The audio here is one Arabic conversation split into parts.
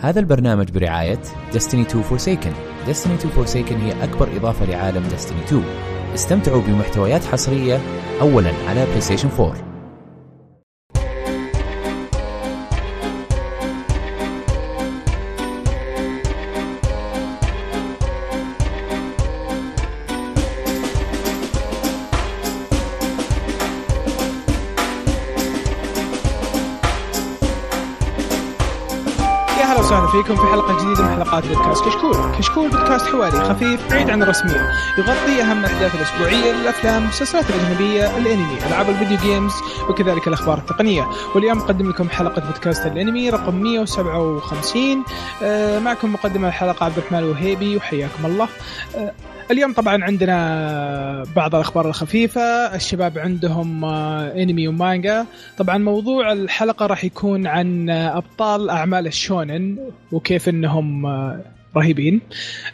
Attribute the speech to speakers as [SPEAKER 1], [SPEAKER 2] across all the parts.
[SPEAKER 1] هذا البرنامج برعاية Destiny 2 Forsaken Destiny 2 Forsaken هي أكبر إضافة لعالم Destiny 2 استمتعوا بمحتويات حصرية أولا على PlayStation 4
[SPEAKER 2] يا هلا وسهلا فيكم في حلقه جديده من حلقات بودكاست كشكول، كشكول بودكاست حواري خفيف بعيد عن الرسميه، يغطي اهم الاحداث الاسبوعيه للافلام، المسلسلات الاجنبيه، الانمي، العاب الفيديو جيمز وكذلك الاخبار التقنيه، واليوم نقدم لكم حلقه بودكاست الانمي رقم 157 آه، معكم مقدم الحلقه عبد الرحمن الوهيبي وحياكم الله. آه، اليوم طبعا عندنا بعض الاخبار الخفيفه، الشباب عندهم آه، انمي ومانجا، طبعا موضوع الحلقه راح يكون عن آه، ابطال اعمال الشونن وكيف انهم آه، رهيبين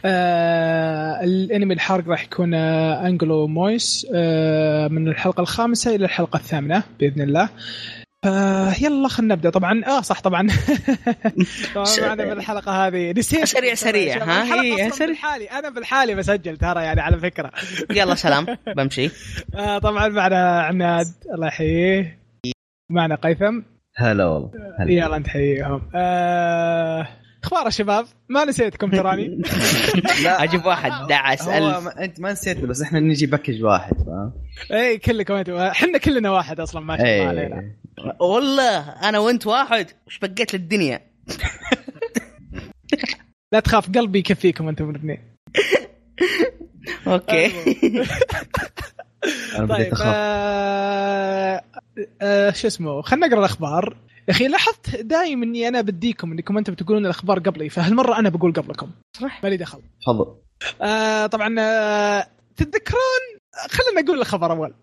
[SPEAKER 2] آه الانمي الحرق راح يكون آه انجلو مويس آه من الحلقه الخامسه الى الحلقه الثامنه باذن الله آه، فيلا خلينا نبدا طبعا اه صح طبعا طبعا انا في الحلقه هذه نسيت
[SPEAKER 3] سريع سريع،
[SPEAKER 2] شباب،
[SPEAKER 3] ها؟
[SPEAKER 2] الحلقة
[SPEAKER 3] هي-
[SPEAKER 2] أصلاً
[SPEAKER 3] سريع.
[SPEAKER 2] بالحالي انا بالحالي بسجل ترى يعني على فكره
[SPEAKER 3] يلا سلام بمشي
[SPEAKER 2] آه طبعا معنا عناد الله يحييه معنا قيثم
[SPEAKER 4] هلا والله هلا.
[SPEAKER 2] يلا نحييهم آه اخبار الشباب ما نسيتكم تراني
[SPEAKER 4] لا
[SPEAKER 3] اجيب واحد دعس
[SPEAKER 4] هو
[SPEAKER 3] الف
[SPEAKER 4] ما انت ما نسيتنا بس احنا نجي باكج واحد فاهم؟
[SPEAKER 2] اي إيه، كلكم انتم احنا كلنا واحد اصلا ما شاء الله علينا
[SPEAKER 4] ايه
[SPEAKER 3] والله انا وانت واحد شبقيت للدنيا
[SPEAKER 2] لا تخاف قلبي يكفيكم انتم الاثنين
[SPEAKER 3] اوكي
[SPEAKER 4] انا بديت
[SPEAKER 2] طيب
[SPEAKER 4] اخاف
[SPEAKER 2] آه آه شو اسمه خلينا نقرا الاخبار يا اخي لاحظت دايم اني انا بديكم انكم انتم بتقولون الاخبار قبلي فهالمره انا بقول قبلكم
[SPEAKER 3] صح.
[SPEAKER 2] مالي دخل
[SPEAKER 4] تفضل
[SPEAKER 2] آه طبعا آه تتذكرون خلينا نقول الخبر اول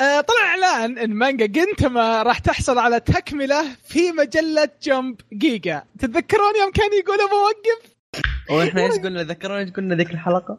[SPEAKER 2] آه طلع اعلان ان مانجا جنتما راح تحصل على تكمله في مجله جمب جيجا تتذكرون يوم كان يقول بوقف
[SPEAKER 4] واحنا ايش قلنا ذكرونا ايش قلنا ذيك الحلقه؟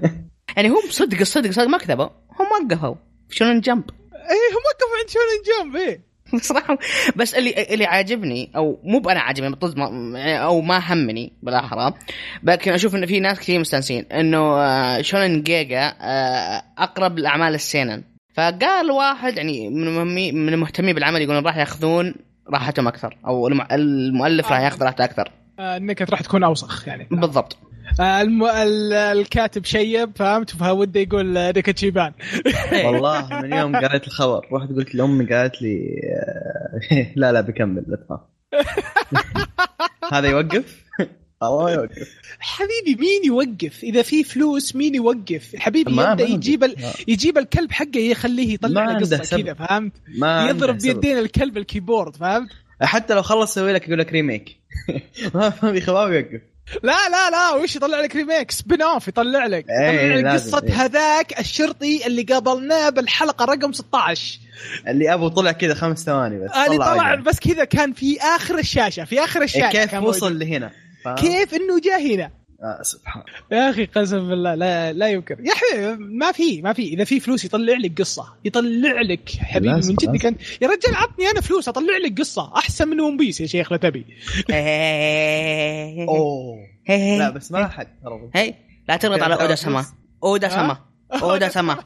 [SPEAKER 3] يعني هم صدق الصدق صدق ما كذبوا هم وقفوا شنو جمب
[SPEAKER 2] ايه هم وقفوا عند شونن جمب ايه
[SPEAKER 3] بصراحه بس اللي اللي عاجبني او مو بانا عاجبني بالطز ما- او ما همني بالاحرى لكن اشوف انه في ناس كثير مستانسين انه آه، شونن جيجا آه، اقرب لاعمال السينن فقال واحد يعني من مهمي من المهتمين بالعمل يقولون راح ياخذون راحتهم اكثر او الم- المؤلف راح ياخذ راحته اكثر
[SPEAKER 2] آه، النكت راح تكون اوسخ يعني
[SPEAKER 3] بالضبط
[SPEAKER 2] آه، الم... ال... الكاتب شيب فهمت فوده يقول آه، نكت شيبان
[SPEAKER 4] إيه. والله من يوم قريت الخبر رحت قلت لامي قالت لي آه، لا لا بكمل لا تخاف هذا يوقف؟ الله يوقف
[SPEAKER 2] حبيبي مين يوقف اذا في فلوس مين يوقف حبيبي
[SPEAKER 4] ما-
[SPEAKER 2] يبدا
[SPEAKER 4] ما
[SPEAKER 2] يجيب ال...
[SPEAKER 4] ما-
[SPEAKER 2] يجيب الكلب حقه يخليه
[SPEAKER 4] ما
[SPEAKER 2] يطلع له
[SPEAKER 4] عنده
[SPEAKER 2] قصه
[SPEAKER 4] سبب.
[SPEAKER 2] كذا فهمت
[SPEAKER 4] ما
[SPEAKER 2] يضرب
[SPEAKER 4] عنده سبب.
[SPEAKER 2] بيدين الكلب الكيبورد فهمت
[SPEAKER 4] حتى لو خلص يسوي لك يقول لك ريميك ما في خباب يوقف
[SPEAKER 2] لا لا لا وش يطلع لك ريميك سبين اوف يطلع لك
[SPEAKER 4] إيه،
[SPEAKER 2] يطلع لك
[SPEAKER 4] لازم،
[SPEAKER 2] قصه
[SPEAKER 4] إيه.
[SPEAKER 2] هذاك الشرطي اللي قابلناه بالحلقه رقم 16
[SPEAKER 4] اللي ابو طلع كذا خمس ثواني بس
[SPEAKER 2] اللي طلع
[SPEAKER 4] وجهه.
[SPEAKER 2] بس كذا كان في اخر الشاشه في اخر الشاشه
[SPEAKER 4] إيه، كيف
[SPEAKER 2] كان موجود.
[SPEAKER 4] وصل لهنا؟ فاهم؟
[SPEAKER 2] كيف انه جاء هنا
[SPEAKER 4] آه، سبحان
[SPEAKER 2] يا اخي قسم بالله لا لا يمكن يا حبيبي ما في ما في اذا في فلوس يطلع لك قصه يطلع لك حبيبي
[SPEAKER 4] لازم-
[SPEAKER 2] من جدك
[SPEAKER 4] لازم.
[SPEAKER 2] انت يا رجال عطني انا فلوس اطلع لك قصه احسن من ون بيس يا شيخ لا تبي
[SPEAKER 4] اوه لا بس ما يعني حد ترى
[SPEAKER 3] هي لا تغلط على اودا سما اودا سما اودا سما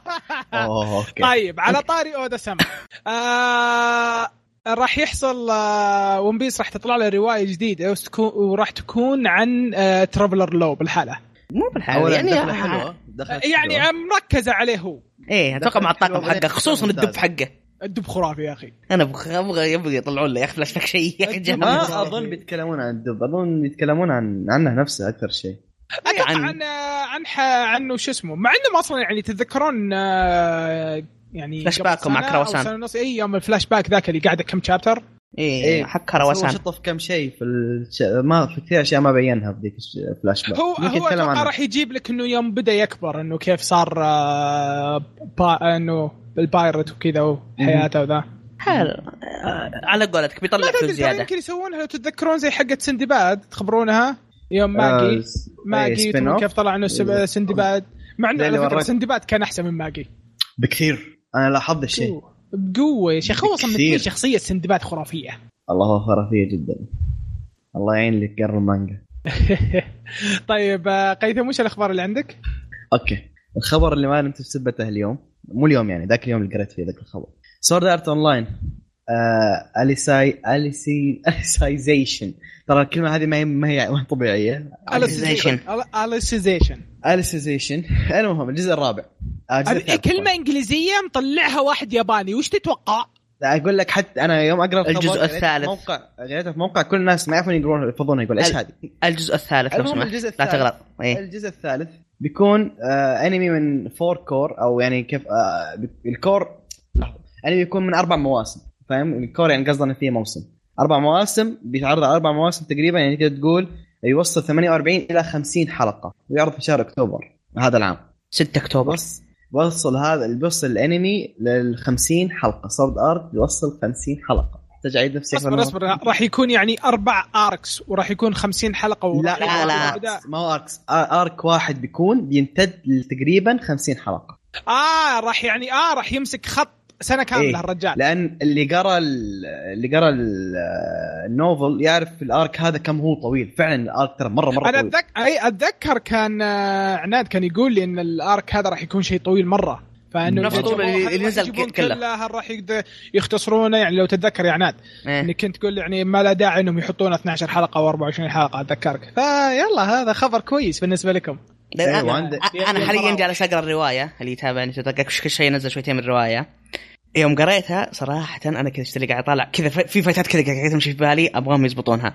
[SPEAKER 4] اوه اوكي
[SPEAKER 2] طيب على طاري اودا سما آه راح يحصل آه ون بيس راح تطلع له روايه جديده وستكون- وراح تكون عن آه ترافلر لو بالحاله
[SPEAKER 3] مو بالحال
[SPEAKER 4] اولا يعني
[SPEAKER 3] يعني
[SPEAKER 4] دخله حلوه دخلة
[SPEAKER 2] يعني
[SPEAKER 4] حلوة.
[SPEAKER 2] آه، مركزه عليه هو
[SPEAKER 3] ايه اتوقع مع الطاقم
[SPEAKER 4] إيه، حلوة طيب.
[SPEAKER 3] حقه خصوصا الدب
[SPEAKER 4] ممتازة.
[SPEAKER 3] حقه
[SPEAKER 2] الدب خرافي يا اخي
[SPEAKER 3] انا ابغى ابغى يبغى يطلعون لي يا اخي فلاش باك شيء يا
[SPEAKER 4] آه،
[SPEAKER 3] اخي جهنم
[SPEAKER 4] ما اظن بيتكلمون عن الدب اظن بيتكلمون عن عنه نفسه اكثر شيء
[SPEAKER 2] اتوقع
[SPEAKER 3] عن-
[SPEAKER 2] عن آه، عن ح- عنه شو اسمه مع انهم اصلا يعني تتذكرون آه، يعني
[SPEAKER 3] فلاش
[SPEAKER 2] قبل
[SPEAKER 3] باك مع
[SPEAKER 2] سنة أو
[SPEAKER 3] كروسان.
[SPEAKER 2] سنه ونص اي يوم الفلاش باك ذاك اللي قاعده كم شابتر
[SPEAKER 3] ايه
[SPEAKER 4] إيه.
[SPEAKER 3] حق
[SPEAKER 4] بس هو
[SPEAKER 3] روسان
[SPEAKER 4] شطف كم شيء في الش... ما في كثير اشياء ما بينها في ذيك الش- الفلاش باك
[SPEAKER 2] هو
[SPEAKER 4] يمكن
[SPEAKER 2] هو
[SPEAKER 4] يتكلم
[SPEAKER 2] اتوقع
[SPEAKER 4] عنها.
[SPEAKER 2] راح يجيب لك انه يوم بدا يكبر انه كيف صار آه، با انه البايرت وكذا وحياته وذا
[SPEAKER 3] حلو آه، على قولتك
[SPEAKER 2] ما
[SPEAKER 3] بيطلع فلوس
[SPEAKER 2] تدري ترى
[SPEAKER 3] زياده
[SPEAKER 2] يمكن يسوونها لو تتذكرون زي حقت سندباد تخبرونها يوم ماجي
[SPEAKER 4] آه، س- إيه،
[SPEAKER 2] ماجي
[SPEAKER 4] spin off إيه.
[SPEAKER 2] كيف طلع انه سب- سندباد مع انه
[SPEAKER 4] زي
[SPEAKER 2] على
[SPEAKER 4] اللي
[SPEAKER 2] فكره
[SPEAKER 4] وراك.
[SPEAKER 2] سندباد كان احسن من ماجي
[SPEAKER 4] بكثير انا لاحظت الشيء
[SPEAKER 2] بقوة- بقوه يا شيخ هو اصلا
[SPEAKER 4] بكثير.
[SPEAKER 2] في شخصيه سندباد خرافيه
[SPEAKER 4] الله هو خرافيه جدا الله يعين اللي تقرا المانجا
[SPEAKER 2] طيب آه، قيثم وش الاخبار اللي عندك؟
[SPEAKER 4] اوكي الخبر اللي ما نمت في سبته اليوم مو اليوم يعني ذاك اليوم اللي قريت فيه ذاك الخبر سورد ارت اون لاين آه، اليساي اليسي اليسايزيشن ترى الكلمه هذه ما هي ما هي ما هي طبيعيه
[SPEAKER 3] Alicization.
[SPEAKER 2] اليسيزيشن
[SPEAKER 4] اليسايزيشن المهم الجزء الرابع آه، الجزء
[SPEAKER 2] هذه
[SPEAKER 4] الثالث.
[SPEAKER 2] كلمه انجليزيه مطلعها واحد ياباني وش تتوقع؟
[SPEAKER 4] لا اقول لك حتى انا يوم اقرا الخبر
[SPEAKER 3] الجزء
[SPEAKER 4] قريته في
[SPEAKER 3] الثالث.
[SPEAKER 4] موقع قريته في موقع كل الناس ما يعرفون يقرون يلفظونها يقول ايش
[SPEAKER 3] ال-
[SPEAKER 4] هذه؟
[SPEAKER 3] الجزء الثالث لو
[SPEAKER 4] المهم
[SPEAKER 3] سمحت
[SPEAKER 4] الجزء
[SPEAKER 3] لا
[SPEAKER 4] الثالث.
[SPEAKER 3] تغلط ايه
[SPEAKER 4] الجزء الثالث إيه. بيكون آه انمي من فور كور او يعني كيف آه بي- الكور لحظه انمي يكون من اربع مواسم فاهم الكور يعني قصدنا فيه موسم اربع مواسم بيتعرض على اربع مواسم تقريبا يعني تقدر تقول يوصل 48 الى 50 حلقه ويعرض في شهر اكتوبر هذا العام
[SPEAKER 3] 6 اكتوبر
[SPEAKER 4] بص وصل هذا بصل الانمي لل 50 حلقه صد ارت بيوصل 50 حلقه احتاج اعيد نفسي
[SPEAKER 2] اصبر اصبر راح يكون يعني اربع اركس وراح يكون 50 حلقه و...
[SPEAKER 4] لا
[SPEAKER 3] لا، لا.
[SPEAKER 2] بدأ-
[SPEAKER 4] ما هو اركس آر- ارك واحد بيكون بيمتد لتقريبا 50 حلقه
[SPEAKER 2] اه راح يعني اه راح يمسك خط سنه كامله
[SPEAKER 4] إيه.
[SPEAKER 2] الرجال
[SPEAKER 4] لان اللي قرا ال- اللي قرا ال- النوفل يعرف الارك هذا كم هو طويل فعلا الارك ترى مره مره
[SPEAKER 2] انا
[SPEAKER 4] طويل
[SPEAKER 2] اتذكر اي اتذكر كان آه، عناد كان يقول لي ان الارك هذا راح يكون شيء طويل مره فانه
[SPEAKER 3] نفس
[SPEAKER 2] يجيبون-
[SPEAKER 3] طول اللي- اللي
[SPEAKER 2] راح
[SPEAKER 3] نزل
[SPEAKER 2] يجيبون
[SPEAKER 3] كله.
[SPEAKER 2] كلها راح يقد- يختصرونه يعني لو تتذكر يا عناد
[SPEAKER 3] إيه.
[SPEAKER 2] انك كنت تقول يعني ما لا داعي انهم يحطون 12 حلقه و24 حلقه اتذكرك فيلا هذا خبر كويس بالنسبه لكم
[SPEAKER 3] لأن
[SPEAKER 4] أيوة،
[SPEAKER 3] انا
[SPEAKER 4] عندك-
[SPEAKER 3] أ- انا حاليا جالس اقرا الروايه اللي يتابعني في تويتر، كل شيء نزل شويتين من الروايه يوم قريتها صراحة أنا كذا اشتري قاعد أطالع كذا ف- في فايتات كذا قاعد تمشي في بالي أبغاهم يزبطونها.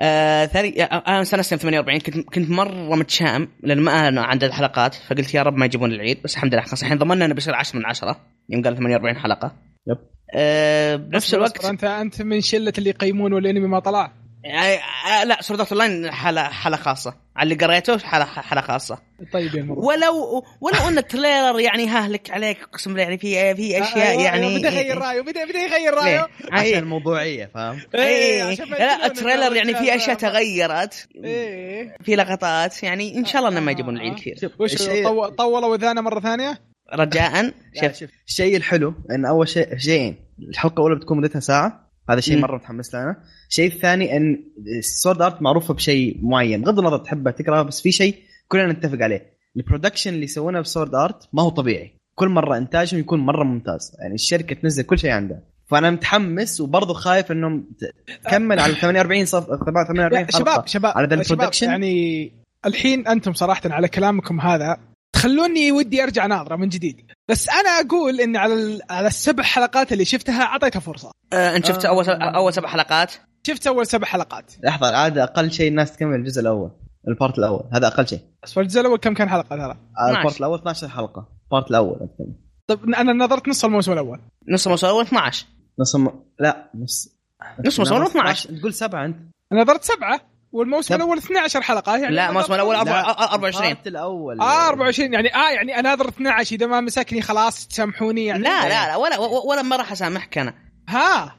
[SPEAKER 3] آه ثاني آه، أنا سنة سنة 48 كنت كنت مرة متشائم لأن ما أنا عدد الحلقات فقلت يا رب ما يجيبون العيد بس الحمد لله خلاص الحين ضمننا إنه بيصير 10 من 10 يوم قال 48 حلقة.
[SPEAKER 4] يب.
[SPEAKER 3] آه بنفس
[SPEAKER 2] أصبر-
[SPEAKER 3] الوقت
[SPEAKER 2] أصبر، انت انت من شله اللي يقيمون والانمي ما طلع
[SPEAKER 3] يعني آه، لا سورد اون حالة حالة خاصة على اللي قريته حالة حالة خاصة
[SPEAKER 2] طيب يا مرور
[SPEAKER 3] ولو ولو ان التريلر يعني هاهلك عليك اقسم بالله يعني في في اشياء
[SPEAKER 2] أيوة،
[SPEAKER 3] يعني
[SPEAKER 2] أيوة، بدا يغير رايه بدا بدا يغير
[SPEAKER 3] ليه؟
[SPEAKER 2] رايه
[SPEAKER 4] عشان
[SPEAKER 3] عشان-
[SPEAKER 4] الموضوعيه فاهم
[SPEAKER 3] إيه،
[SPEAKER 2] إيه، عشان
[SPEAKER 3] لا التريلر
[SPEAKER 2] يقولون
[SPEAKER 3] يعني
[SPEAKER 2] إنه
[SPEAKER 3] في اشياء
[SPEAKER 2] هذا-
[SPEAKER 3] تغيرت
[SPEAKER 2] ايه
[SPEAKER 3] في لقطات يعني ان شاء الله انه ما يجيبون العيد
[SPEAKER 2] آه.
[SPEAKER 3] كثير
[SPEAKER 4] شوف
[SPEAKER 2] وش
[SPEAKER 4] الشيء-
[SPEAKER 2] طو- طولوا اذانه مره ثانيه؟
[SPEAKER 3] رجاء
[SPEAKER 4] لا،
[SPEAKER 3] شوف
[SPEAKER 4] شوف الشيء الحلو ان اول شيء شيئين الحلقه الاولى بتكون مدتها ساعه هذا شيء
[SPEAKER 3] مم.
[SPEAKER 4] مره متحمس له انا الشيء الثاني ان السورد ارت معروفه بشيء معين بغض النظر تحبها تكرهها بس في شيء كلنا نتفق عليه البرودكشن اللي يسوونه بسورد ارت ما هو طبيعي كل مره انتاجهم يكون مره ممتاز يعني الشركه تنزل كل شيء عندها فانا متحمس وبرضه خايف انهم ت- تكمل على 48 صف 48
[SPEAKER 2] لا،
[SPEAKER 4] حلقه
[SPEAKER 2] شباب شباب
[SPEAKER 4] على ذا
[SPEAKER 2] شباب،
[SPEAKER 4] البرودكشن؟
[SPEAKER 2] يعني الحين انتم صراحه على كلامكم هذا تخلوني ودي ارجع ناظره من جديد بس انا اقول ان على ال- على السبع حلقات اللي شفتها اعطيتها فرصه
[SPEAKER 3] آه، انت شفت
[SPEAKER 4] آه.
[SPEAKER 3] اول سبع- اول سبع حلقات
[SPEAKER 2] شفت اول سبع حلقات
[SPEAKER 4] لحظه العاده اقل شيء الناس تكمل الجزء الاول البارت الاول هذا اقل شيء
[SPEAKER 2] بس الجزء الاول كم كان حلقه ترى؟
[SPEAKER 4] البارت الاول 12 حلقه البارت الاول أتكلم.
[SPEAKER 2] طب انا نظرت نص الموسم الاول
[SPEAKER 3] نص الموسم الاول 12
[SPEAKER 4] نص م... لا نص نعم،
[SPEAKER 3] نص الموسم الاول 12
[SPEAKER 4] تقول سبعه انت
[SPEAKER 2] نظرت سبعه والموسم
[SPEAKER 4] طب.
[SPEAKER 2] الاول 12 حلقه يعني
[SPEAKER 3] لا
[SPEAKER 2] نظرت-
[SPEAKER 3] الموسم الاول
[SPEAKER 4] لا.
[SPEAKER 3] أربعة- أ- 24
[SPEAKER 4] البارت الاول
[SPEAKER 2] اه 24 يعني اه يعني انا نظرت 12 اذا ما مسكني خلاص تسامحوني
[SPEAKER 3] لا
[SPEAKER 2] يعني
[SPEAKER 3] لا لا ولا ولا ما راح اسامحك انا
[SPEAKER 2] ها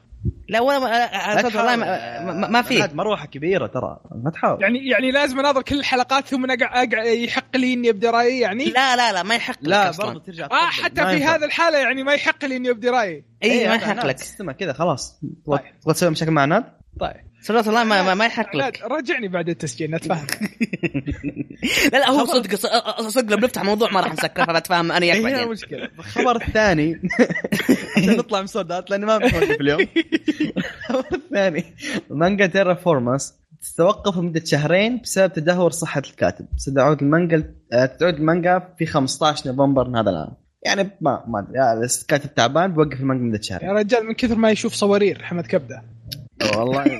[SPEAKER 3] لا ولا ما- صدق والله ما- ما- ما في
[SPEAKER 4] مروحه كبيره ترى ما تحاول
[SPEAKER 2] يعني يعني لازم اناظر كل الحلقات ثم أقع أقع يحق لي اني ابدي رايي يعني
[SPEAKER 3] لا لا لا ما يحق لك
[SPEAKER 4] لا
[SPEAKER 3] أصلاً.
[SPEAKER 4] برضه ترجع
[SPEAKER 2] اه حتى في هذا الحاله يعني ما يحق لي اني ابدي رايي
[SPEAKER 4] إيه،
[SPEAKER 3] اي إيه، ما يحق لك
[SPEAKER 4] استمع كذا خلاص تبغى
[SPEAKER 2] طيب.
[SPEAKER 4] تبغى تسوي مشاكل مع عناد
[SPEAKER 2] طيب
[SPEAKER 3] صدق الله ما ما, ما يحق
[SPEAKER 2] عناد،
[SPEAKER 3] لك
[SPEAKER 2] رجعني بعد التسجيل نتفاهم
[SPEAKER 3] لا لا هو صدق صدق لما نفتح موضوع ما راح نسكر فلا تفهم انا
[SPEAKER 4] إيه،
[SPEAKER 3] وياك
[SPEAKER 2] هي
[SPEAKER 3] بعدين
[SPEAKER 2] مشكله
[SPEAKER 4] الخبر الثاني عشان نطلع من سورد ارت لاني ما بتوقف اليوم الخبر الثاني مانجا تيرا فورماس تتوقف لمده شهرين بسبب تدهور صحه الكاتب ستعود المانجا آه، تعود المانجا في 15 نوفمبر من هذا العام يعني ما ما ادري آه، بس الكاتب تعبان بيوقف المانجا لمده
[SPEAKER 2] يا
[SPEAKER 4] شهرين
[SPEAKER 2] رجال من كثر ما يشوف صوارير حمد كبده
[SPEAKER 4] والله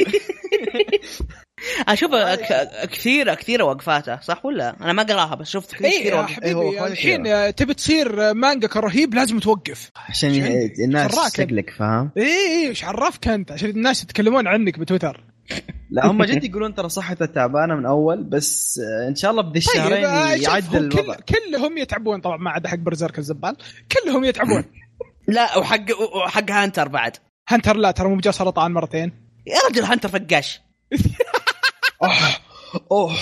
[SPEAKER 3] اشوف ك- كثيره كثيره وقفاته صح ولا انا ما قراها بس شفت
[SPEAKER 2] اي
[SPEAKER 3] كثير
[SPEAKER 2] إيه، يا
[SPEAKER 3] وقف-
[SPEAKER 2] حبيبي
[SPEAKER 4] أيوة، خلاص
[SPEAKER 2] الحين آه، تبي تصير آه، مانجاكا رهيب لازم توقف إيه،
[SPEAKER 4] عشان
[SPEAKER 2] شو
[SPEAKER 4] ي-
[SPEAKER 2] عندك؟
[SPEAKER 4] الناس
[SPEAKER 2] شراك أنت.
[SPEAKER 4] تقلق فاهم
[SPEAKER 2] اي اي ايش عرفك انت عشان الناس يتكلمون عنك بتويتر
[SPEAKER 4] لا هم جد يقولون ترى صحته تعبانه من اول بس آه، ان شاء الله بذي الشهرين
[SPEAKER 2] آه، شوف،
[SPEAKER 4] يعدل
[SPEAKER 2] هم كل-
[SPEAKER 4] الوضع
[SPEAKER 2] كلهم يتعبون طبعا ما عدا حق برزيرك الزبال كلهم يتعبون
[SPEAKER 3] لا وحق وحق هانتر بعد
[SPEAKER 2] هنتر لا ترى مو بجا سرطان مرتين
[SPEAKER 3] يا رجل هانتر فقاش
[SPEAKER 4] اوه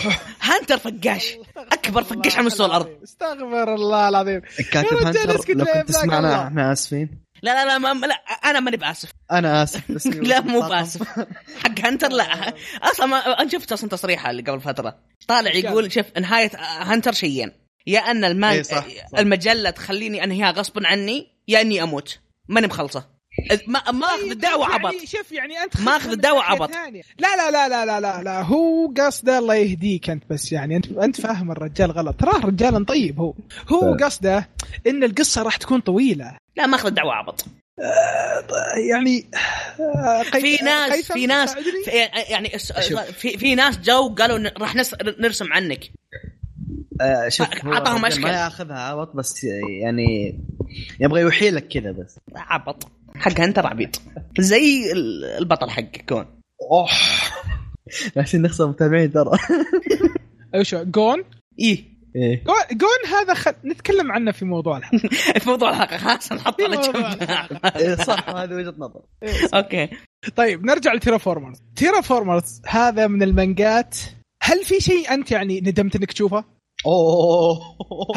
[SPEAKER 3] هانتر فقاش اكبر فقاش على مستوى الارض
[SPEAKER 2] استغفر الله العظيم
[SPEAKER 4] الكاتب
[SPEAKER 2] يا رجال
[SPEAKER 4] هانتر
[SPEAKER 2] اسكت ليه
[SPEAKER 4] لو كنت
[SPEAKER 2] بلاك الله.
[SPEAKER 4] تسمعنا احنا اسفين
[SPEAKER 3] لا لا لا, ما لا انا ماني باسف
[SPEAKER 4] انا اسف بس
[SPEAKER 3] لا مو باسف حق هنتر لا اصلا ما انا شفت اصلا تصريحه اللي قبل فتره طالع يقول شوف نهايه هنتر شيئين يا ان
[SPEAKER 4] إيه،
[SPEAKER 3] المال
[SPEAKER 4] صح، صح.
[SPEAKER 3] المجله تخليني انهيها غصبا عني يا اني اموت ماني مخلصه ما ما
[SPEAKER 4] إيه،
[SPEAKER 3] اخذ الدعوه
[SPEAKER 2] يعني
[SPEAKER 3] عبط
[SPEAKER 2] شوف يعني انت
[SPEAKER 3] ما أخذ
[SPEAKER 2] خذ
[SPEAKER 3] الدواء
[SPEAKER 2] من ناحية
[SPEAKER 3] عبط.
[SPEAKER 2] ثانية. لا لا لا لا لا لا لا هو قصده الله يهديك انت بس يعني انت انت فاهم الرجال غلط تراه رجال طيب هو هو
[SPEAKER 4] طيب.
[SPEAKER 2] قصده ان القصه راح تكون طويله
[SPEAKER 3] لا ما اخذ الدعوه عبط
[SPEAKER 2] يعني آه، قي-
[SPEAKER 3] في ناس
[SPEAKER 2] قيثم،
[SPEAKER 3] في ناس
[SPEAKER 2] ساعدني.
[SPEAKER 3] في يعني الس-
[SPEAKER 4] شوف.
[SPEAKER 3] في, في ناس جو قالوا إن راح نس- نرسم عنك
[SPEAKER 4] آه، شوف هو
[SPEAKER 3] أعطاهم
[SPEAKER 4] الرجال
[SPEAKER 3] أشكال.
[SPEAKER 4] ما ياخذها عبط بس يعني يبغى يوحيلك كذا بس
[SPEAKER 3] عبط حق هنتر عبيط زي ال- البطل حق كون
[SPEAKER 4] اوه عشان نخسر متابعين ترى
[SPEAKER 2] وش أيوة جون
[SPEAKER 3] ايه
[SPEAKER 4] ايه
[SPEAKER 2] جون- جون هذا خل... نتكلم عنه في موضوع الحلقه
[SPEAKER 3] في موضوع الحلقه خلاص نحطه على
[SPEAKER 2] في موضوع
[SPEAKER 3] جنب
[SPEAKER 4] إيه، صح هذه وجهه نظر
[SPEAKER 3] اوكي
[SPEAKER 2] طيب نرجع لتيرافورمرز تيرافورمرز هذا من المانجات هل في شيء انت يعني ندمت انك تشوفه؟
[SPEAKER 4] اوه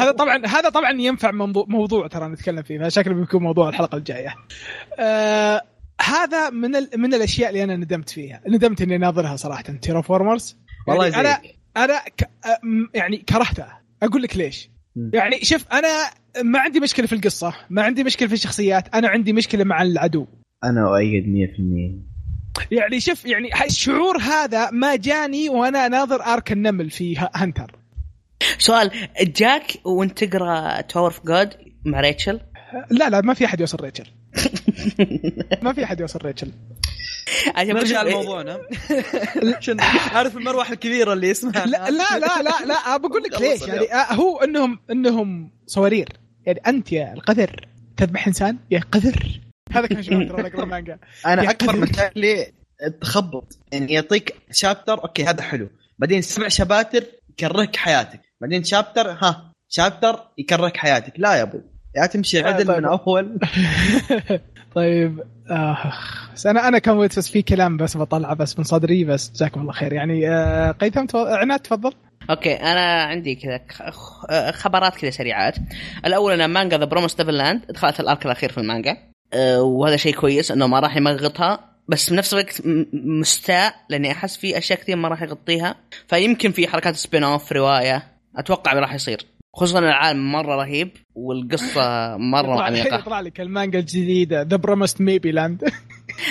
[SPEAKER 2] هذا طبعا هذا طبعا ينفع موضوع, موضوع ترى نتكلم فيه فشكله بيكون موضوع الحلقه الجايه. آه هذا من ال... من الاشياء اللي انا ندمت فيها، ندمت اني ناظرها صراحه تيرافورمرز
[SPEAKER 4] والله
[SPEAKER 2] يعني انا
[SPEAKER 4] زيك.
[SPEAKER 2] انا ك... أم- يعني كرهته اقول لك ليش
[SPEAKER 4] مم.
[SPEAKER 2] يعني شوف انا ما عندي مشكله في القصه ما عندي مشكله في الشخصيات انا عندي مشكله مع العدو
[SPEAKER 4] انا اؤيد 100%
[SPEAKER 2] يعني شوف يعني ح- الشعور هذا ما جاني وانا ناظر ارك النمل في ه- هانتر
[SPEAKER 3] سؤال جاك وانت تقرا تاور اوف جود مع ريتشل
[SPEAKER 2] لا لا ما في احد يوصل ريتشل ما في احد يوصل ريتشل
[SPEAKER 4] نرجع
[SPEAKER 3] إيه،
[SPEAKER 4] لموضوعنا عشان عارف المروحه الكبيره اللي اسمها
[SPEAKER 2] لا لا لا لا, لا بقول لك ليش
[SPEAKER 4] خلص
[SPEAKER 2] يعني آه، هو انهم انهم صوارير يعني انت يا القذر تذبح انسان يا قذر هذا كان شعور ترى أنا أقرأ المانجا
[SPEAKER 4] انا
[SPEAKER 2] يا
[SPEAKER 4] اكبر
[SPEAKER 2] قدر.
[SPEAKER 4] مشاكلي التخبط يعني يعطيك شابتر اوكي هذا حلو بعدين سبع شباتر يكرهك حياتك بعدين شابتر ها شابتر يكرهك حياتك لا يا ابوي يا تمشي
[SPEAKER 2] آه،
[SPEAKER 4] عدل
[SPEAKER 2] طيب.
[SPEAKER 4] من اول
[SPEAKER 2] طيب اخ بس انا انا كان ودي بس في كلام بس بطلعه بس من صدري بس جزاكم الله خير يعني آه، قيثم تفضل- عناد تفضل
[SPEAKER 3] اوكي انا عندي كذا خ- آه، خبرات كذا سريعات الاول ان مانجا ذا برومس ديفل لاند دخلت الارك الاخير في المانجا آه، وهذا شيء كويس انه ما راح يمغطها بس بنفس الوقت م- مستاء لاني احس في اشياء كثير ما راح يغطيها فيمكن في حركات سبين اوف روايه اتوقع راح يصير خصوصا العالم مره رهيب والقصه مره
[SPEAKER 2] يطلع-
[SPEAKER 3] عميقه
[SPEAKER 2] يطلع لك المانجا الجديده ذا برومست ميبي لاند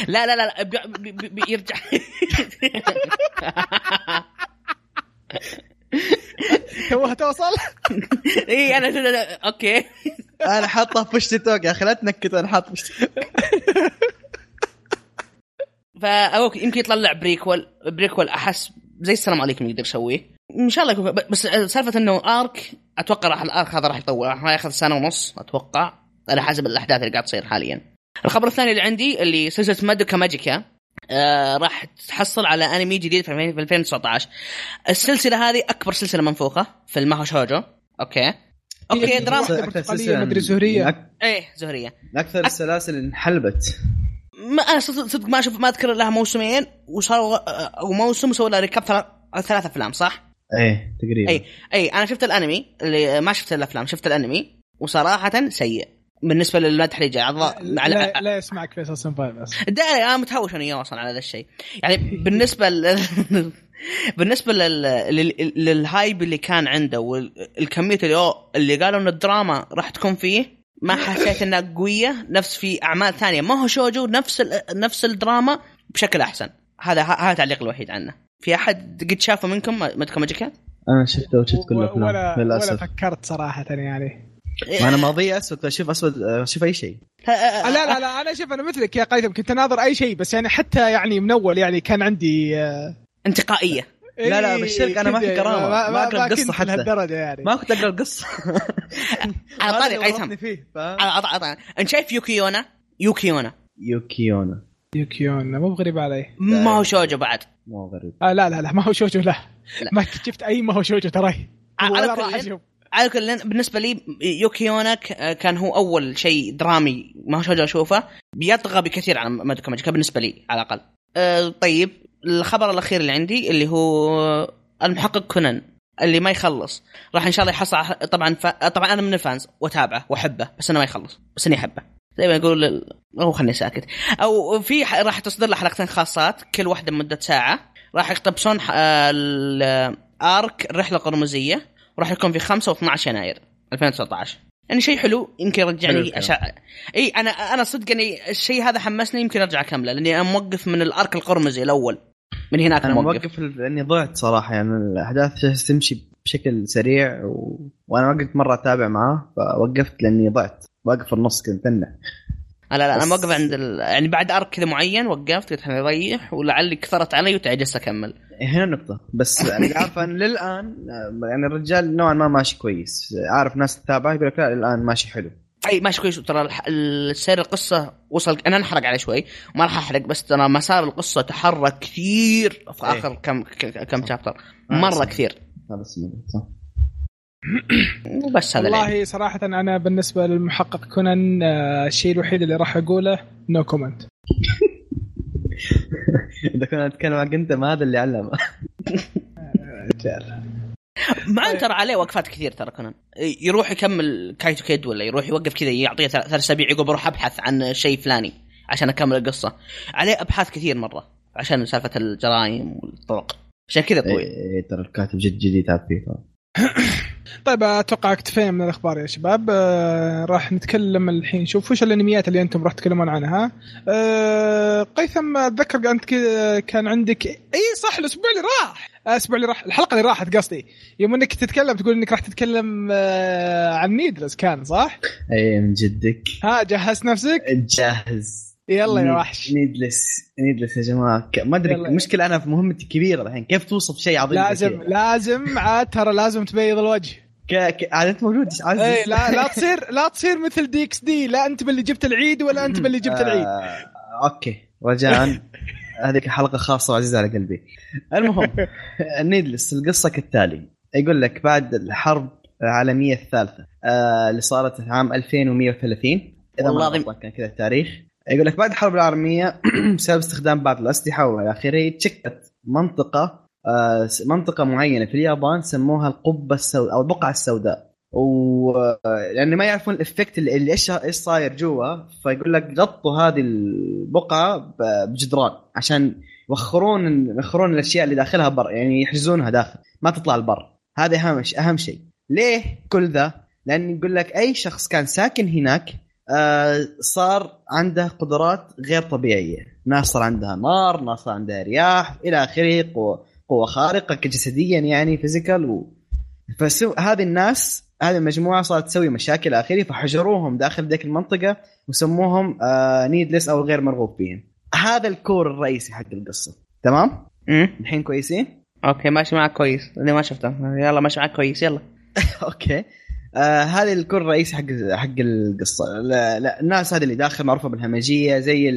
[SPEAKER 3] لا لا لا, لا بي- بي- بي- بيرجع
[SPEAKER 2] توها توصل
[SPEAKER 3] اي انا اوكي
[SPEAKER 4] انا حاطه في وش توك يا اخي لا تنكت انا حاط وش
[SPEAKER 3] فا اوكي يمكن يطلع بريكول بريكول احس زي السلام عليكم يقدر يسويه ان شاء الله يكون ب- بس سالفه انه ارك اتوقع راح الارك هذا راح يطول راح ياخذ سنه ونص اتوقع على حسب الاحداث اللي قاعد تصير حاليا الخبر الثاني اللي عندي اللي سلسله مادوكا ماجيكا آه راح تحصل على انمي جديد في 2000 في 2019 السلسله هذه اكبر سلسله منفوخه في الماهو شوجو اوكي
[SPEAKER 4] إيه،
[SPEAKER 3] اوكي دراما
[SPEAKER 2] برتقالية مدري زهرية.
[SPEAKER 3] ايه زهريه
[SPEAKER 4] اكثر السلاسل اللي انحلبت
[SPEAKER 3] ما انا صدق صدق ما اشوف ما اذكر لها موسمين وصاروا او موسم وسووا لها ريكاب ثلاث ثلاث افلام صح؟
[SPEAKER 4] ايه تقريبا
[SPEAKER 3] اي اي انا شفت الانمي اللي ما شفت الافلام شفت الانمي وصراحه سيء بالنسبه للمدح اللي جاي على على
[SPEAKER 2] لا, لا يسمعك فيصل سنفاي بس
[SPEAKER 3] ده انا متهوش انا وياه اصلا على ذا الشيء يعني بالنسبه ل... بالنسبه لل... لل... للهايب اللي كان عنده والكميه اللي هو اللي قالوا ان الدراما راح تكون فيه ما حسيت انها قويه نفس في اعمال ثانيه ما هو شوجو نفس ال... نفس الدراما بشكل احسن هذا ه- هذا التعليق الوحيد عنه في احد قد شافه منكم مدكم ماجيكا؟
[SPEAKER 4] انا شفته وشفت كل
[SPEAKER 2] و-
[SPEAKER 4] الافلام
[SPEAKER 2] ولا ولا
[SPEAKER 4] للاسف
[SPEAKER 2] فكرت صراحه يعني
[SPEAKER 4] ما انا ماضي اسود اشوف اسود اشوف اي شيء
[SPEAKER 2] آه، لا لا لا انا شوف انا مثلك يا قيثم كنت اناظر اي شيء بس يعني حتى يعني من اول يعني كان عندي آه، إيه،
[SPEAKER 3] انتقائيه
[SPEAKER 4] لا، لا، بالشرك أنا ما في
[SPEAKER 2] كذا،
[SPEAKER 4] كرامة، ما أقرأ
[SPEAKER 2] كنت
[SPEAKER 4] قصة حتى.
[SPEAKER 2] لهالدرجه يعني
[SPEAKER 4] ما كنت اقرا القصه
[SPEAKER 3] على
[SPEAKER 4] هذا اللي
[SPEAKER 3] طاري قيثم
[SPEAKER 4] ورطني فيه ف...
[SPEAKER 3] على على- على- انت شايف يوكيونا؟ يوكيونا
[SPEAKER 4] يوكيونا
[SPEAKER 2] يوكيون مو بغريب علي
[SPEAKER 3] ما هو شوجو بعد
[SPEAKER 4] مو غريب
[SPEAKER 2] آه لا لا لا ما هو شوجو لا,
[SPEAKER 3] لا.
[SPEAKER 2] ما كنت شفت اي ما هو شوجو تراي
[SPEAKER 4] آه،
[SPEAKER 3] على
[SPEAKER 2] ولا
[SPEAKER 3] كل
[SPEAKER 2] راح
[SPEAKER 3] حال،
[SPEAKER 2] اشوف
[SPEAKER 3] على كل لأن بالنسبه لي يوكيونا كان هو اول شيء درامي ما شجع اشوفه بيطغى بكثير على مادوكا ماجيكا بالنسبه لي على الاقل. أه طيب الخبر الاخير اللي عندي اللي هو المحقق كونان اللي ما يخلص راح ان شاء الله يحصل على- طبعا ف... طبعا انا من الفانز واتابعه واحبه بس انا ما يخلص بس اني احبه زي ما يقول ال- او خلني ساكت او في ح- راح تصدر له حلقتين خاصات كل واحده مده ساعه راح يقتبسون أه، ح- الارك الرحله القرمزيه وراح يكون في 5 و12 يناير 2019 يعني شيء حلو يمكن
[SPEAKER 4] حلو
[SPEAKER 3] يرجعني
[SPEAKER 4] الكلام.
[SPEAKER 3] عشان اي انا انا صدق اني الشيء هذا حمسني يمكن ارجع اكمله لاني انا موقف من الارك القرمزي الاول من هناك
[SPEAKER 4] انا
[SPEAKER 3] موقف.
[SPEAKER 4] موقف لاني ضعت صراحه يعني الاحداث جالسة تمشي بشكل سريع و... وانا ما قلت مره اتابع معاه فوقفت لاني ضعت واقف في النص كنت تنح
[SPEAKER 3] لا لا انا
[SPEAKER 4] بس-
[SPEAKER 3] موقف عند ال... يعني بعد ارك كذا معين وقفت قلت خليني اريح ولعلي كثرت علي وتعجزت اكمل
[SPEAKER 4] هنا النقطة بس يعني عارف أن للآن آه، يعني الرجال نوعا ما ماشي كويس عارف ناس تتابعه يقول لك لا للآن ماشي حلو
[SPEAKER 3] اي ماشي كويس ترى الح- ال- سير القصه وصل انا انحرق عليه شوي ما راح احرق بس ترى مسار القصه تحرك كثير في
[SPEAKER 4] إيه.
[SPEAKER 3] اخر كم ك- كم شابتر
[SPEAKER 4] آه،
[SPEAKER 3] مره
[SPEAKER 4] صحيح.
[SPEAKER 3] كثير
[SPEAKER 4] هذا اسمه صح
[SPEAKER 3] وبس هذا اللي
[SPEAKER 2] والله صراحه انا بالنسبه للمحقق كونان آه، الشيء الوحيد اللي راح اقوله نو كومنت
[SPEAKER 4] إذا كنا نتكلم عنك أنت ما هذا اللي علمه رجال.
[SPEAKER 3] عندي. مع إن ترى عليه وقفات كثير ترى كونان إي، يروح يكمل كايتو كيد ولا يروح يوقف كذا يعطيه ثلاث ثلاث اسابيع يقول بروح ابحث عن شيء فلاني عشان اكمل القصه عليه ابحاث كثير مره عشان سالفه الجرائم والطرق عشان كذا
[SPEAKER 4] إيه،
[SPEAKER 3] طويل
[SPEAKER 4] إيه، ترى الكاتب جد جديد تعب فيه ترى.
[SPEAKER 2] طيب اتوقع اكتفينا من الاخبار يا شباب آه، راح نتكلم الحين نشوف وش الانميات اللي انتم راح تتكلمون عنها آه، قيثم اتذكر انت كذا كان عندك اي صح الاسبوع اللي راح آه، الاسبوع اللي راح الحلقه اللي راحت قصدي يوم انك تتكلم تقول انك راح تتكلم آه، عن نيدلس كان صح؟
[SPEAKER 4] إيه من جدك
[SPEAKER 2] ها جهزت نفسك؟
[SPEAKER 4] جاهز
[SPEAKER 2] يلا يا
[SPEAKER 4] نيد-
[SPEAKER 2] وحش
[SPEAKER 4] نيدلس نيدلس يا جماعة ك- ما أدري
[SPEAKER 2] يلا.
[SPEAKER 4] المشكلة أنا في مهمتي كبيرة الحين كيف توصف شيء عظيم زي
[SPEAKER 2] لازم
[SPEAKER 4] كذا؟
[SPEAKER 2] لازم عاد ترى لازم تبيض الوجه
[SPEAKER 4] ك- ك- عاد أنت موجود عزيز
[SPEAKER 2] اي إيه، لا لا تصير لا تصير مثل ديكس دي لا انت باللي جبت العيد ولا انت باللي جبت العيد
[SPEAKER 4] آه، اوكي رجاء هذيك حلقه خاصه وعزيزه على قلبي المهم نيدلس القصه كالتالي يقول لك بعد الحرب العالميه الثالثه آه، اللي صارت عام 2130 اذا
[SPEAKER 3] والله
[SPEAKER 4] ما
[SPEAKER 3] العظيم.
[SPEAKER 4] غلطان كان كذا التاريخ يقول لك بعد الحرب العالميه بسبب استخدام بعض الاسلحه والى اخره تشكت منطقه آه، منطقه معينه في اليابان سموها القبه السوداء او البقعه السوداء و لان ما يعرفون الافكت اللي اللي ايش ايش صاير جوا فيقول لك غطوا هذه البقعه ب- بجدران عشان يوخرون يوخرون الاشياء اللي داخلها برا يعني يحجزونها داخل ما تطلع البر هذا اهم ش- اهم شيء ليه كل ذا؟ لان يقول لك اي شخص كان ساكن هناك آه صار عنده قدرات غير طبيعيه ناس صار عندها نار ناس صار عندها رياح الى اخره قوه قوه خارقه كجسديا يعني فيزيكال و... فسو... هذه الناس هذه المجموعه صارت تسوي مشاكل إلى اخره فحجروهم داخل ذيك المنطقه وسموهم آه نيدلس او غير مرغوب فيهم هذا الكور الرئيسي حق القصه تمام
[SPEAKER 3] أمم.
[SPEAKER 4] الحين كويسين
[SPEAKER 3] اوكي ماشي معك كويس اللي ما شفته يلا ماشي معك كويس يلا
[SPEAKER 4] اوكي آه هذا الكور الرئيسي حق حق القصه لا لا الناس هذه اللي داخل معروفه بالهمجيه زي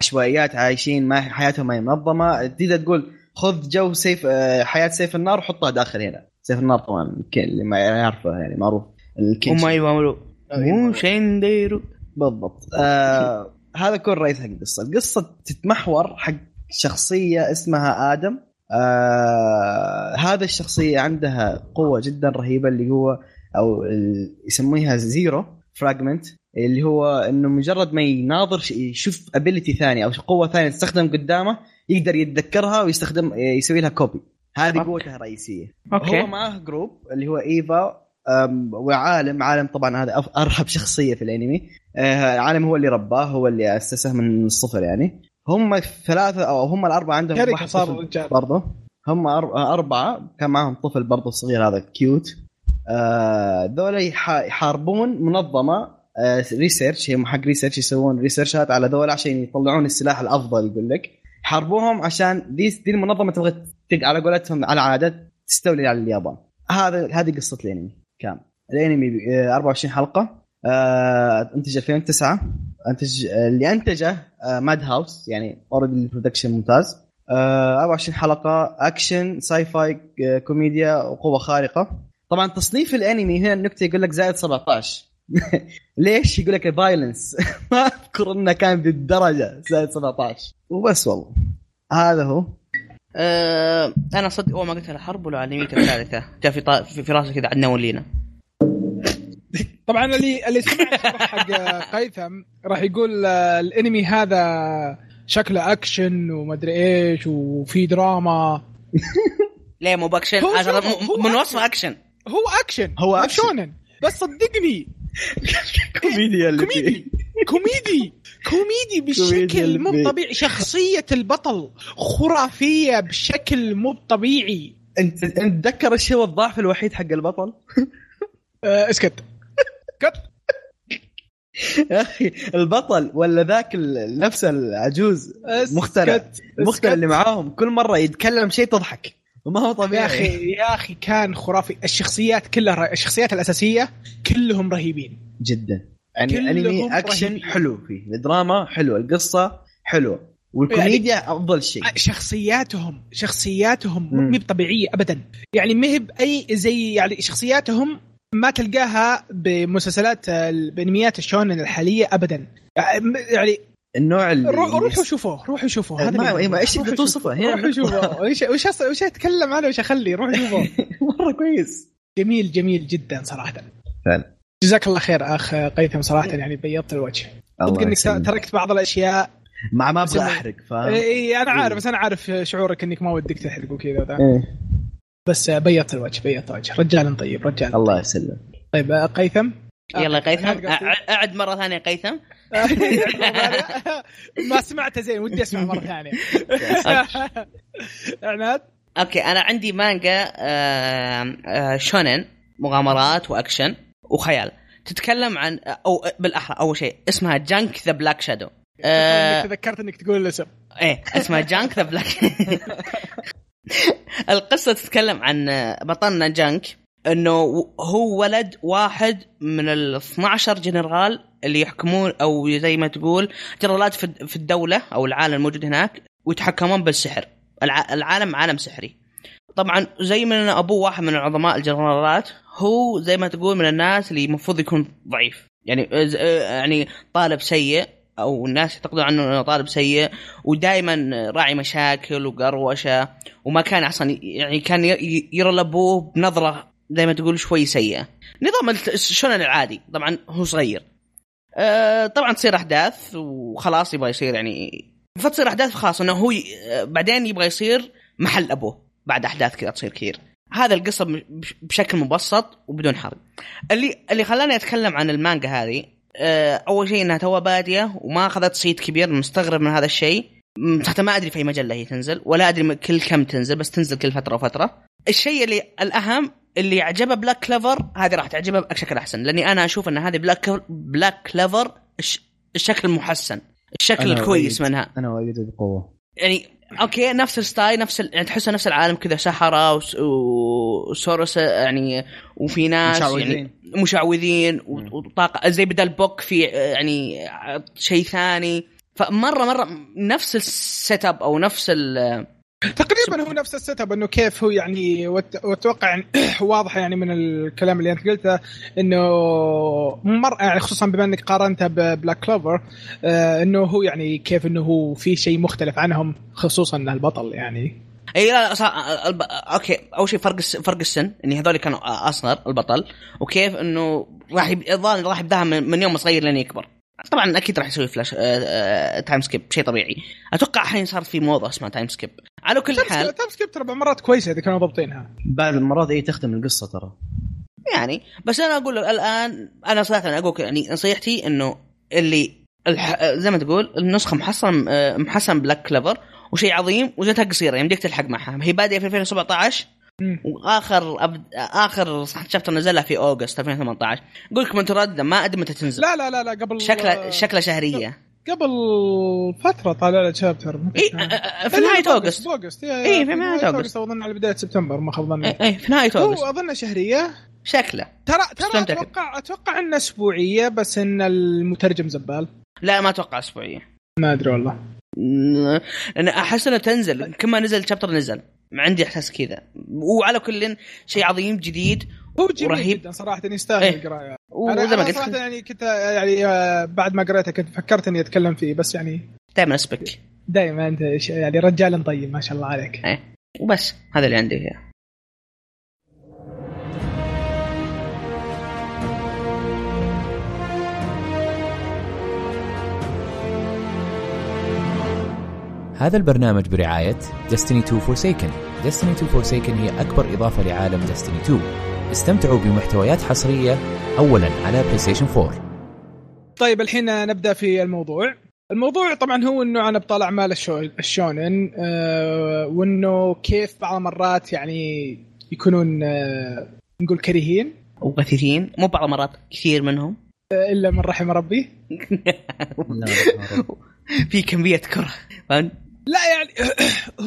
[SPEAKER 4] العشوائيات عايشين ما حياتهم ما هي منظمه تقدر تقول خذ جو سيف آه حياه سيف النار وحطها داخل هنا سيف النار طبعا الكين- اللي ما يعرفه يعني معروف الكينشن.
[SPEAKER 3] وما يبغوا مو شيء نديرو
[SPEAKER 4] بالضبط آه هذا كل رئيس حق القصه القصه تتمحور حق شخصيه اسمها ادم آه هذا الشخصيه عندها قوه جدا رهيبه اللي هو او ال- يسميها زيرو فراجمنت اللي هو انه مجرد ما يناظر ش- يشوف ابيلتي ثانيه او قوه ثانيه تستخدم قدامه يقدر يتذكرها ويستخدم آه، يسوي لها كوبي هذه
[SPEAKER 3] أوكي.
[SPEAKER 4] قوتها الرئيسيه
[SPEAKER 3] اوكي
[SPEAKER 4] هو معاه جروب اللي هو ايفا أم، وعالم عالم طبعا هذا أف- ارهب شخصيه في الانمي آه، عالم هو اللي رباه هو اللي اسسه من الصفر يعني هم الثلاثه او هم الاربعه عندهم
[SPEAKER 2] كاريكا
[SPEAKER 4] واحد
[SPEAKER 2] صار
[SPEAKER 4] طفل
[SPEAKER 2] الرجال
[SPEAKER 4] برضه هم أر- اربعه كان معاهم طفل برضه صغير هذا كيوت آه، ذولا يح- يحاربون منظمه آه، ريسيرش هم حق ريسيرش يسوون ريسيرشات على ذولا عشان يطلعون السلاح الافضل يقول لك حاربوهم عشان دي دي المنظمه تبغى تق على قولتهم على عادات تستولي على اليابان هذا هذه قصه الانمي كامل الانمي ب- آه، 24 حلقه آه، انتج 2009 انتج آه، اللي انتجه ماد هاوس يعني اوريدي البرودكشن ممتاز آه، 24 حلقه اكشن ساي فاي آه، كوميديا وقوه خارقه طبعا تصنيف الانمي هنا النكته يقول لك زائد 17 ليش يقول لك فايلنس ما اذكر انه كان بالدرجه زائد 17 وبس والله هذا هو
[SPEAKER 3] آه، انا صدق اول ما قلت الحرب ولا علميت الثالثه جاء في, طا... في في راسي كذا عدنا ولينا
[SPEAKER 2] طبعا اللي اللي سمع الشرح حق آه، قيثم راح يقول آه، الانمي هذا شكله اكشن ومدري ايش وفي دراما
[SPEAKER 3] ليه مو باكشن
[SPEAKER 2] هو
[SPEAKER 3] عشان
[SPEAKER 2] شوف، هو
[SPEAKER 3] م- من وصفه اكشن
[SPEAKER 2] هو اكشن
[SPEAKER 4] هو
[SPEAKER 2] ما
[SPEAKER 4] أكشن.
[SPEAKER 2] شونن بس صدقني
[SPEAKER 4] كوميديا اللي فيه
[SPEAKER 2] كوميدي كوميدي كوميدي بشكل
[SPEAKER 4] اللي
[SPEAKER 2] مو
[SPEAKER 4] فيه.
[SPEAKER 2] طبيعي شخصية البطل خرافية بشكل مو طبيعي
[SPEAKER 4] انت انت تتذكر الشيء الضعف الوحيد حق البطل؟
[SPEAKER 2] آه، اسكت
[SPEAKER 4] يا اخي البطل ولا ذاك ال- نفسه العجوز
[SPEAKER 2] آه، اسكت.
[SPEAKER 4] مخترع مخترع
[SPEAKER 2] اسكت.
[SPEAKER 4] اللي معاهم كل مره يتكلم شيء تضحك وما هو طبيعي
[SPEAKER 2] يا اخي يا اخي كان خرافي الشخصيات كلها ر- الشخصيات الاساسيه كلهم رهيبين
[SPEAKER 4] جدا يعني
[SPEAKER 2] كلهم
[SPEAKER 4] انمي
[SPEAKER 2] رهيبين.
[SPEAKER 4] اكشن حلو فيه الدراما حلو القصه حلو والكوميديا
[SPEAKER 2] يعني
[SPEAKER 4] افضل شيء
[SPEAKER 2] شخصياتهم شخصياتهم
[SPEAKER 4] مم.
[SPEAKER 2] مو هي طبيعيه ابدا يعني ما هي باي زي يعني شخصياتهم ما تلقاها بمسلسلات ال- بانميات الشونن الحاليه ابدا يعني
[SPEAKER 4] النوع اللي
[SPEAKER 2] رو- روحوا شوفوه روحوا شوفوه هذا
[SPEAKER 4] ما-
[SPEAKER 2] اللي-
[SPEAKER 4] ما- ايش
[SPEAKER 2] روحوا
[SPEAKER 4] اللي توصفه
[SPEAKER 2] شوفوه. روحوا
[SPEAKER 4] هنا
[SPEAKER 2] شوفوه ايش وش أص- وش اتكلم عنه وش اخلي روحوا شوفوه
[SPEAKER 4] مره كويس
[SPEAKER 2] جميل جميل جدا صراحه
[SPEAKER 4] فعلا.
[SPEAKER 2] جزاك الله خير اخ قيثم صراحه يعني بيضت الوجه صدق انك
[SPEAKER 4] يسلمك.
[SPEAKER 2] تركت بعض الاشياء
[SPEAKER 4] مع ما ابغى
[SPEAKER 2] يسلمك.
[SPEAKER 4] احرق فاهم
[SPEAKER 2] اي انا عارف
[SPEAKER 4] إيه.
[SPEAKER 2] بس انا عارف شعورك انك ما ودك تحرق وكذا وذا.
[SPEAKER 4] إيه.
[SPEAKER 2] بس بيضت الوجه بيضت الوجه رجال طيب رجال
[SPEAKER 4] الله يسلمك
[SPEAKER 2] طيب آه، قيثم آه،
[SPEAKER 3] يلا
[SPEAKER 2] أعد
[SPEAKER 3] قيثم
[SPEAKER 2] قصدي.
[SPEAKER 3] أع- اعد مره ثانيه قيثم
[SPEAKER 2] ما سمعته زين ودي اسمع مره ثانيه عناد
[SPEAKER 3] اوكي انا عندي مانجا آه، آه، شونن مغامرات واكشن وخيال تتكلم عن او بالاحرى اول شيء اسمها جانك ذا بلاك شادو آه،
[SPEAKER 2] شكراً إنك تذكرت انك تقول الاسم
[SPEAKER 3] ايه اسمها جانك ذا بلاك القصه تتكلم عن بطلنا جانك انه هو ولد واحد من ال 12 جنرال اللي يحكمون او زي ما تقول جنرالات في في الدوله او العالم الموجود هناك ويتحكمون بالسحر الع- العالم عالم سحري طبعا زي ما ان ابوه واحد من عظماء الجنرالات هو زي ما تقول من الناس اللي المفروض يكون ضعيف يعني ز- يعني طالب سيء او الناس يعتقدون عنه انه طالب سيء ودائما راعي مشاكل وقروشه وما كان اصلا يعني كان ي- ي- يرى لابوه بنظره زي ما تقول شوي سيئه نظام الت- الشونن العادي طبعا هو صغير آه، طبعا تصير احداث وخلاص يبغى يصير يعني فتصير احداث خاص انه هو ي- آه، بعدين يبغى يصير محل ابوه بعد احداث كذا تصير كثير هذا القصه بش- بشكل مبسط وبدون حرق اللي اللي خلاني اتكلم عن المانجا هذه آه، اول شيء انها توها باديه وما اخذت صيت كبير مستغرب من هذا الشيء م، حتى ما ادري في اي مجله هي تنزل ولا ادري م- كل كم تنزل بس تنزل كل فتره وفتره الشيء اللي الاهم اللي عجبها بلاك كلفر هذه راح تعجبها بشكل احسن لاني انا اشوف ان هذه بلاك بلاك كلفر الش- الشكل محسن الشكل
[SPEAKER 4] أنا
[SPEAKER 3] الكويس
[SPEAKER 4] أؤيد.
[SPEAKER 3] منها
[SPEAKER 4] انا وايد بقوه
[SPEAKER 3] يعني اوكي نفس الستايل نفس ال... يعني تحسه نفس العالم كذا سحرة وس... وسورس يعني وفي ناس يعني
[SPEAKER 4] مشعوذين.
[SPEAKER 3] مشعوذين
[SPEAKER 4] مم.
[SPEAKER 3] و- وطاقة زي بدل بوك في يعني شيء ثاني فمره مره نفس السيت اب او نفس ال
[SPEAKER 2] تقريبا هو نفس السيت اب انه كيف هو يعني وت- واتوقع يعني واضح يعني من الكلام اللي انت قلته انه مر يعني خصوصا بما انك قارنته ببلاك كلوفر آه انه هو يعني كيف انه هو في شيء مختلف عنهم خصوصا البطل يعني
[SPEAKER 3] اي إيه، لا لا صح الب... اوكي اول شيء فرق الس... فرق السن ان هذول كانوا اصغر البطل وكيف انه راح يب... الظاهر راح يبداها من... من يوم صغير لين يكبر طبعا اكيد راح يسوي فلاش آه... آه... تايم سكيب شيء طبيعي اتوقع الحين صار في موضه اسمها تايم سكيب على كل حال
[SPEAKER 2] تاب سكيب ترى مرات كويسه اذا كانوا ضابطينها
[SPEAKER 4] بعض المرات هي تخدم القصه ترى
[SPEAKER 3] يعني بس انا اقول لك الان انا صراحه أنا اقول لك يعني نصيحتي انه اللي الح... زي ما تقول النسخه محصن آه، محسن بلاك كلفر وشيء عظيم وجتها قصيره يمديك تلحق معها هي بادئه في 2017
[SPEAKER 2] مم.
[SPEAKER 3] واخر أب... اخر شابتر نزلها في اوغست 2018 يقول لك متردد ما ادري متى تنزل
[SPEAKER 2] لا لا لا لا قبل آه،
[SPEAKER 3] شكلها شكلها شهريه
[SPEAKER 2] قبل فتره طالع له شابتر
[SPEAKER 3] اي آه، آه، في نهايه اوغست
[SPEAKER 2] اوغست
[SPEAKER 3] إي، في نهاية أوغست.
[SPEAKER 2] اظن على بدايه سبتمبر ما خاب ظني
[SPEAKER 3] اي إي، في نهايه اوغست
[SPEAKER 2] هو اظن شهريه
[SPEAKER 3] شكله
[SPEAKER 2] ترى
[SPEAKER 3] بس
[SPEAKER 2] ترى
[SPEAKER 3] لم تكن.
[SPEAKER 2] اتوقع اتوقع انه اسبوعيه بس ان المترجم زبال
[SPEAKER 3] لا ما اتوقع اسبوعيه
[SPEAKER 2] ما ادري والله
[SPEAKER 3] م- انا احس انه تنزل كل ما نزل شابتر نزل عندي احساس كذا وعلى كل شيء عظيم جديد
[SPEAKER 2] هو جميل
[SPEAKER 3] ورهيب.
[SPEAKER 2] جدا صراحه يستاهل
[SPEAKER 3] إيه.
[SPEAKER 2] القرايه انا
[SPEAKER 3] وزي ما
[SPEAKER 2] أنا صراحه
[SPEAKER 3] قلت
[SPEAKER 2] يعني كنت يعني آه، بعد ما قريته كنت فكرت اني اتكلم فيه بس يعني
[SPEAKER 3] دائما اسبك
[SPEAKER 2] دائما انت ش- يعني رجال طيب ما شاء الله عليك
[SPEAKER 3] وبس هذا اللي عندي
[SPEAKER 1] هذا البرنامج برعاية Destiny 2 Forsaken Destiny 2 Forsaken هي أكبر إضافة لعالم Destiny 2 استمتعوا بمحتويات حصرية أولا على PlayStation 4
[SPEAKER 2] طيب الحين نبدا في الموضوع الموضوع طبعا هو انه انا بطلع مال الشو- الشونن آه، وانه كيف بعض المرات يعني يكونون آه، نقول كريهين
[SPEAKER 3] وكثيرين مو بعض المرات كثير منهم
[SPEAKER 2] آه، الا من رحم ربي
[SPEAKER 4] لا،
[SPEAKER 3] في كميه كره فهمت؟
[SPEAKER 2] لا يعني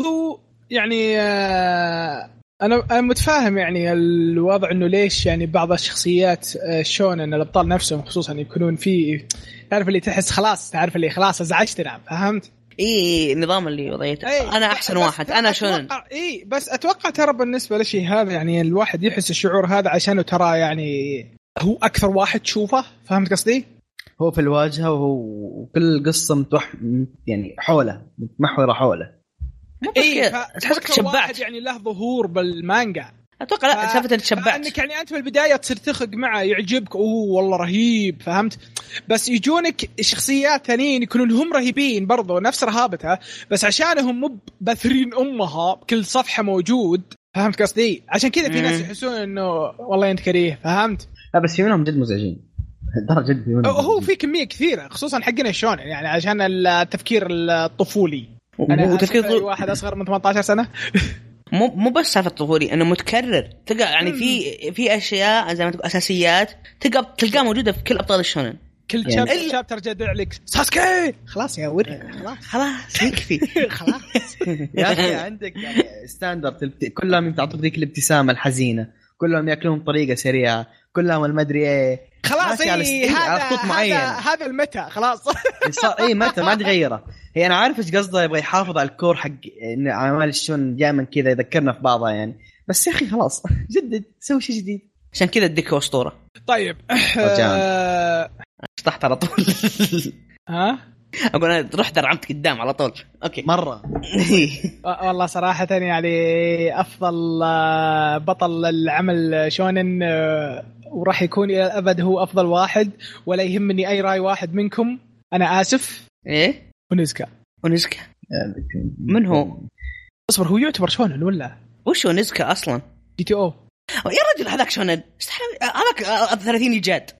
[SPEAKER 2] هو يعني آه، انا انا متفاهم يعني الوضع انه ليش يعني بعض الشخصيات آه، شونن الابطال نفسهم خصوصا يكونون في تعرف اللي تحس خلاص تعرف اللي خلاص ازعجتنا فهمت؟
[SPEAKER 3] اي إيه، نظام اللي وضعيته
[SPEAKER 2] إيه،
[SPEAKER 3] انا احسن
[SPEAKER 2] بس
[SPEAKER 3] واحد انا شونن
[SPEAKER 2] أتوقع- اي بس اتوقع ترى بالنسبه لشيء هذا يعني الواحد يحس الشعور هذا عشانه ترى يعني هو اكثر واحد تشوفه فهمت قصدي؟
[SPEAKER 4] هو في الواجهه وهو وكل قصه متوح يعني حوله متمحوره حوله
[SPEAKER 3] مو بس
[SPEAKER 2] اي
[SPEAKER 3] كذا، تحسك تشبعت
[SPEAKER 2] إيه، يعني له ظهور بالمانجا
[SPEAKER 3] اتوقع لا
[SPEAKER 2] ف-
[SPEAKER 3] سالفه انك تشبعت
[SPEAKER 2] انك يعني انت في البدايه تصير تخق معه يعجبك اوه والله رهيب فهمت؟ بس يجونك شخصيات ثانيين يكونون هم رهيبين برضو نفس رهابتها بس عشانهم مو بثرين امها بكل صفحه موجود فهمت قصدي؟ عشان كذا في
[SPEAKER 3] مم.
[SPEAKER 2] ناس يحسون انه والله انت كريه فهمت؟
[SPEAKER 4] لا بس في منهم جد مزعجين ترى جد في منهم
[SPEAKER 2] هو
[SPEAKER 4] مزعجين.
[SPEAKER 2] في كميه كثيره خصوصا حقنا الشون يعني عشان التفكير الطفولي انا
[SPEAKER 3] وتفكير
[SPEAKER 2] وتفكير
[SPEAKER 3] طفولي.
[SPEAKER 2] واحد اصغر من 18 سنه
[SPEAKER 3] مو مو بس سالفه طفولي انه متكرر تلقى يعني في في اشياء زي ما تقول اساسيات تلقى تلقاها موجوده في كل ابطال الشونن
[SPEAKER 2] كل
[SPEAKER 4] يعني-
[SPEAKER 2] شاب شابتر جدع لك ساسكي خلاص يا ورد خلاص
[SPEAKER 3] خلاص يكفي
[SPEAKER 2] خلاص
[SPEAKER 4] يا اخي عندك يعني ستاندرد الابت- كلهم تعطوك ذيك الابتسامه الحزينه كلهم ياكلون بطريقه سريعه كلهم المدري ايه
[SPEAKER 2] خلاص
[SPEAKER 4] ماشي على
[SPEAKER 2] إيه،
[SPEAKER 4] ستيل، على
[SPEAKER 2] هذا
[SPEAKER 4] خطوط
[SPEAKER 2] هذا
[SPEAKER 4] معينة.
[SPEAKER 2] هذا المتى خلاص
[SPEAKER 4] صار اي متى ما تغيره هي انا عارف ايش قصده يبغى يحافظ على الكور حق إن اعمال الشون دائما كذا يذكرنا في بعضها يعني بس يا اخي خلاص جدد سوي شيء جديد
[SPEAKER 3] عشان كذا الدكه اسطوره
[SPEAKER 2] طيب
[SPEAKER 4] رجعنا.
[SPEAKER 2] آه،
[SPEAKER 3] شطحت على طول
[SPEAKER 2] ها
[SPEAKER 3] اقول انا رحت درعمت قدام على طول اوكي
[SPEAKER 4] مره
[SPEAKER 2] و- والله صراحة يعني أفضل آه، بطل العمل شونن آه، وراح يكون إلى الأبد هو أفضل واحد ولا يهمني أي رأي واحد منكم أنا آسف
[SPEAKER 3] ايه
[SPEAKER 2] ونزكا
[SPEAKER 3] ونزكا من هو؟
[SPEAKER 2] اصبر هو يعتبر شونن ولا
[SPEAKER 3] وش هو نزكا اصلا؟
[SPEAKER 2] جي تي او
[SPEAKER 3] يا رجل هذاك شونن استحمل- هذاك آه، 30 يجاد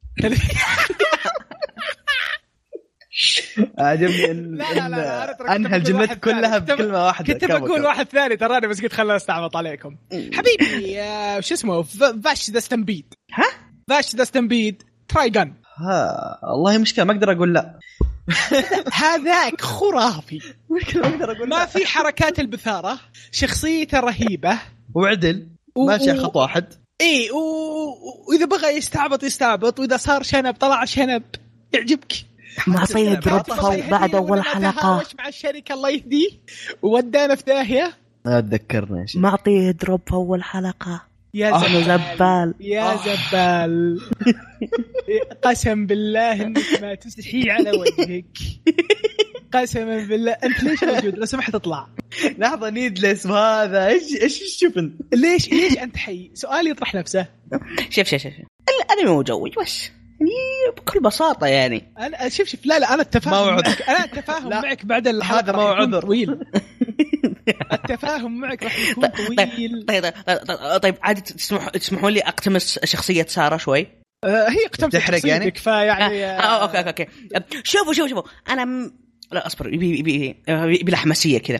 [SPEAKER 4] عجبني ان
[SPEAKER 2] لا، لا، لا، أنا
[SPEAKER 4] إن
[SPEAKER 2] ترى كنت
[SPEAKER 4] انهى
[SPEAKER 2] بقول واحد
[SPEAKER 4] الجملة كلها
[SPEAKER 2] ثاني. كنت-
[SPEAKER 4] بكلمه واحده
[SPEAKER 2] كنت
[SPEAKER 4] كفو
[SPEAKER 2] بقول
[SPEAKER 4] كفو.
[SPEAKER 2] واحد ثاني تراني بس قلت خلنا استعبط عليكم حبيبي آه، وش اسمه ف- فاش ذا ستمبيد
[SPEAKER 3] ها؟
[SPEAKER 2] فاش ذا ستمبيد تراي جن
[SPEAKER 4] ها والله مشكله ما اقدر اقول لا
[SPEAKER 2] هذاك خرافي
[SPEAKER 4] مشكله ما اقدر اقول
[SPEAKER 2] ما
[SPEAKER 4] لا
[SPEAKER 2] في حركات البثاره شخصيته رهيبه
[SPEAKER 4] وعدل ماشي خط واحد
[SPEAKER 2] اي إيه، و... واذا بغى يستعبط يستعبط واذا صار شنب طلع شنب يعجبك
[SPEAKER 3] ما صيد رد
[SPEAKER 2] عطى
[SPEAKER 3] فوق
[SPEAKER 2] هدية
[SPEAKER 3] بعد
[SPEAKER 2] ولا
[SPEAKER 3] اول
[SPEAKER 2] ما
[SPEAKER 3] حلقه
[SPEAKER 2] تهاوش مع الشركه الله يهديه ودانا في داهيه
[SPEAKER 4] ما تذكرنا شيء
[SPEAKER 3] ما اعطيه يضرب في اول حلقه
[SPEAKER 2] يا
[SPEAKER 4] آه.
[SPEAKER 2] زبال
[SPEAKER 3] زبال
[SPEAKER 2] يا زبال قسم بالله انك ما تستحي على وجهك قسما بالله انت ليش موجود لو سمحت اطلع
[SPEAKER 4] لحظه نيدلس وهذا ايش ايش إيش شوف انت
[SPEAKER 2] ليش ليش انت حي سؤال يطرح نفسه
[SPEAKER 3] شوف شوف شوف الانمي مجوج بس يعني بكل بساطه يعني
[SPEAKER 2] انا شوف شوف لا لا انا التفاهم
[SPEAKER 4] ما هو عذر.
[SPEAKER 2] معك انا التفاهم
[SPEAKER 4] لا.
[SPEAKER 2] معك بعد الحلقه
[SPEAKER 4] هذا ما هو
[SPEAKER 2] راح يكون
[SPEAKER 4] عذر.
[SPEAKER 2] طويل التفاهم معك راح يكون
[SPEAKER 3] طيب،
[SPEAKER 2] طويل
[SPEAKER 3] طيب طيب- طيب طيب عادي تسمح تسمحون لي اقتمس شخصيه ساره شوي؟
[SPEAKER 2] آه، هي اقتنفت
[SPEAKER 4] بتحرق يعني؟
[SPEAKER 2] شخصيتك فيعني
[SPEAKER 3] آه، آه، اوكي اوكي اوكي شوفوا شوفوا شوفوا انا م... لا اصبر يبي يبي يبي يبي حماسيه كذا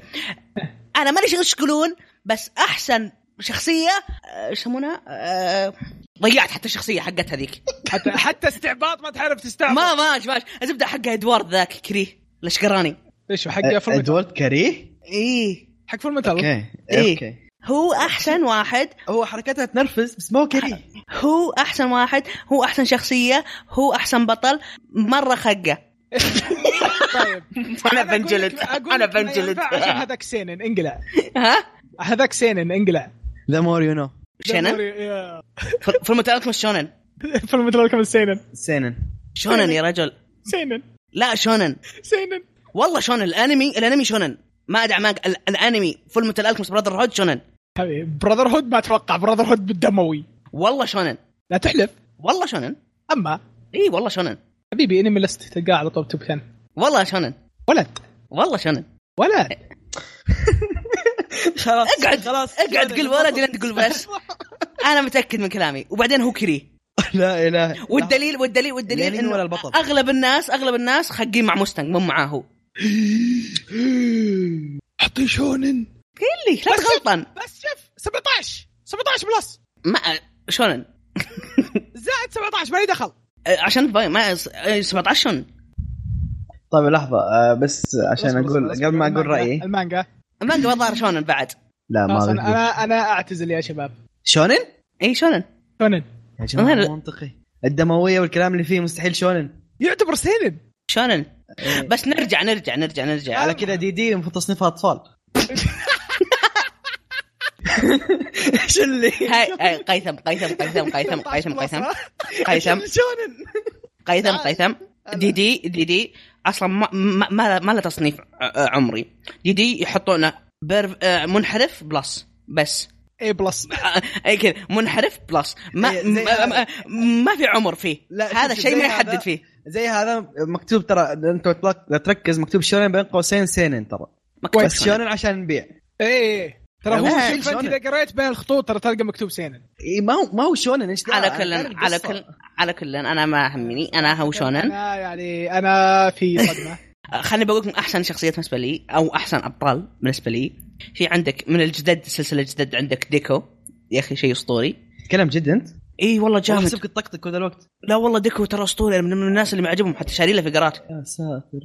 [SPEAKER 3] انا ماني شغل تشكلون بس احسن شخصيه آه، ايش يسمونها؟ آه، ضيعت حتى الشخصيه حقت هذيك
[SPEAKER 2] حتى حتى استعباط ما تعرف تستعبط
[SPEAKER 3] ما ماش ماش الزبده حق ادوارد ذاك كريه الاشقراني
[SPEAKER 2] ايش هو حق فول ميتال
[SPEAKER 4] ادوارد كريه؟
[SPEAKER 3] ايه
[SPEAKER 2] حق فول ميتال
[SPEAKER 4] اوكي
[SPEAKER 3] إيه.
[SPEAKER 4] اوكي
[SPEAKER 3] هو احسن واحد
[SPEAKER 4] هو حركاتها تنرفز بس ما هو كريه
[SPEAKER 3] هو احسن واحد هو احسن شخصيه هو احسن بطل مره خقه
[SPEAKER 2] طيب
[SPEAKER 3] انا
[SPEAKER 2] أقول لك-
[SPEAKER 3] بنجلد
[SPEAKER 2] أقول
[SPEAKER 3] انا
[SPEAKER 2] لك ما
[SPEAKER 3] بنجلد
[SPEAKER 2] ينفع عشان هذاك سينن انقلع
[SPEAKER 3] ها
[SPEAKER 2] هذاك سينن انقلع
[SPEAKER 4] ذا مور يو نو
[SPEAKER 3] شنن في المتالك مش شونن
[SPEAKER 2] فيلم مثل كم سينن
[SPEAKER 4] سينن
[SPEAKER 3] شونن
[SPEAKER 4] طيب.
[SPEAKER 3] يا رجل
[SPEAKER 2] سينن
[SPEAKER 3] لا شونن
[SPEAKER 2] سينن
[SPEAKER 3] والله شونن الانمي الانمي شونن ما ادعي معك ال- الانمي فول متل الكمس براذر هود شونن
[SPEAKER 2] براذر هود ما اتوقع براذر هود بالدموي
[SPEAKER 3] والله شونن
[SPEAKER 2] لا تحلف
[SPEAKER 3] والله شونن
[SPEAKER 2] اما
[SPEAKER 3] اي والله شونن
[SPEAKER 2] حبيبي انمي لست تلقاه على طول توب 10
[SPEAKER 3] والله شونن
[SPEAKER 2] ولد
[SPEAKER 3] والله شونن
[SPEAKER 2] ولد
[SPEAKER 4] خلاص
[SPEAKER 3] اقعد
[SPEAKER 4] خلاص
[SPEAKER 3] اقعد قل ولد لين تقول بس انا متاكد من كلامي وبعدين هو كريه
[SPEAKER 4] لا اله
[SPEAKER 3] والدليل والدليل والدليل
[SPEAKER 4] لينين
[SPEAKER 3] إنه
[SPEAKER 4] ولا البطل؟
[SPEAKER 3] اغلب الناس اغلب الناس خقين مع مستنج مو معاه هو
[SPEAKER 2] حطي شونن
[SPEAKER 3] اللي لا
[SPEAKER 2] بس-
[SPEAKER 3] غلطان
[SPEAKER 2] بس شف 17 17 بلس
[SPEAKER 3] ما شونن
[SPEAKER 2] زائد 17 ما لي دخل
[SPEAKER 3] آه، عشان باي ما آه، 17 شونن
[SPEAKER 4] طيب لحظه آه، بس عشان
[SPEAKER 2] اصبر،
[SPEAKER 4] اقول
[SPEAKER 2] اصبر، اصبر.
[SPEAKER 4] قبل ما اقول
[SPEAKER 2] المانجا-
[SPEAKER 4] رايي
[SPEAKER 2] المانجا
[SPEAKER 3] المانجا ما ظهر شونن بعد
[SPEAKER 4] لا ما
[SPEAKER 2] خلاص انا
[SPEAKER 4] أقول.
[SPEAKER 2] انا انا اعتزل يا شباب
[SPEAKER 4] شونن
[SPEAKER 3] اي شونن
[SPEAKER 2] شونن
[SPEAKER 4] يا جماعه
[SPEAKER 3] أنا-
[SPEAKER 4] مو منطقي الدمويه والكلام اللي فيه مستحيل شونن
[SPEAKER 2] يعتبر سينن
[SPEAKER 3] شونن
[SPEAKER 4] إيه.
[SPEAKER 3] بس نرجع نرجع نرجع نرجع
[SPEAKER 4] على كذا دي دي المفروض تصنيفها اطفال ايش اللي
[SPEAKER 3] هاي هاي قيثم قيثم قيثم قيثم قيثم قيثم قيثم
[SPEAKER 2] شونن
[SPEAKER 3] قيثم قيثم دي دي دي دي اصلا ما ما, ما, ما له تصنيف ع- عمري دي دي يحطونه بيرف آه، منحرف بلس بس
[SPEAKER 2] اي بلس
[SPEAKER 3] آه، اي كذا منحرف بلس ما
[SPEAKER 4] إيه، زي
[SPEAKER 3] ما,
[SPEAKER 4] هذا.
[SPEAKER 3] ما, ما في عمر فيه
[SPEAKER 4] لا،
[SPEAKER 3] هذا
[SPEAKER 4] شوف،
[SPEAKER 3] شيء
[SPEAKER 4] زي
[SPEAKER 3] ما
[SPEAKER 4] هذا.
[SPEAKER 3] يحدد فيه
[SPEAKER 4] زي هذا مكتوب ترى انت تلق- لا تركز مكتوب شونن بين قوسين سينين ترى
[SPEAKER 3] ما
[SPEAKER 2] كويس.
[SPEAKER 4] بس شونن عشان نبيع
[SPEAKER 2] اي إيه، ترى هو
[SPEAKER 3] لا،
[SPEAKER 2] شوف انت
[SPEAKER 4] شونن.
[SPEAKER 2] اذا قريت بين الخطوط ترى تلقى مكتوب سينن
[SPEAKER 4] إيه ما هو ما هو شونن ايش دعوة؟
[SPEAKER 3] على
[SPEAKER 4] أنا
[SPEAKER 3] كل
[SPEAKER 4] أعرف
[SPEAKER 3] على
[SPEAKER 4] قصة.
[SPEAKER 3] كل على كل انا ما همني انا هو شونن
[SPEAKER 2] انا يعني انا في صدمه
[SPEAKER 3] خليني بقول لكم احسن شخصيات بالنسبه لي او احسن ابطال بالنسبه لي في عندك من الجدد سلسله جدد عندك ديكو يا اخي شيء اسطوري
[SPEAKER 4] تتكلم جد انت؟
[SPEAKER 3] اي والله جامد
[SPEAKER 4] احسبك تطقطق كل الوقت
[SPEAKER 3] لا والله ديكو ترى اسطوري أنا من الناس اللي معجبهم حتى شاري له فقرات
[SPEAKER 4] يا ساتر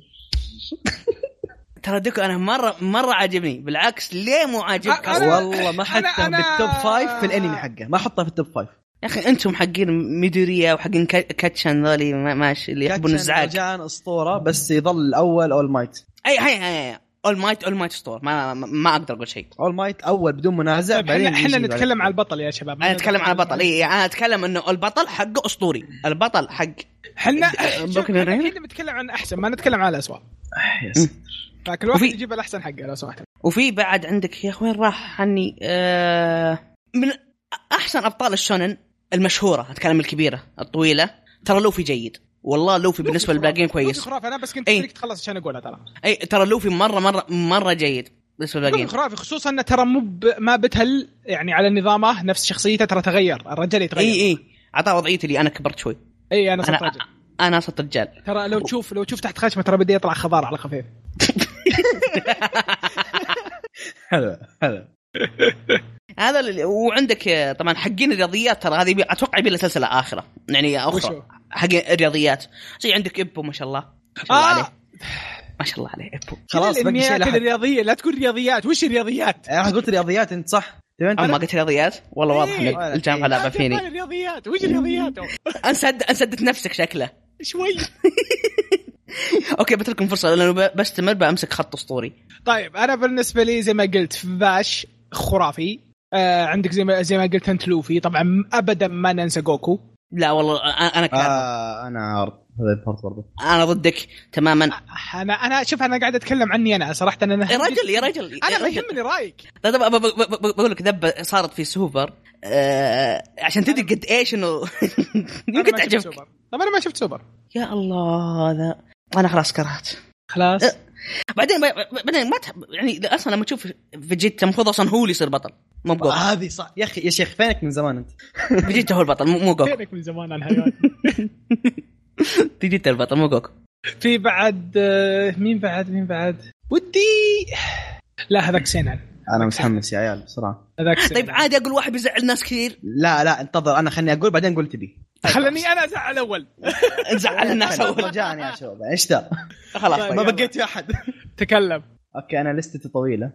[SPEAKER 3] ترى ديكو انا مره مره عاجبني بالعكس ليه مو عاجبك
[SPEAKER 2] أ- أنا-
[SPEAKER 3] أصلاً؟
[SPEAKER 4] والله ما حطه
[SPEAKER 2] أنا-
[SPEAKER 4] بالتوب فايف في الانمي حقه ما حطه في التوب فايف
[SPEAKER 3] يا اخي انتم حقين ميدوريا وحقين كا- كاتشان ذولي ما- ماشي اللي يحبون
[SPEAKER 4] كاتشن
[SPEAKER 3] الزعاج
[SPEAKER 4] رجاءً اسطوره بس يظل الاول اول مايت
[SPEAKER 3] اي هاي هاي اول مايت اول مايت ستور ما, ما, ما اقدر اقول شيء
[SPEAKER 4] اول مايت اول بدون منازع
[SPEAKER 2] طيب،
[SPEAKER 4] بعدين
[SPEAKER 2] احنا احنا
[SPEAKER 4] يجي
[SPEAKER 2] نتكلم
[SPEAKER 4] بعدين.
[SPEAKER 2] على البطل يا شباب
[SPEAKER 3] انا اتكلم عن البطل إيه. اي انا اتكلم انه البطل حقه اسطوري البطل حق
[SPEAKER 2] احنا
[SPEAKER 3] بوكو
[SPEAKER 2] شوف، احنا
[SPEAKER 3] نارين؟
[SPEAKER 2] الحين بنتكلم عن احسن ما نتكلم على الاسوء
[SPEAKER 4] يا ساتر.
[SPEAKER 2] فكل واحد
[SPEAKER 3] وفي-
[SPEAKER 2] يجيب الاحسن حقه لو سمحت
[SPEAKER 3] وفي بعد عندك يا اخي وين راح عني آه من احسن ابطال الشونن المشهوره اتكلم الكبيره الطويله ترى لوفي جيد والله لوفي بالنسبه
[SPEAKER 2] لوفي
[SPEAKER 3] للباقيين
[SPEAKER 2] خرافي.
[SPEAKER 3] كويس
[SPEAKER 2] لوفي خرافي انا بس كنت
[SPEAKER 3] إيه.
[SPEAKER 2] تريك تخلص عشان اقولها ترى
[SPEAKER 3] اي ترى لوفي مره مره مره جيد بالنسبه
[SPEAKER 2] لوفي
[SPEAKER 3] للباقيين
[SPEAKER 2] خرافي خصوصا انه ترى مو ب- ما بتهل يعني على نظامه نفس شخصيته ترى تغير الرجال يتغير
[SPEAKER 3] اي اي اعطاه وضعيتي لي انا كبرت شوي
[SPEAKER 2] اي انا صرت
[SPEAKER 3] انا
[SPEAKER 2] رجل
[SPEAKER 3] انا صرت رجال
[SPEAKER 2] ترى لو تشوف لو تشوف تحت خشمه ترى بدي يطلع خضار على خفيف
[SPEAKER 4] حلو حلو
[SPEAKER 3] هذا اللي وعندك آه، طبعا حقين الرياضيات ترى هذه بي- اتوقع يبي لها سلسله اخره يعني
[SPEAKER 2] وشو؟
[SPEAKER 3] اخرى حقين الرياضيات زي عندك ابو ما شاء الله ما شاء الله
[SPEAKER 2] آه.
[SPEAKER 3] عليه ما شاء الله عليه ابو
[SPEAKER 4] خلاص باقي شيء
[SPEAKER 2] الانميات
[SPEAKER 4] لحد.
[SPEAKER 2] الرياضيه لا تقول رياضيات وش الرياضيات؟
[SPEAKER 4] انا قلت رياضيات انت صح تبي انت
[SPEAKER 3] اما ما قلت رياضيات والله
[SPEAKER 2] إيه.
[SPEAKER 3] واضح ان
[SPEAKER 4] ولا
[SPEAKER 3] الجامعه
[SPEAKER 4] شيء.
[SPEAKER 3] لعبه فيني
[SPEAKER 2] قال الرياضيات وش الرياضيات؟
[SPEAKER 3] انسد انسدت نفسك شكله
[SPEAKER 2] شوي
[SPEAKER 3] اوكي بتركم فرصه لانه ب- بستمر بامسك خط اسطوري
[SPEAKER 2] طيب انا بالنسبه لي زي ما قلت فاش خرافي آه عندك زي ما زي ما قلت انت لوفي طبعا ابدا ما ننسى جوكو
[SPEAKER 3] لا والله أ- انا كاتب
[SPEAKER 4] آه انا عارض هذا الفرق برضه
[SPEAKER 3] انا ضدك تماما
[SPEAKER 2] انا انا شوف انا قاعد اتكلم عني انا صراحه انا
[SPEAKER 3] يا رجل يا رجل يا
[SPEAKER 2] انا
[SPEAKER 3] رجل
[SPEAKER 2] يهمني رايك
[SPEAKER 3] طيب ب- ب- ب- ب- بقول لك ذبه صارت في سوبر آه عشان تدري قد ايش انه
[SPEAKER 2] أنا
[SPEAKER 3] يمكن
[SPEAKER 2] ما شفت
[SPEAKER 3] تعجبك
[SPEAKER 2] سوبر. طب انا ما شفت سوبر
[SPEAKER 3] يا الله هذا انا خلاص كرهت
[SPEAKER 2] خلاص
[SPEAKER 3] أه، بعدين ب- بعدين ما تحب يعني اصلا لما تشوف فيجيتا المفروض اصلا هو اللي يصير بطل مو بجوكو
[SPEAKER 2] آه.
[SPEAKER 4] هذه صح يا اخي يا شيخ فينك من زمان انت
[SPEAKER 3] فيجيتا هو البطل مو مو جوكو
[SPEAKER 2] فينك من زمان عن الحيوان
[SPEAKER 3] فيجيتا البطل مو جوكو
[SPEAKER 2] في بعد آه، مين بعد مين بعد ودي لا هذاك سينان
[SPEAKER 4] انا متحمس يا عيال بسرعه
[SPEAKER 2] هذاك سينان.
[SPEAKER 3] طيب عادي اقول واحد بيزعل ناس كثير
[SPEAKER 4] لا لا انتظر انا خليني اقول بعدين قول تبي
[SPEAKER 2] خلني انا ازعل اول
[SPEAKER 3] نزعل الناس اول
[SPEAKER 4] رجاء يا شباب ايش ذا
[SPEAKER 3] خلاص
[SPEAKER 2] طيب.
[SPEAKER 3] طيب.
[SPEAKER 4] ما بقيت في احد
[SPEAKER 2] تكلم
[SPEAKER 4] اوكي انا لستي طويله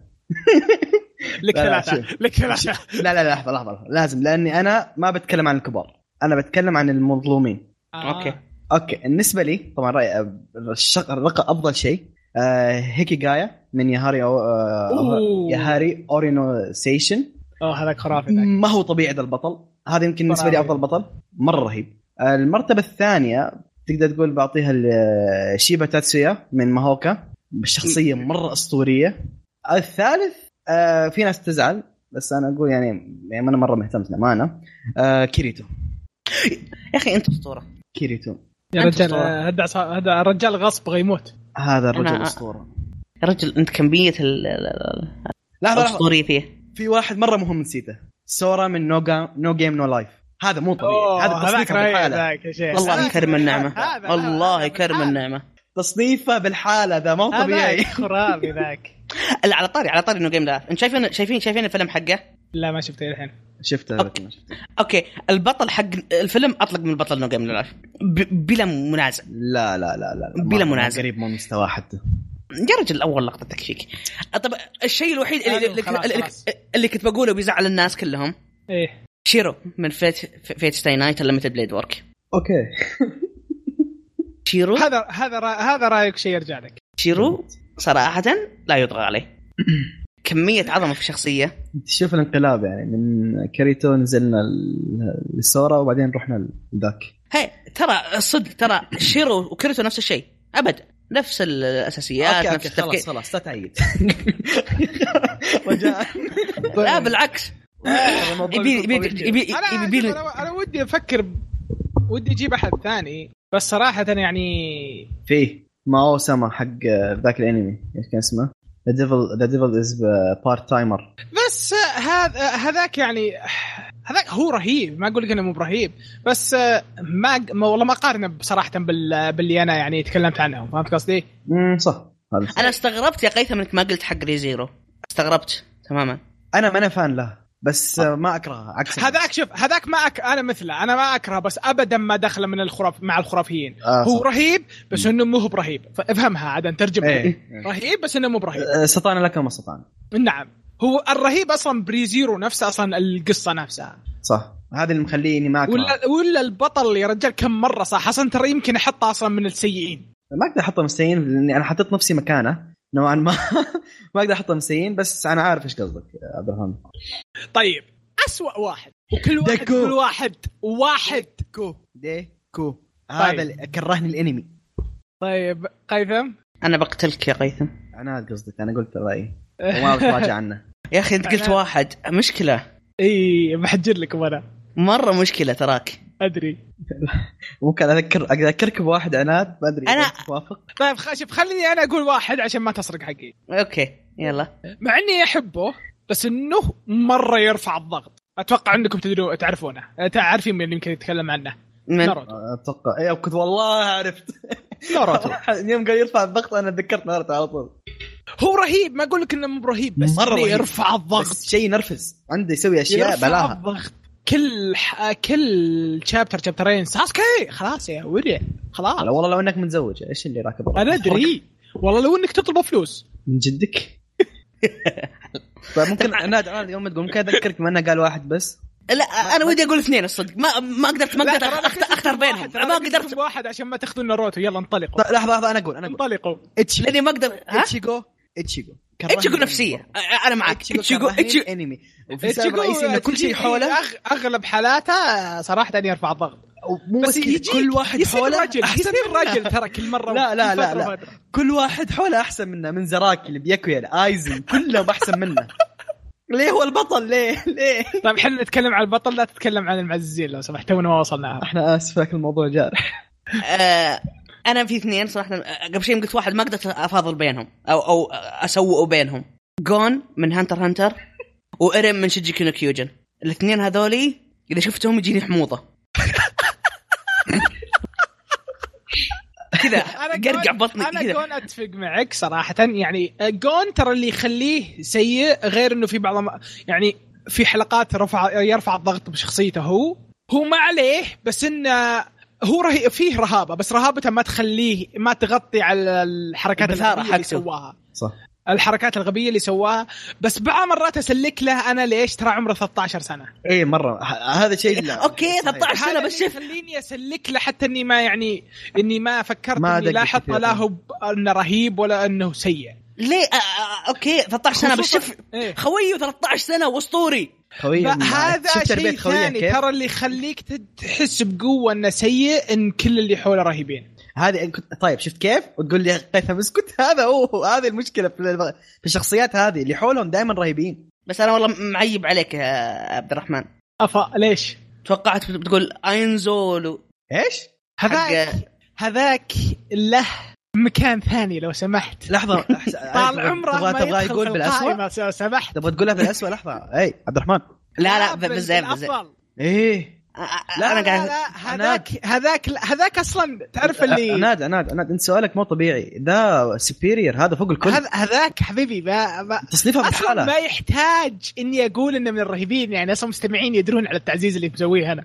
[SPEAKER 2] لك
[SPEAKER 4] لا، لا،
[SPEAKER 2] ثلاثه لك ثلاثه
[SPEAKER 4] لا لا لا لحظه لحظه لحظة. لازم لاني انا ما بتكلم عن الكبار انا بتكلم عن المظلومين
[SPEAKER 2] آه.
[SPEAKER 3] أوكي.
[SPEAKER 4] اوكي بالنسبه لي طبعا راي الشق الرقم افضل شيء آه هيكي جايا من يهاري أو آه
[SPEAKER 2] أوه.
[SPEAKER 4] يهاري اورينو سيشن
[SPEAKER 2] اوه هذاك خرافي ذاك
[SPEAKER 4] ما هو طبيعي ذا البطل هذا يمكن بالنسبه لي
[SPEAKER 2] طبعاً.
[SPEAKER 4] افضل بطل مره رهيب آه، المرتبه الثانيه تقدر تقول بعطيها ل- شيبا تاتسويا من ماهوكا شخصيه مره اسطوريه الثالث آه، في ناس تزعل بس انا اقول يعني يعني انا مره مهتم للامانه آه، كيريتو
[SPEAKER 3] يا اخي انت اسطوره
[SPEAKER 4] كيريتو
[SPEAKER 2] يا
[SPEAKER 3] أنت
[SPEAKER 2] رجال
[SPEAKER 3] أسطورة.
[SPEAKER 2] آه، هدع صا- هدع الرجال غصب غيموت
[SPEAKER 4] هذا الرجل
[SPEAKER 3] أنا-
[SPEAKER 4] اسطوره
[SPEAKER 3] يا رجل انت كميه ال ال- ال-
[SPEAKER 4] لحظه لحظه
[SPEAKER 3] اسطوري فيه
[SPEAKER 4] في واحد مره مهم نسيته سورا من نو جا... نو جيم نو لايف هذا مو طبيعي هذا
[SPEAKER 2] هذاك
[SPEAKER 4] تصنيفه
[SPEAKER 2] رايق
[SPEAKER 4] بالحاله
[SPEAKER 2] ذاك يا شيخ
[SPEAKER 3] والله كرم النعمه
[SPEAKER 2] هذا-
[SPEAKER 3] والله
[SPEAKER 2] هذا- آه.
[SPEAKER 3] كرم
[SPEAKER 2] هذا-
[SPEAKER 3] النعمه
[SPEAKER 4] تصنيفه بالحاله ذا مو
[SPEAKER 2] هذاك
[SPEAKER 4] طبيعي
[SPEAKER 2] خرافي ذاك
[SPEAKER 3] لا، على طاري على طاري انه جيم لايف انت شايفين شايفين شايفين الفيلم حقه
[SPEAKER 2] لا ما شفته الحين
[SPEAKER 4] شفته
[SPEAKER 3] أوكي. اوكي البطل حق الفيلم اطلق من البطل نو جيم لايف ب- بلا منازع
[SPEAKER 4] لا لا لا لا لا.
[SPEAKER 3] بلا
[SPEAKER 4] ما-
[SPEAKER 3] منازع.
[SPEAKER 4] قريب من مستوى حتى
[SPEAKER 3] يا رجل اول لقطه تكفيك طب الشيء الوحيد اللي,
[SPEAKER 2] أيوه،
[SPEAKER 3] اللي,
[SPEAKER 2] خلاص،
[SPEAKER 3] اللي,
[SPEAKER 2] خلاص.
[SPEAKER 3] اللي كنت بقوله بيزعل الناس كلهم
[SPEAKER 2] ايه
[SPEAKER 3] شيرو من فيت فيت ستاي نايت ليمتد بليد ورك
[SPEAKER 4] اوكي
[SPEAKER 3] شيرو
[SPEAKER 2] هذا هذا را- هذا رايك شيء يرجع لك
[SPEAKER 3] شيرو صراحه لا يطغى عليه كميه عظمه في الشخصيه
[SPEAKER 4] انت شوف الانقلاب يعني من كريتو نزلنا ال- للسورا وبعدين رحنا لذاك
[SPEAKER 3] هي ترى صدق ترى شيرو وكريتو نفس الشيء ابد نفس الاساسيات نفس
[SPEAKER 4] اوكي اوكي
[SPEAKER 3] التفكير
[SPEAKER 4] خلاص خلاص لا تعيد رجاء
[SPEAKER 3] لا
[SPEAKER 2] طيب.
[SPEAKER 3] بالعكس يبي يبي يبي
[SPEAKER 2] انا
[SPEAKER 3] يبي-
[SPEAKER 2] أعجب،
[SPEAKER 3] يبي
[SPEAKER 2] انا أنا ودي افكر ب- ودي اجيب احد ثاني بس صراحه يعني
[SPEAKER 4] فيه ما سما حق ذاك الانمي ايش كان اسمه؟ ذا ديفل ذا ديفل از بارت تايمر
[SPEAKER 2] بس هذا هذاك يعني هذاك هو رهيب ما اقول لك انه مو برهيب بس ما, ما والله ما قارنه صراحه بال... باللي انا يعني تكلمت عنه فهمت قصدي؟
[SPEAKER 4] امم صح هذا
[SPEAKER 3] انا استغربت يا قيثم انك ما قلت حق ريزيرو استغربت تماما
[SPEAKER 4] انا ما انا فان له بس آه، ما اكرهه عكس
[SPEAKER 2] هذاك شوف هذاك ما أك... انا مثله انا ما اكره بس ابدا ما دخل من الخراف مع الخرافيين
[SPEAKER 4] آه،
[SPEAKER 2] هو
[SPEAKER 4] صح.
[SPEAKER 2] رهيب بس انه مو هو برهيب فافهمها عاد ترجمها
[SPEAKER 4] إيه.
[SPEAKER 2] رهيب بس انه مو برهيب
[SPEAKER 4] آه، استطعنا لك ما استطعنا
[SPEAKER 2] نعم هو الرهيب اصلا بريزيرو نفسه اصلا القصه نفسها
[SPEAKER 4] صح هذا اللي مخليه اني ما اكرهه
[SPEAKER 2] ولا ولا البطل يا رجال كم مره صح اصلا ترى يمكن احطه اصلا من السيئين
[SPEAKER 4] ما اقدر احطه مستحيل لاني انا حطيت نفسي مكانه نوعا ما ما اقدر احطه مستحيل بس انا عارف ايش قصدك يا عبد الرحمن
[SPEAKER 2] طيب أسوأ واحد وكل واحد
[SPEAKER 4] دكو.
[SPEAKER 2] كل واحد واحد
[SPEAKER 4] كو دي كو
[SPEAKER 2] طيب.
[SPEAKER 4] هذا اللي كرهني الانمي
[SPEAKER 2] طيب قيثم
[SPEAKER 3] انا بقتلك يا قيثم
[SPEAKER 4] انا هذا قصدك انا قلت رايي وما بتراجع عنه
[SPEAKER 3] يا اخي انت قلت
[SPEAKER 2] أنا-
[SPEAKER 3] واحد مشكله
[SPEAKER 2] اي بحجر لكم انا
[SPEAKER 3] مره مشكله تراك
[SPEAKER 2] ادري
[SPEAKER 4] ممكن اذكر أقدر اذكرك بواحد عناد ما ادري
[SPEAKER 3] أنا-
[SPEAKER 4] إذا توافق
[SPEAKER 2] طيب خ- شوف خليني انا اقول واحد عشان ما تسرق حقي
[SPEAKER 3] اوكي يلا
[SPEAKER 2] مع اني احبه بس انه مره يرفع الضغط اتوقع انكم تدرون تعرفونه تعرفين من يمكن يتكلم عنه
[SPEAKER 3] من
[SPEAKER 2] ناروتو
[SPEAKER 4] اتوقع اي إيه، كنت والله عرفت
[SPEAKER 2] ناروتو
[SPEAKER 4] يوم قال يرفع الضغط انا تذكرت ناروتو على طول
[SPEAKER 2] هو رهيب ما اقول لك انه مو رهيب بس
[SPEAKER 4] مرة
[SPEAKER 2] مرة
[SPEAKER 4] رهيب.
[SPEAKER 2] يرفع الضغط
[SPEAKER 4] بس شيء نرفز عنده يسوي اشياء
[SPEAKER 2] يرفع
[SPEAKER 4] بلاها
[SPEAKER 2] الضغط كل ح... كل شابتر شابترين ساسكي خلاص يا ورع خلاص
[SPEAKER 4] لا والله لو انك متزوج ايش اللي راكب الرقم؟
[SPEAKER 2] انا ادري والله لو انك تطلب فلوس
[SPEAKER 4] من جدك طيب ممكن عناد عناد يوم تقول ممكن اذكرك ما انا قال واحد بس
[SPEAKER 3] لا انا ودي اقول اثنين الصدق ما ما قدرت ما
[SPEAKER 2] لا،
[SPEAKER 3] قدرت
[SPEAKER 2] ترى أنا
[SPEAKER 3] أخت- اختار بينهم
[SPEAKER 2] واحد، أنا
[SPEAKER 3] ما
[SPEAKER 2] قلت لكم
[SPEAKER 3] قدرت
[SPEAKER 2] واحد عشان ما تاخذون ناروتو يلا انطلقوا
[SPEAKER 4] طيب لحظه لحظه انا اقول انا اقول
[SPEAKER 2] انطلقوا
[SPEAKER 4] اتشي
[SPEAKER 3] لاني ما اقدر ها
[SPEAKER 4] اتشيجو اتشيجو كرهني
[SPEAKER 3] اتشيكو
[SPEAKER 4] الأنمي
[SPEAKER 3] نفسيه
[SPEAKER 4] مرة.
[SPEAKER 3] أ- انا معك اتشيكو
[SPEAKER 4] كرهني
[SPEAKER 3] اتشيكو
[SPEAKER 4] الانمي وفي السبب الرئيسي ان
[SPEAKER 2] تجي-
[SPEAKER 4] كل شيء
[SPEAKER 2] تجي-
[SPEAKER 4] حوله
[SPEAKER 2] أغ- اغلب حالاته صراحه أن يرفع الضغط
[SPEAKER 4] مو بس كذا،
[SPEAKER 2] يجيك،
[SPEAKER 4] كل واحد
[SPEAKER 2] يصير
[SPEAKER 4] حوله
[SPEAKER 2] رجل
[SPEAKER 4] أحسن
[SPEAKER 2] يصير
[SPEAKER 4] منه.
[SPEAKER 2] رجل ترى كل مره
[SPEAKER 4] لا، لا،
[SPEAKER 2] كل
[SPEAKER 4] لا،
[SPEAKER 2] فترة
[SPEAKER 4] لا.
[SPEAKER 2] فترة.
[SPEAKER 4] كل واحد حوله احسن منه من زراكي اللي بياكويا ايزن كلهم احسن منه ليه هو البطل ليه ليه
[SPEAKER 2] طيب حنا نتكلم عن البطل لا تتكلم عن المعززين لو سمحت تونا ما وصلنا
[SPEAKER 4] احنا اسف لكن الموضوع جارح
[SPEAKER 3] آه، انا في اثنين صراحه آه، قبل شيء قلت واحد ما قدرت افاضل بينهم او او اسوق بينهم جون من هانتر هانتر وارم من شجي كينو كيوجن الاثنين هذولي اذا شفتهم يجيني حموضه كذا قرقع
[SPEAKER 2] جون-
[SPEAKER 3] بطني
[SPEAKER 2] انا
[SPEAKER 3] كذا
[SPEAKER 2] جون اتفق معك صراحه يعني جون ترى اللي يخليه سيء غير انه في بعض الم- يعني في حلقات رفع يرفع الضغط بشخصيته هو هو ما عليه بس انه هو رهي فيه رهابه بس رهابته ما تخليه ما تغطي على الحركات
[SPEAKER 3] البثارة
[SPEAKER 2] الغبيه اللي
[SPEAKER 3] حقته.
[SPEAKER 2] سواها
[SPEAKER 4] صح
[SPEAKER 2] الحركات الغبيه اللي سواها بس بعض مرات اسلك له انا ليش ترى عمره 13 سنه
[SPEAKER 4] اي مره إيه، ه- هذا شيء لا
[SPEAKER 3] اوكي 13
[SPEAKER 2] هذا
[SPEAKER 3] سنه
[SPEAKER 2] اللي
[SPEAKER 3] بس شف
[SPEAKER 2] يخليني اسلك له حتى اني ما يعني اني ما فكرت
[SPEAKER 4] ما
[SPEAKER 2] اني لا
[SPEAKER 4] دقت
[SPEAKER 2] احطه
[SPEAKER 4] كثير.
[SPEAKER 2] لا هو ب- انه رهيب ولا انه سيء
[SPEAKER 3] ليه آه، آه، اوكي 13 سنه بس شف
[SPEAKER 2] إيه.
[SPEAKER 3] خويه 13 سنه واسطوري
[SPEAKER 4] خويا
[SPEAKER 2] ب-
[SPEAKER 4] ما-
[SPEAKER 2] هذا
[SPEAKER 4] شفت
[SPEAKER 2] شيء
[SPEAKER 4] تربية خويا
[SPEAKER 2] ثاني
[SPEAKER 4] كيف؟
[SPEAKER 2] ترى اللي يخليك تد- تحس بقوه انه سيء ان كل اللي حوله رهيبين
[SPEAKER 4] هذه كنت- طيب شفت كيف؟ وتقول لي قيثم اسكت هذا هو هذه المشكله في الب- في الشخصيات هذه اللي حولهم دائما رهيبين
[SPEAKER 3] بس انا والله معيب عليك يا عبد الرحمن
[SPEAKER 2] افا ليش؟
[SPEAKER 3] توقعت بتقول اينزولو
[SPEAKER 4] ايش؟
[SPEAKER 2] هذاك
[SPEAKER 3] حق
[SPEAKER 2] هذاك له مكان ثاني لو سمحت
[SPEAKER 4] لحظه
[SPEAKER 2] طال عمره
[SPEAKER 4] تبغى
[SPEAKER 2] ما
[SPEAKER 4] تبغى
[SPEAKER 2] يدخل
[SPEAKER 4] يقول
[SPEAKER 2] في
[SPEAKER 4] بالاسوء
[SPEAKER 2] القائمة لو سمحت
[SPEAKER 4] تبغى تقولها بالاسوء لحظه اي عبد الرحمن
[SPEAKER 3] لا لا
[SPEAKER 2] بال-
[SPEAKER 3] بزير بزير
[SPEAKER 2] بالأفضل. إيه.
[SPEAKER 4] ايه
[SPEAKER 3] لا
[SPEAKER 4] لا،
[SPEAKER 3] انا
[SPEAKER 2] لا لا
[SPEAKER 3] قاعد
[SPEAKER 2] لا، هذاك هناك هذاك اصلا تعرف
[SPEAKER 4] أ-
[SPEAKER 2] اللي
[SPEAKER 4] عناد عناد عناد انت سؤالك مو طبيعي ذا سوبيريور هذا فوق الكل
[SPEAKER 2] هذا- هذاك حبيبي ما, ما
[SPEAKER 4] تصنيفها
[SPEAKER 2] اصلا
[SPEAKER 4] بحاله
[SPEAKER 2] ما يحتاج اني اقول انه من الرهيبين يعني اصلا مستمعين يدرون على التعزيز اللي مسويه انا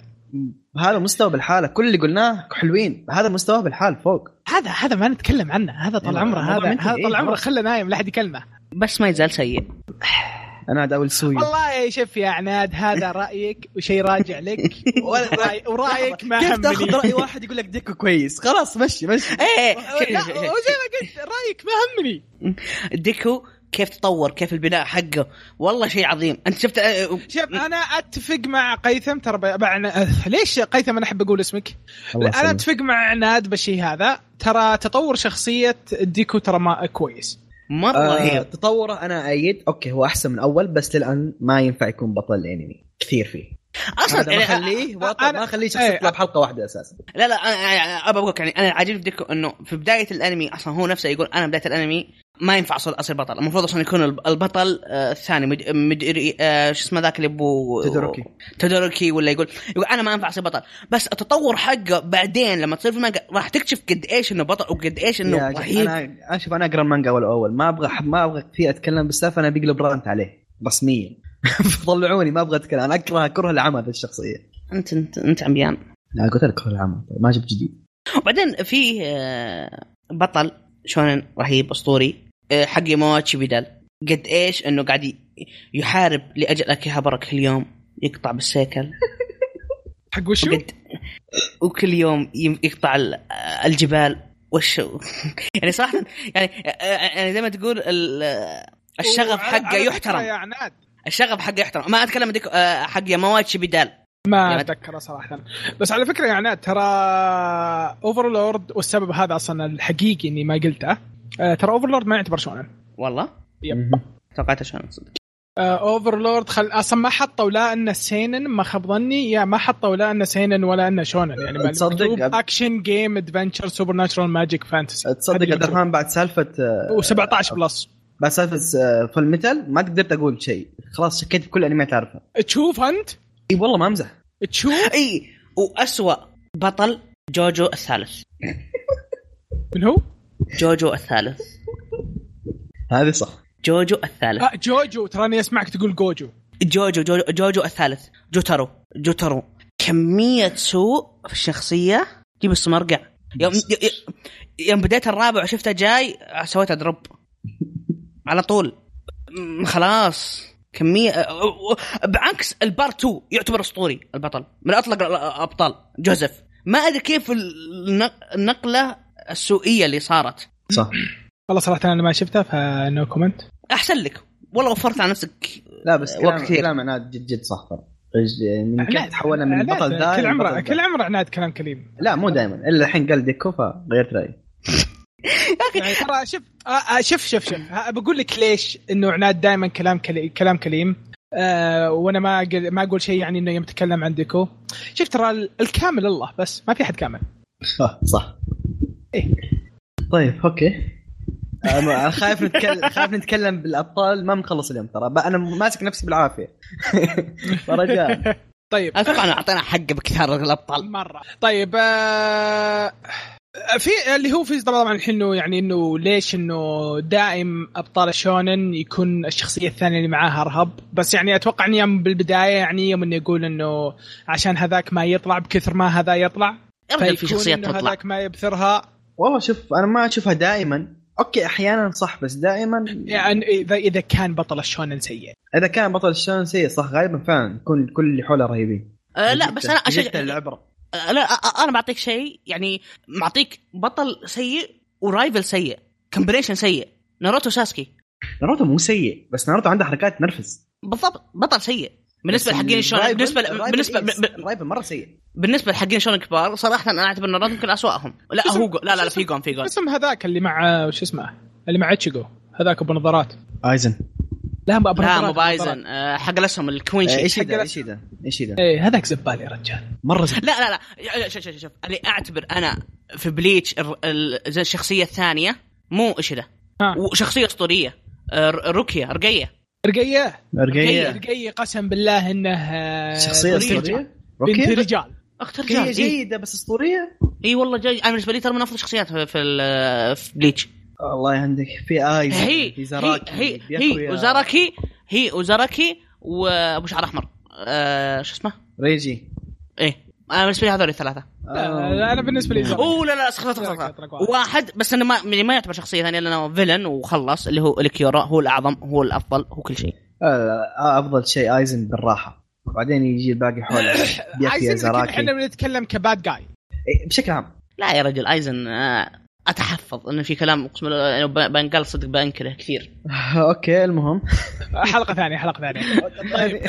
[SPEAKER 4] هذا مستوى بالحاله كل اللي قلناه حلوين هذا مستوى بالحال فوق
[SPEAKER 2] هذا هذا ما نتكلم عنه هذا طال
[SPEAKER 4] يعني
[SPEAKER 2] عمره
[SPEAKER 4] الموضوع
[SPEAKER 2] هذا
[SPEAKER 4] منتهي،
[SPEAKER 2] هذا طال
[SPEAKER 4] إيه،
[SPEAKER 2] عمره
[SPEAKER 4] خلاص.
[SPEAKER 2] خله نايم لا احد يكلمه
[SPEAKER 3] بس ما يزال سيء
[SPEAKER 4] عناد او السوي
[SPEAKER 2] والله يا شوف يا عناد هذا رايك وشيء راجع لك ورأي- ورايك ما
[SPEAKER 4] كيف
[SPEAKER 2] همني
[SPEAKER 4] تاخذ راي واحد يقول لك ديكو كويس خلاص مشي مشي
[SPEAKER 3] ايه
[SPEAKER 2] لا،
[SPEAKER 4] إيه،
[SPEAKER 2] وزي ما قلت رايك ما همني
[SPEAKER 3] ديكو كيف تطور كيف البناء حقه والله شيء عظيم انت شفت آه،
[SPEAKER 2] شوف انا اتفق مع قيثم ترى ب- بعنا- أه، ليش يا قيثم انا احب اقول اسمك؟ انا اتفق مع عناد بالشيء هذا ترى تطور شخصيه ديكو ترى ما كويس
[SPEAKER 3] مره
[SPEAKER 4] آه
[SPEAKER 3] رهيب
[SPEAKER 4] تطوره انا ايد اوكي هو احسن من اول بس للان ما ينفع يكون بطل الانمي كثير فيه
[SPEAKER 3] اصلا
[SPEAKER 4] هذا ما
[SPEAKER 3] يعني
[SPEAKER 4] اخليه بطل
[SPEAKER 2] أنا-
[SPEAKER 4] ما اخليه شخص
[SPEAKER 2] إيه.
[SPEAKER 4] يطلع بحلقه واحده اساسا
[SPEAKER 3] لا آه، لا انا ابى اقول لك يعني انا عاجبني في ديكو انه في بدايه الانمي اصلا هو نفسه يقول انا بدايه الانمي ما ينفع اصير اصير بطل المفروض اصلا يكون الب- البطل آه، الثاني مد... مدري آه، شو اسمه ذاك اللي ابو
[SPEAKER 4] تودوروكي.
[SPEAKER 3] تودوروكي ولا يقول يقول انا ما ينفع اصير بطل بس التطور حقه بعدين لما تصير في المانجا راح تكتشف قد ايش انه بطل وقد ايش انه
[SPEAKER 4] يا أخي،
[SPEAKER 3] رهيب
[SPEAKER 4] انا اشوف انا اقرا المانجا اول اول ما ابغى ما ابغى فيه اتكلم بالسالفه انا بيقلب رانت عليه رسميا طلعوني ما ابغى اتكلم انا اكره كره العمى ذي الشخصيه
[SPEAKER 3] انت انت انت عميان
[SPEAKER 4] لا قلت لك كره العمى طيب، ما جبت جديد
[SPEAKER 3] وبعدين في آه، بطل شونن رهيب اسطوري آه، حق مواتشي بيدال قد ايش انه قاعد ي- يحارب لاجل اكيهابرا كل يوم يقطع بالسيكل
[SPEAKER 2] حق وشو؟
[SPEAKER 3] وقد وكل يوم يم- يقطع ال- آه، الجبال وش يعني صراحه يعني آه، يعني زي ما تقول ال- آه، الشغف
[SPEAKER 2] وعلى-
[SPEAKER 3] حقه
[SPEAKER 2] على فكرة يا
[SPEAKER 3] يحترم
[SPEAKER 2] عناد
[SPEAKER 3] الشغف حقه يحترم ما اتكلم ديك آه، حق ياماواتشي بيدال
[SPEAKER 2] ما
[SPEAKER 3] يعني-
[SPEAKER 2] اتذكره صراحه بس على فكره يا عناد ترى اوفرلورد والسبب هذا اصلا الحقيقي اني ما قلته آه، ترى اوفرلورد ما يعتبر شونن
[SPEAKER 3] والله
[SPEAKER 2] يب.
[SPEAKER 3] توقعت عشان صدق
[SPEAKER 2] اوفرلورد آه، خل... اصلا ما حطوا لا انه سينن ما خاب ظني يا ما حطوا لا انه سينن ولا انه شونن يعني بل-
[SPEAKER 4] تصدق؟
[SPEAKER 2] مكتوب اكشن جيم ادفنتشر سوبر ناتشرال ماجيك فانتسي
[SPEAKER 4] تصدق عبد الرحمن بعد سالفه
[SPEAKER 2] و17 بلس
[SPEAKER 4] بعد سالفه آه، فول ميتال ما قدرت اقول شيء خلاص شكيت بكل انميات تعرفها
[SPEAKER 2] تشوف انت
[SPEAKER 4] اي والله ما امزح
[SPEAKER 2] تشوف
[SPEAKER 3] اي واسوا بطل جوجو الثالث
[SPEAKER 2] من هو؟
[SPEAKER 3] جوجو الثالث
[SPEAKER 4] هذه صح
[SPEAKER 3] جوجو الثالث
[SPEAKER 2] آه جوجو تراني اسمعك تقول جوجو
[SPEAKER 3] جوجو جوجو, جوجو الثالث جوترو جوترو كمية سوء في الشخصية جيب السمرقع يوم ي- ي- يوم بديت الرابع وشفته جاي سويته دروب على طول م- خلاص كمية أ- أ- بعكس البار 2 يعتبر اسطوري البطل من اطلق ال- الابطال جوزيف ما ادري كيف الن- النقلة السوئية اللي صارت
[SPEAKER 4] صح
[SPEAKER 2] والله صراحه انا ما شفته فنو كومنت
[SPEAKER 3] احسن لك والله وفرت على نفسك
[SPEAKER 4] لا بس
[SPEAKER 3] وقت
[SPEAKER 4] كلام
[SPEAKER 3] كثير.
[SPEAKER 4] كلام عناد جد جد صح ترى إج- من كيف
[SPEAKER 2] عناد-
[SPEAKER 4] تحولنا من
[SPEAKER 2] عناد،
[SPEAKER 4] بطل ذا
[SPEAKER 2] كل
[SPEAKER 4] إلى
[SPEAKER 2] عمره
[SPEAKER 4] بطل ذا.
[SPEAKER 2] كل عمره عناد كلام كليم
[SPEAKER 4] لا مو دائما الا الحين قال ديكو فغيرت رايي
[SPEAKER 2] يعني ترى شوف آه، آه، شوف شوف شوف آه، بقول لك ليش انه عناد دائما كلام كلي- كلام كليم آه وانا ما أقل ما اقول شيء يعني انه يوم تكلم عن ديكو شوف ترى ال- الكامل الله بس ما في احد كامل
[SPEAKER 4] صح
[SPEAKER 2] إيه.
[SPEAKER 4] طيب اوكي أنا- انا خايف نتكلم خايف نتكلم بالابطال ما بنخلص اليوم ترى بقى انا ماسك نفسي بالعافيه فرجاء
[SPEAKER 2] طيب
[SPEAKER 3] اتوقع انه اعطينا حقه بكثار الابطال
[SPEAKER 2] مره طيب آه في اللي هو في طبعا الحين انه يعني انه ليش انه دائم ابطال الشونن يكون الشخصيه الثانيه اللي معاها رهب بس يعني اتوقع اني يوم بالبدايه يعني يوم انه يقول انه عشان هذاك ما يطلع بكثر ما هذا يطلع
[SPEAKER 3] يا رجل في
[SPEAKER 2] فيكون
[SPEAKER 3] شخصيات
[SPEAKER 2] إنه
[SPEAKER 3] تطلع
[SPEAKER 2] هذاك ما يبثرها
[SPEAKER 4] والله شوف انا ما اشوفها دائما اوكي احيانا صح بس دائما
[SPEAKER 2] يعني اذا اذا كان بطل الشونن سيء
[SPEAKER 4] اذا كان بطل الشان سيء صح غالبا فعلا يكون كل اللي حوله رهيبين
[SPEAKER 3] آه لا بس انا
[SPEAKER 4] جدا- جدا
[SPEAKER 3] اشجع
[SPEAKER 4] العبره
[SPEAKER 3] آه لا آه، انا بعطيك شيء يعني معطيك بطل سيء ورايفل سيء كومبينيشن سيء ناروتو ساسكي
[SPEAKER 4] ناروتو مو سيء بس ناروتو عنده حركات تنرفز
[SPEAKER 3] بالضبط بطل سيء بالنسبه
[SPEAKER 4] بس
[SPEAKER 3] لحقين شونك
[SPEAKER 4] الرايفل-
[SPEAKER 3] بالنسبه
[SPEAKER 4] الرايفل
[SPEAKER 3] بالنسبه
[SPEAKER 4] إيه،
[SPEAKER 3] ب- ب-
[SPEAKER 4] الرايفل مره سيء
[SPEAKER 3] بالنسبه لحقين شونك كبار صراحه انا اعتبر ناروتو يمكن اسوأهم لا
[SPEAKER 2] اسم-
[SPEAKER 3] هو جو- لا لا لا،
[SPEAKER 2] اسم-
[SPEAKER 3] في جون في جون
[SPEAKER 2] اسم هذاك اللي مع آه، وش اسمه اللي مع اتشيجو هذاك ابو نظارات
[SPEAKER 4] ايزن
[SPEAKER 2] لا ابو
[SPEAKER 3] لا
[SPEAKER 2] نظارات،
[SPEAKER 3] مو
[SPEAKER 2] أبو نظارات.
[SPEAKER 3] بايزن آه، حق الاسهم الكوينشي
[SPEAKER 4] ايش
[SPEAKER 2] حق
[SPEAKER 4] ده ايش ده ايش ده
[SPEAKER 2] ايه إيه، هذاك زبال يا رجال
[SPEAKER 4] مره زبالة.
[SPEAKER 3] لا لا لا شوف شوف شوف انا اعتبر انا في بليتش ال- ال- زي الشخصيه الثانيه مو ايش ده
[SPEAKER 2] ها.
[SPEAKER 3] وشخصيه اسطوريه آه، ر- رقيه رقيه
[SPEAKER 2] رقيه
[SPEAKER 4] رقية
[SPEAKER 2] رقيه قسم بالله انه آه،
[SPEAKER 4] شخصية
[SPEAKER 2] بنت رجال.
[SPEAKER 4] اسطورية
[SPEAKER 2] بنت
[SPEAKER 4] رقية
[SPEAKER 2] رجال
[SPEAKER 3] اخت رجال
[SPEAKER 4] رقية
[SPEAKER 3] اي
[SPEAKER 4] جيدة بس اسطورية
[SPEAKER 3] إيه والله جاي انا بالنسبه لي ترى من افضل الشخصيات في في, ال- في بليتش
[SPEAKER 4] الله يهندك في ايز
[SPEAKER 3] هي
[SPEAKER 4] في
[SPEAKER 3] هي
[SPEAKER 4] زراكي
[SPEAKER 3] هي هي
[SPEAKER 4] بياكويا.
[SPEAKER 3] وزاركي هي وزاركي وابو شعر احمر آه، شو اسمه
[SPEAKER 4] ريجي
[SPEAKER 3] ايه انا بالنسبه لي هذول الثلاثه
[SPEAKER 2] لا، لا، انا بالنسبه لي زرق.
[SPEAKER 3] اوه لا لا صح صح صح
[SPEAKER 2] أترك واحد.
[SPEAKER 3] واحد بس انه ما يعني ما يعتبر شخصيه ثانيه لانه فيلن وخلص اللي هو الكيورا هو الاعظم هو الافضل هو كل شيء
[SPEAKER 4] آه، افضل شيء ايزن بالراحه وبعدين يجي الباقي حوله بياكويا
[SPEAKER 2] عايزين نكون
[SPEAKER 4] زراكي
[SPEAKER 2] احنا بنتكلم كباد جاي
[SPEAKER 4] إيه، بشكل عام
[SPEAKER 3] لا يا رجل ايزن آه، اتحفظ انه في كلام اقسم بالله لو ب- بنقال صدق بنكره كثير
[SPEAKER 4] اوكي المهم
[SPEAKER 2] حلقه ثانيه حلقه ثانيه
[SPEAKER 4] طيب،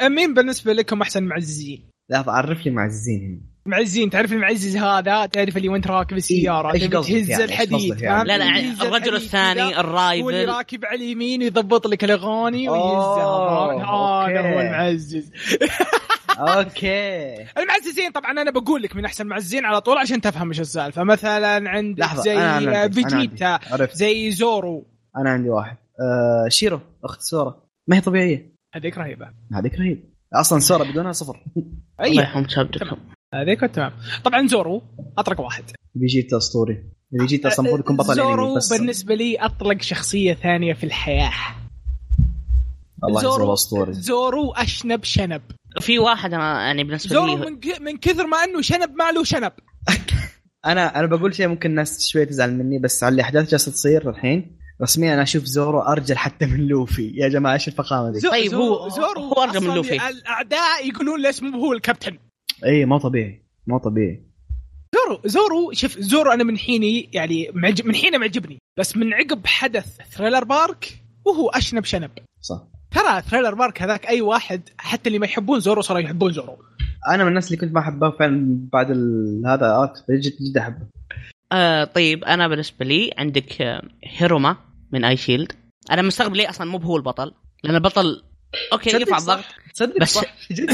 [SPEAKER 2] من مين بالنسبه لكم احسن معززين؟
[SPEAKER 4] لحظه عرف لي معززين هنا.
[SPEAKER 2] معزين تعرف المعزز هذا تعرف اللي وانت راكب السياره
[SPEAKER 4] إيه، إيش
[SPEAKER 2] تبي
[SPEAKER 4] قصدك
[SPEAKER 2] تهز
[SPEAKER 4] يعني؟ إيش
[SPEAKER 2] الحديد
[SPEAKER 4] قصدك يعني؟
[SPEAKER 2] فاهم؟
[SPEAKER 3] لا لا
[SPEAKER 2] تهز
[SPEAKER 3] يعني الرجل
[SPEAKER 2] الحديد كذا،
[SPEAKER 3] الثاني
[SPEAKER 2] هو اللي
[SPEAKER 3] الرايفل
[SPEAKER 2] راكب على اليمين يضبط لك الاغاني ويهزها
[SPEAKER 4] أوه،
[SPEAKER 2] هذا هو
[SPEAKER 4] أوكي.
[SPEAKER 2] المعزز
[SPEAKER 4] اوكي
[SPEAKER 2] المعززين طبعا انا بقول لك من احسن معززين على طول عشان تفهم ايش السالفه مثلا عندك
[SPEAKER 4] لحظه
[SPEAKER 2] زي
[SPEAKER 4] أنا- أنا عندي- أنا عندي.
[SPEAKER 2] فيجيتا
[SPEAKER 4] عرفت
[SPEAKER 2] زي زورو
[SPEAKER 4] انا عندي واحد آه شيرو اخت سورا ما هي طبيعيه
[SPEAKER 2] هذيك رهيبه
[SPEAKER 4] هذيك رهيب اصلا سورا بدونها صفر
[SPEAKER 3] الله
[SPEAKER 2] اي
[SPEAKER 3] يرحم شابتكم
[SPEAKER 2] هذيك تمام طبعا زورو اطرق واحد
[SPEAKER 4] بيجيتا اسطوري بيجيتا اصلا المفروض يكون بطل
[SPEAKER 2] زورو
[SPEAKER 4] انمي بس
[SPEAKER 2] بالنسبه لي اطلق شخصيه ثانيه في الحياه
[SPEAKER 4] الله يحفظه
[SPEAKER 2] زورو-
[SPEAKER 4] اسطوري
[SPEAKER 2] زورو اشنب شنب
[SPEAKER 3] في واحد أنا يعني بالنسبه
[SPEAKER 2] زورو
[SPEAKER 3] لي
[SPEAKER 2] من, ك... من كثر ما انه شنب ما له شنب
[SPEAKER 4] انا انا بقول شيء ممكن الناس شوي تزعل مني بس على الاحداث جالسه تصير الحين رسميا انا اشوف زورو ارجل حتى من لوفي يا جماعه ايش الفخامه دي
[SPEAKER 2] زو-
[SPEAKER 3] طيب،
[SPEAKER 2] زورو-
[SPEAKER 3] هو-
[SPEAKER 2] زورو
[SPEAKER 3] هو أرجل من
[SPEAKER 2] أصلاً
[SPEAKER 3] لوفي.
[SPEAKER 2] الاعداء يقولون ليش مو هو الكابتن
[SPEAKER 4] اي إيه، مو طبيعي مو طبيعي
[SPEAKER 2] زورو زورو شوف زورو انا من حيني يعني معجب من حينه معجبني بس من عقب حدث ثريلر بارك وهو اشنب شنب
[SPEAKER 4] صح
[SPEAKER 2] ترى ثريلر بارك هذاك اي واحد حتى اللي ما يحبون زورو صاروا يحبون زورو
[SPEAKER 4] انا من الناس اللي كنت ما احبها فعلا بعد ال... هذا ارك جد جد احبه
[SPEAKER 3] آه طيب انا بالنسبه لي عندك آه، هيروما من اي شيلد انا مستغرب ليه اصلا مو هو البطل لان البطل اوكي
[SPEAKER 4] تصدق
[SPEAKER 3] يرفع
[SPEAKER 4] صح؟
[SPEAKER 3] الضغط
[SPEAKER 4] تصدق
[SPEAKER 3] بس-
[SPEAKER 4] صح جد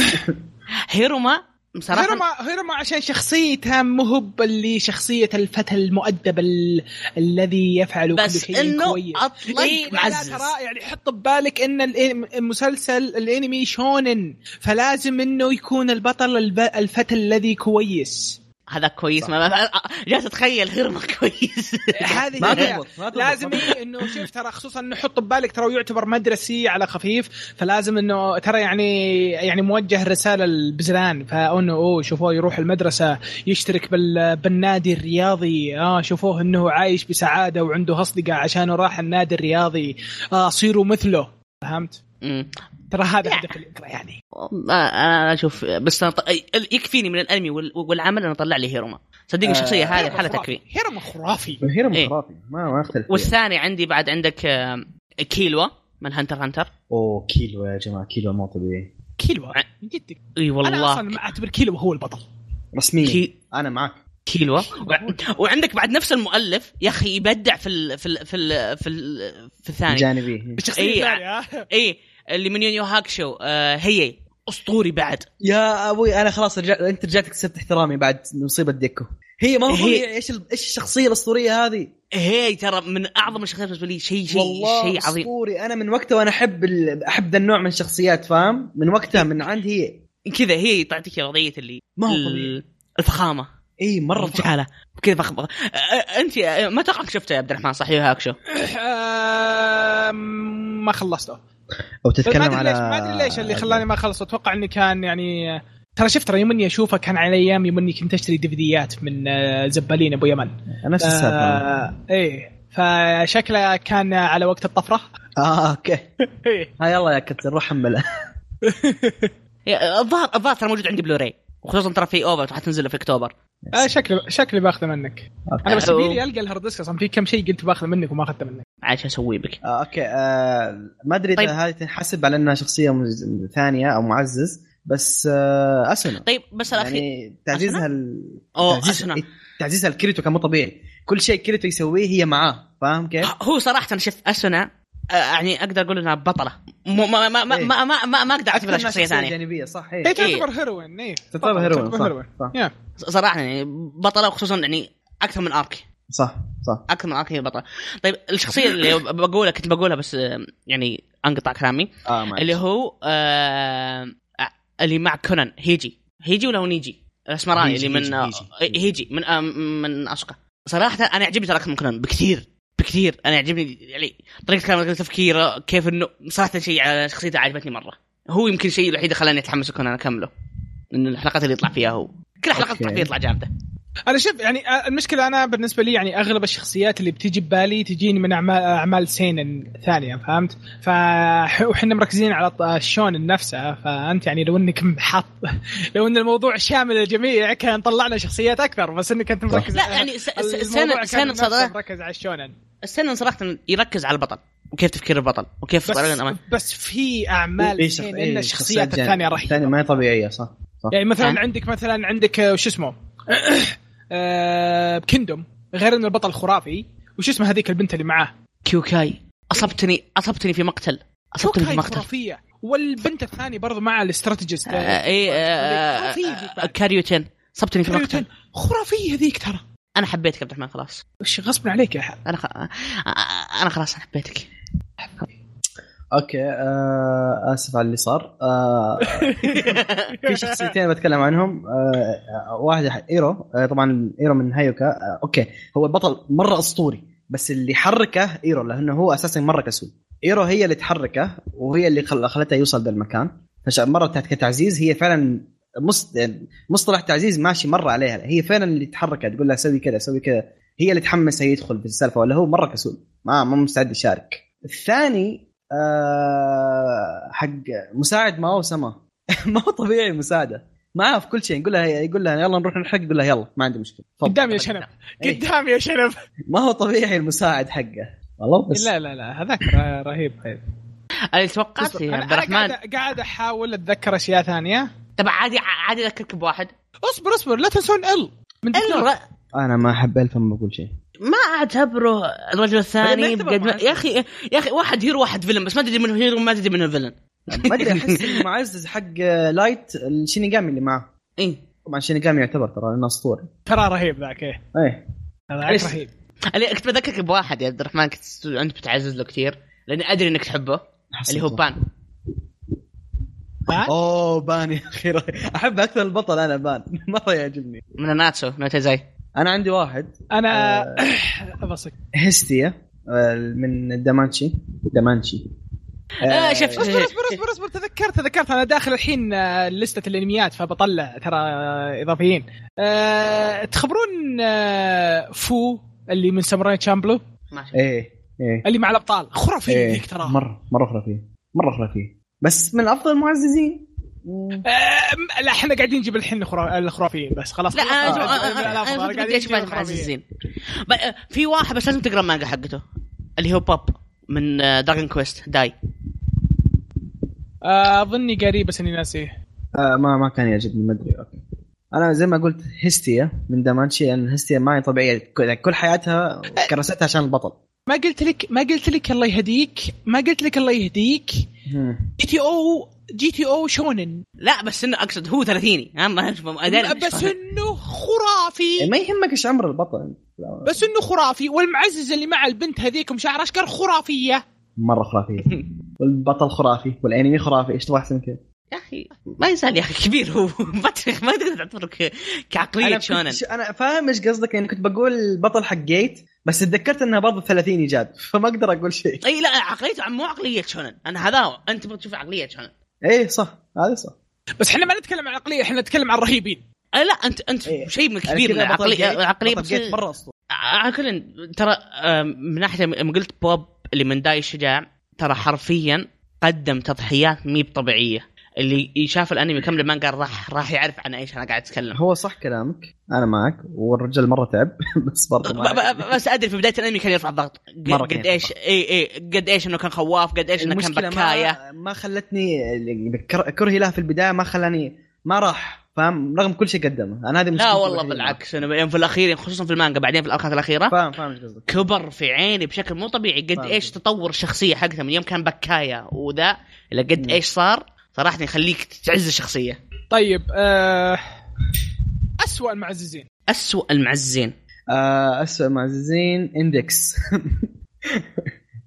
[SPEAKER 3] هيروما صراحه
[SPEAKER 2] هيروما هيروما عشان شخصيته مهب اللي شخصيه الفتى المؤدب ال... الذي يفعل كل
[SPEAKER 3] بس
[SPEAKER 2] شيء
[SPEAKER 3] انه
[SPEAKER 2] كويس
[SPEAKER 3] اطلق
[SPEAKER 2] إيه، لا، لا،
[SPEAKER 3] معزز
[SPEAKER 2] ترى يعني حط ببالك ان الإن- المسلسل الانمي شونن فلازم انه يكون البطل الب... الفتى الذي كويس
[SPEAKER 3] هذا كويس ما ما- جالس اتخيل غير ما كويس
[SPEAKER 2] هذه
[SPEAKER 4] ما
[SPEAKER 2] هي.
[SPEAKER 4] تضبط ما تضبط.
[SPEAKER 2] لازم إيه انه شوف ترى خصوصا انه حط ببالك ترى يعتبر مدرسي على خفيف فلازم انه ترى يعني يعني موجه رساله للبزران فانه اوه شوفوه يروح المدرسه يشترك بال بالنادي الرياضي اه شوفوه انه عايش بسعاده وعنده اصدقاء عشانه راح النادي الرياضي اه صيروا مثله فهمت؟
[SPEAKER 3] أمم.
[SPEAKER 2] ترى هذا
[SPEAKER 3] لا.
[SPEAKER 2] هدف الانكرا يعني
[SPEAKER 3] ما- انا اشوف بس أنا ط- أي- يكفيني من الانمي وال- والعمل انا طلع لي هيروما صدقني
[SPEAKER 4] آه،
[SPEAKER 3] الشخصيه هذه
[SPEAKER 2] هيرم
[SPEAKER 3] الحاله
[SPEAKER 2] خرافي.
[SPEAKER 3] تكفي
[SPEAKER 2] هيرم خرافي
[SPEAKER 4] هيرم
[SPEAKER 3] إيه.
[SPEAKER 4] خرافي ما ما اختلف فيه.
[SPEAKER 3] والثاني عندي بعد عندك آم، كيلوا من هانتر هانتر
[SPEAKER 4] اوه كيلو يا جماعه كيلو مو طبيعي
[SPEAKER 2] كيلو جدك
[SPEAKER 3] اي
[SPEAKER 2] انا
[SPEAKER 3] والله
[SPEAKER 2] اصلا اعتبر كيلو هو البطل
[SPEAKER 4] رسميا
[SPEAKER 3] كي-
[SPEAKER 4] انا معك
[SPEAKER 3] كيلوا وع- وعندك بعد نفس المؤلف يا اخي يبدع في ال في ال في ال في, ال في الثاني
[SPEAKER 4] جانبي
[SPEAKER 2] الشخصيه
[SPEAKER 3] إيه.
[SPEAKER 2] الثانيه ها؟
[SPEAKER 3] اي اللي من يونيو هاكشو آه هي اسطوري بعد
[SPEAKER 4] يا ابوي انا خلاص رجعت انت رجعت كسبت احترامي بعد مصيبه ديكو هي ما هو
[SPEAKER 3] هي-
[SPEAKER 4] طبيعي. ايش ال- ايش الشخصيه الاسطوريه هذه
[SPEAKER 3] هي ترى من اعظم الشخصيات بالنسبه لي شيء شيء
[SPEAKER 4] والله
[SPEAKER 3] شيء عظيم
[SPEAKER 4] اسطوري انا من وقتها وانا احب ال... احب ذا النوع من الشخصيات فاهم من وقتها من عند هي
[SPEAKER 3] كذا هي تعطيك وضعيه اللي
[SPEAKER 4] ما هو
[SPEAKER 3] ال-
[SPEAKER 4] طبيعي.
[SPEAKER 3] الفخامه
[SPEAKER 4] اي مره فخم.
[SPEAKER 3] الرجاله كذا فخم آه، آه، انت آه، ما توقعك شفته يا عبد الرحمن صح يونيو هاكشو
[SPEAKER 2] آم، ما خلصته
[SPEAKER 4] او
[SPEAKER 2] بس ما
[SPEAKER 4] تتكلم
[SPEAKER 2] ادري
[SPEAKER 4] على آه،
[SPEAKER 2] ليش ما ادري ليش اللي خلاني ما اخلصه اتوقع انه كان يعني ترى شفت ترى يوم اني اشوفه كان على ايام يوم اني كنت اشتري ديفيديات من آه، زبالين ابو يمن
[SPEAKER 4] نفس السالفه
[SPEAKER 2] آه ايه فشكله كان على وقت الطفره
[SPEAKER 4] اه اوكي
[SPEAKER 2] ايه
[SPEAKER 4] ها يلا يا كابتن روح حملها
[SPEAKER 3] يا- آه، الظاهر الظاهر ترى موجود عندي بلوراي وخصوصا ترى في اوفر راح تنزل في اكتوبر
[SPEAKER 2] آه شكلي شكلي باخذه منك انا بس
[SPEAKER 3] أوه.
[SPEAKER 2] يبيلي القى الهارد ديسك اصلا في كم شيء قلت باخذه منك وما اخذته منك
[SPEAKER 3] عاد شو اسوي بك
[SPEAKER 4] آه اوكي آه ما ادري
[SPEAKER 3] طيب.
[SPEAKER 4] اذا هذه تنحسب على انها شخصيه مز- ثانيه او معزز بس آه اسنا
[SPEAKER 3] طيب بس الاخير
[SPEAKER 4] يعني تعزيزها ال...
[SPEAKER 3] أوه،
[SPEAKER 4] تعزيز-
[SPEAKER 3] أسنى.
[SPEAKER 4] تعزيزها الكريتو كان مو طبيعي كل شيء كريتو يسويه هي معاه فاهم كيف؟
[SPEAKER 3] هو صراحه شوف اسونا آه، يعني اقدر اقول انها بطله مو ما ما ما
[SPEAKER 4] إيه.
[SPEAKER 3] ما, ما, ما, ما اقدر
[SPEAKER 4] أكثر
[SPEAKER 3] اعتبرها
[SPEAKER 4] من
[SPEAKER 3] شخصيه ثانيه
[SPEAKER 4] جانبيه صح
[SPEAKER 2] هي
[SPEAKER 4] هي
[SPEAKER 2] إيه، تعتبر هيروين ايه
[SPEAKER 4] إيه. تعتبر هيروين
[SPEAKER 2] تعتبر هيروين
[SPEAKER 4] صح, صح.
[SPEAKER 2] يا.
[SPEAKER 3] صراحه يعني بطله وخصوصا يعني اكثر من ارك
[SPEAKER 4] صح صح
[SPEAKER 3] اكثر من ارك هي بطله طيب الشخصيه اللي بقولها كنت بقولها بس آه، يعني انقطع كلامي
[SPEAKER 4] اه معلش.
[SPEAKER 3] اللي هو آه اللي مع كونان هيجي هيجي ولا هو نيجي الاسمراني
[SPEAKER 5] هيجي،
[SPEAKER 3] اللي من
[SPEAKER 5] هيجي،
[SPEAKER 3] آه،
[SPEAKER 5] هيجي.
[SPEAKER 3] هيجي من آه من اشقى صراحه انا يعجبني ترى اكثر من كونان بكثير بكثير انا يعجبني يعني طريقه كلامه طريقة تفكيره كيف انه صراحه شيء على شخصيته عجبتني مره هو يمكن الشيء الوحيد اللي خلاني اتحمس كونان اكمله من الحلقات اللي يطلع فيها هو كل حلقه
[SPEAKER 4] أوكي.
[SPEAKER 3] يطلع فيها يطلع جامده
[SPEAKER 2] انا شوف يعني آه، المشكله انا بالنسبه لي يعني اغلب الشخصيات اللي بتيجي ببالي تجيني من اعمال اعمال سينن ثانيه فهمت؟ فاحنا مركزين على ط- الشونن نفسه فانت يعني لو انك حاط لو ان الموضوع شامل الجميع كان طلعنا شخصيات اكثر بس انك انت مركز
[SPEAKER 3] لا يعني س- س-
[SPEAKER 2] الموضوع
[SPEAKER 3] سنه
[SPEAKER 2] كان
[SPEAKER 3] سنه
[SPEAKER 2] نفسه
[SPEAKER 3] صراحه
[SPEAKER 2] مركز على الشونن
[SPEAKER 3] السنه صراحه يركز على البطل وكيف تفكير البطل وكيف
[SPEAKER 2] بس,
[SPEAKER 3] طريقة الأمانة.
[SPEAKER 2] بس في
[SPEAKER 4] إيه،
[SPEAKER 2] اعمال
[SPEAKER 4] شخ-
[SPEAKER 2] سينن
[SPEAKER 4] إيه،
[SPEAKER 2] الشخصيات
[SPEAKER 4] جانب.
[SPEAKER 2] الثانيه رهيبه
[SPEAKER 4] الثانيه ما هي طبيعيه صح صح
[SPEAKER 2] يعني مثلا
[SPEAKER 3] ها؟
[SPEAKER 2] عندك مثلا عندك آه، وش اسمه آه، كيندوم غير ان البطل خرافي وش اسمها هذيك البنت اللي معاه
[SPEAKER 3] كيوكاي اصبتني اصبتني في مقتل اصبتني في
[SPEAKER 2] كوكاي
[SPEAKER 3] مقتل
[SPEAKER 2] خرافية والبنت الثانية برضو مع الاستراتيجست
[SPEAKER 3] آه، اي آه،
[SPEAKER 2] خرافية
[SPEAKER 3] آه،
[SPEAKER 2] ذيك
[SPEAKER 3] آه،
[SPEAKER 2] بعد.
[SPEAKER 3] كاريوتين صبتني في مقتل
[SPEAKER 2] كاريوتين. آه، خرافية ذيك ترى
[SPEAKER 3] انا حبيتك يا عبد الرحمن خلاص
[SPEAKER 2] وش غصب عليك يا حب
[SPEAKER 3] انا خ... آه، آه، انا خلاص أنا حبيتك
[SPEAKER 4] اوكي آه اسف على اللي صار آه في شخصيتين بتكلم عنهم آه آه، واحد ح- ايرو آه طبعا ايرو من هايوكا آه اوكي هو البطل مره اسطوري بس اللي حركه ايرو لانه هو اساسا مره كسول ايرو هي اللي تحركه وهي اللي خل- خلته يوصل بالمكان فمره كتعزيز هي فعلا مص... يعني مصطلح تعزيز ماشي مره عليها هي فعلا اللي تحركه تقول لها سوي كذا سوي كذا هي اللي تحمسه يدخل في السالفه ولا هو مره كسول ما ما مستعد يشارك الثاني آه حق مساعد ما هو سما ما هو طبيعي المساعده معاه في كل شيء يقول لها يقول لها يلا نروح نلحق يقول لها يلا ما عندي مشكله تفضل.
[SPEAKER 2] قدامي يا شنب
[SPEAKER 4] إيه.
[SPEAKER 2] قدامي يا شنب
[SPEAKER 4] ما هو طبيعي المساعد حقه والله بس
[SPEAKER 2] لا لا لا هذاك ر- رهيب رهيب
[SPEAKER 3] اللي توقعت
[SPEAKER 2] أصبر،
[SPEAKER 3] يا
[SPEAKER 2] أنا-
[SPEAKER 3] عبد
[SPEAKER 2] أنا
[SPEAKER 3] الرحمن
[SPEAKER 2] قاعد- قاعد احاول اتذكر اشياء ثانية
[SPEAKER 3] طبعا عادي عادي اذكرك بواحد
[SPEAKER 2] اصبر اصبر لا تنسون ال من دكتور.
[SPEAKER 3] الر-
[SPEAKER 4] انا ما احب الف ما بقول شيء
[SPEAKER 3] ما اعتبره الرجل الثاني
[SPEAKER 4] طيب، ما
[SPEAKER 3] بقد
[SPEAKER 4] يعتبر
[SPEAKER 3] ما...
[SPEAKER 4] معزز.
[SPEAKER 3] يا اخي يا اخي واحد هيرو واحد فيلم بس ما تدري منه هيرو ما تدري منه فيلم
[SPEAKER 4] ما ادري احس المعزز حق آه، لايت الشينيغامي اللي معاه
[SPEAKER 3] اي
[SPEAKER 4] طبعا شينيغامي يعتبر ترى لانه اسطوري
[SPEAKER 2] ترى رهيب ذاك ايه
[SPEAKER 4] ايه
[SPEAKER 2] هذاك
[SPEAKER 3] معلش.
[SPEAKER 2] رهيب
[SPEAKER 3] اللي كنت بذكرك بواحد يا عبد الرحمن كنت انت بتعزز له كثير لاني ادري انك تحبه اللي هو
[SPEAKER 4] حسيته.
[SPEAKER 3] بان
[SPEAKER 2] ها؟
[SPEAKER 4] اوه بان يا اخي احب اكثر البطل انا بان مره يعجبني
[SPEAKER 3] من ناتسو نوتازاي
[SPEAKER 4] انا عندي واحد
[SPEAKER 2] انا
[SPEAKER 3] آه.
[SPEAKER 2] ابصك
[SPEAKER 4] هستيا آه، من دامانشي دامانشي
[SPEAKER 3] آه، شوف شوف
[SPEAKER 2] اصبر
[SPEAKER 3] شوف
[SPEAKER 2] اصبر اصبر اصبر تذكرت تذكرت انا داخل الحين آه، لستة الانميات فبطلع ترى آه، اضافيين أه تخبرون أه فو اللي من ساموراي تشامبلو
[SPEAKER 3] ماشي
[SPEAKER 4] ايه ايه
[SPEAKER 2] اللي مع الابطال خرافي
[SPEAKER 4] إيه،
[SPEAKER 2] ذيك ترى
[SPEAKER 4] مره مره خرافيه مره خرافيه بس من افضل المعززين
[SPEAKER 2] آه، لا احنا قاعدين نجيب الحين الخرا- الخرافيين بس خلاص
[SPEAKER 3] لا انا
[SPEAKER 2] خلاص،
[SPEAKER 3] آه،
[SPEAKER 2] قاعدين نجيب
[SPEAKER 3] أنا-
[SPEAKER 2] الأفضل،
[SPEAKER 3] انا
[SPEAKER 2] قاعدين
[SPEAKER 3] انا قاعد ايش
[SPEAKER 2] نجيب
[SPEAKER 3] بعد
[SPEAKER 2] الخرافيين.
[SPEAKER 3] معززين ب- آه، في واحد بس لازم تقرا المانجا حقته اللي هو بوب من دراجون كويست داي
[SPEAKER 2] آه، اظني قريب بس اني ناسيه
[SPEAKER 4] آه ما ما كان يعجبني ما ادري اوكي انا زي ما قلت هستيا من دامانشي لان هستيا ما هي طبيعيه كل- كل حياتها
[SPEAKER 2] آه.
[SPEAKER 4] كرستها عشان البطل
[SPEAKER 2] ما قلت لك ما قلت لك الله يهديك ما قلت لك الله يهديك جي تي او جي تي او شونن
[SPEAKER 3] لا بس انه اقصد هو ثلاثيني ها ما ما- أدري.
[SPEAKER 2] بس انه خرافي
[SPEAKER 4] ما يهمك ايش عمر البطل لا،
[SPEAKER 2] بس انه خرافي والمعزز اللي مع البنت هذيك مشعر اشكر خرافيه
[SPEAKER 4] مره خرافيه والبطل خرافي والانمي خرافي ايش تبغى احسن من كذا؟
[SPEAKER 3] يا اخي ما يزال يا اخي كبير هو ما تقدر- ما تقدر تعتبره ك- كعقليه
[SPEAKER 4] انا
[SPEAKER 3] طيب، شونن
[SPEAKER 4] كنت- انا فاهم ايش قصدك لاني كنت بقول البطل حق جيت بس تذكرت انها برضه 30 ايجاد فما اقدر اقول شيء
[SPEAKER 3] اي لا عقليته عم- مو عقليه شونن انا هذا هو. انت تبغى تشوف عقليه شونن
[SPEAKER 4] ايه صح هذا صح
[SPEAKER 2] بس احنا ما نتكلم عن العقليه احنا نتكلم عن الرهيبين
[SPEAKER 3] أه لا انت انت
[SPEAKER 4] إيه.
[SPEAKER 3] شيء من
[SPEAKER 4] أنا
[SPEAKER 3] كبير من
[SPEAKER 4] كذا بطل
[SPEAKER 3] عقليه
[SPEAKER 4] جيت-
[SPEAKER 3] عقليه
[SPEAKER 4] بطل
[SPEAKER 3] بس-
[SPEAKER 4] جيت مره اسطوري
[SPEAKER 3] على كل ترى آم، من ناحيه لما قلت بوب اللي من داي الشجاع ترى حرفيا قدم تضحيات مي بطبيعيه اللي شاف الانمي كم لما قال راح راح يعرف عن ايش انا قاعد اتكلم
[SPEAKER 4] هو صح كلامك انا معك والرجال مره تعب بس برضه
[SPEAKER 3] ب-
[SPEAKER 4] ما
[SPEAKER 3] ب- ب- بس ادري في بدايه الانمي كان يرفع الضغط ق-
[SPEAKER 4] مرة
[SPEAKER 3] قد
[SPEAKER 4] كان
[SPEAKER 3] ايش اي اي قد ايش انه كان خواف قد ايش انه كان
[SPEAKER 4] المشكله
[SPEAKER 3] بكايه
[SPEAKER 4] ما, ما خلتني ال- كر- كرهي لها في البدايه ما خلاني ما راح فاهم رغم كل شيء قدمه انا هذه
[SPEAKER 3] لا
[SPEAKER 4] مشكلتي
[SPEAKER 3] والله
[SPEAKER 4] الوحيدة.
[SPEAKER 3] بالعكس انه يوم في الاخير خصوصا في المانجا بعدين في الاركات الاخيره
[SPEAKER 4] فاهم فاهم ايش قصدك
[SPEAKER 3] كبر في عيني بشكل مو طبيعي قد
[SPEAKER 4] فاهم.
[SPEAKER 3] ايش تطور الشخصيه حقته من يوم كان بكايه وذا الى قد
[SPEAKER 4] مم.
[SPEAKER 3] ايش صار صراحه يخليك تعز الشخصيه
[SPEAKER 2] طيب آه... اسوء المعززين
[SPEAKER 3] اسوء المعزين
[SPEAKER 4] آه، اسوء معززين اندكس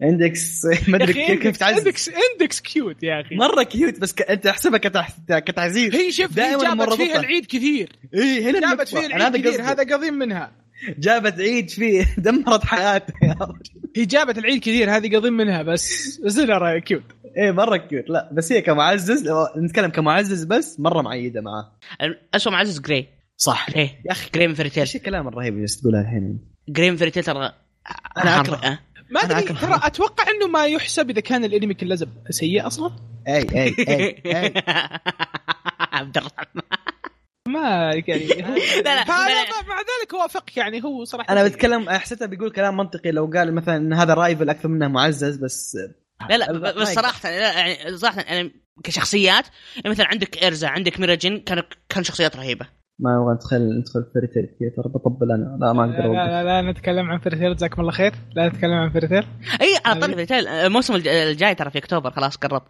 [SPEAKER 4] اندكس ما
[SPEAKER 2] يا
[SPEAKER 4] ادري
[SPEAKER 2] اخي
[SPEAKER 4] كيف- كيف
[SPEAKER 2] اندكس
[SPEAKER 4] تعزز
[SPEAKER 2] اندكس اندكس كيوت يا اخي
[SPEAKER 4] مره كيوت بس ك... انت احسبها كتح... كتعزيز
[SPEAKER 2] هي شوف هي
[SPEAKER 4] دائماً
[SPEAKER 2] جابت
[SPEAKER 4] مربوطة.
[SPEAKER 2] فيها العيد كثير
[SPEAKER 4] اي هنا
[SPEAKER 2] جابت
[SPEAKER 4] النقطة.
[SPEAKER 2] فيها
[SPEAKER 4] أنا
[SPEAKER 2] العيد كثير
[SPEAKER 4] قصدي.
[SPEAKER 2] هذا قضيب منها
[SPEAKER 4] جابت عيد فيه دمرت حياته يا رجل.
[SPEAKER 2] هي جابت العيد كثير هذه قضيب منها بس زلرة كيوت
[SPEAKER 4] ايه مره كيوت لا بس هي كمعزز لو نتكلم كمعزز بس مره معيده معاه
[SPEAKER 3] اسوء معزز جراي إيه.
[SPEAKER 4] صح
[SPEAKER 3] جراي
[SPEAKER 4] يا اخي
[SPEAKER 3] جراي من فيري
[SPEAKER 4] ايش
[SPEAKER 3] تيل
[SPEAKER 4] الكلام الرهيب اللي تقوله الحين
[SPEAKER 3] جراي من فيري تيل ترى
[SPEAKER 4] أنا
[SPEAKER 3] حر-
[SPEAKER 4] أكره.
[SPEAKER 2] ما
[SPEAKER 4] أنا
[SPEAKER 2] ادري
[SPEAKER 4] أكره
[SPEAKER 2] ترى
[SPEAKER 4] هذا.
[SPEAKER 2] اتوقع انه ما يحسب اذا كان الانمي كله سيء اصلا
[SPEAKER 4] اي اي اي, أي.
[SPEAKER 3] إيه. عبد الرحمن
[SPEAKER 2] ما يعني
[SPEAKER 3] لا.
[SPEAKER 2] فأنا مع ذلك اوافقك يعني هو صراحه
[SPEAKER 4] انا بتكلم حسيته بيقول كلام منطقي لو قال مثلا ان هذا رايفل اكثر منه معزز بس
[SPEAKER 3] لا لا بس صراحه لا يعني صراحه انا كشخصيات يعني مثلا عندك ارزا عندك ميراجين كانوا كان شخصيات رهيبه
[SPEAKER 4] ما ابغى ندخل ندخل في ريتيل كثير ترى بطبل انا لا ما
[SPEAKER 2] لا
[SPEAKER 4] اقدر اوقف
[SPEAKER 2] لا, لا, لا نتكلم عن فيرتيل جزاكم الله خير لا نتكلم عن فيرتيل
[SPEAKER 3] اي على طاري فيري تيل الموسم الج- الجاي ترى في اكتوبر خلاص قرب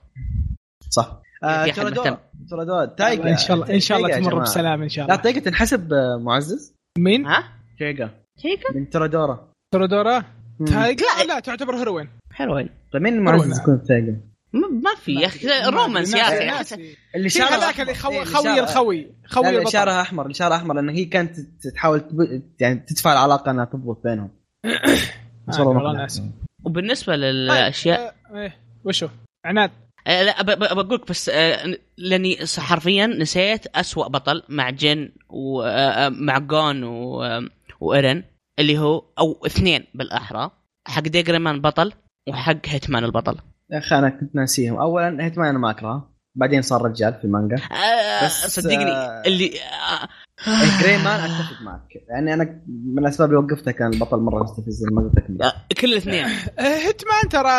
[SPEAKER 4] صح طيب،
[SPEAKER 3] في
[SPEAKER 4] آه،
[SPEAKER 3] أحد مهتم.
[SPEAKER 4] تورادور تورادور تايجا
[SPEAKER 2] ان شاء الله ان شاء الله
[SPEAKER 4] تايجا يا
[SPEAKER 2] تمر
[SPEAKER 4] جماعة.
[SPEAKER 2] بسلام ان شاء
[SPEAKER 4] لا
[SPEAKER 2] الله
[SPEAKER 4] تايجا تنحسب آه، معزز
[SPEAKER 2] مين
[SPEAKER 3] ها
[SPEAKER 4] تايجا
[SPEAKER 3] هيك
[SPEAKER 4] من تورادورا
[SPEAKER 2] تورودورا
[SPEAKER 4] مم.
[SPEAKER 2] تايجا لا, لا تعتبر هيروين
[SPEAKER 3] حلوين
[SPEAKER 4] فمين
[SPEAKER 2] رونا.
[SPEAKER 4] المعزز يكون تايجا
[SPEAKER 3] م- ما في يا اخي رومانس يا اخي
[SPEAKER 2] ناسي-
[SPEAKER 3] أحس-
[SPEAKER 2] ناسي.
[SPEAKER 4] اللي
[SPEAKER 2] في هذاك اللي
[SPEAKER 4] إيه،
[SPEAKER 2] خوي
[SPEAKER 4] اللي
[SPEAKER 2] خوي
[SPEAKER 4] شعره-
[SPEAKER 2] الخوي
[SPEAKER 4] لا،
[SPEAKER 2] خوي
[SPEAKER 4] لا،
[SPEAKER 2] البطل
[SPEAKER 4] شعرها احمر شعرها احمر لان هي كانت تت- تحاول تب... يعني تدفع العلاقه انها تضبط بينهم بس والله
[SPEAKER 2] آه،
[SPEAKER 4] ما
[SPEAKER 2] والله
[SPEAKER 4] أقدر.
[SPEAKER 2] ناسي.
[SPEAKER 3] وبالنسبه للاشياء
[SPEAKER 2] آه، إيه، وشو عناد
[SPEAKER 3] آه، لا ب- ب- بقول لك بس آه، ن- لاني ص- حرفيا نسيت أسوأ بطل مع جن ومع جون و- آه، وإيرين اللي هو او اثنين بالاحرى حق ديجريمان بطل وحق هيتمان البطل
[SPEAKER 4] يا اخي انا كنت ناسيهم اولا هيتمان انا ما اكرهه بعدين صار رجال في المانجا
[SPEAKER 3] آه،
[SPEAKER 4] بس،
[SPEAKER 3] صدقني
[SPEAKER 4] آه،
[SPEAKER 3] اللي آه،
[SPEAKER 4] جراي مان
[SPEAKER 2] آه.
[SPEAKER 4] اتفق معك يعني انا من الاسباب اللي وقفتها كان البطل مره مستفز ما قلت لك
[SPEAKER 3] آه، كل الاثنين
[SPEAKER 2] آه، هيتمان ترى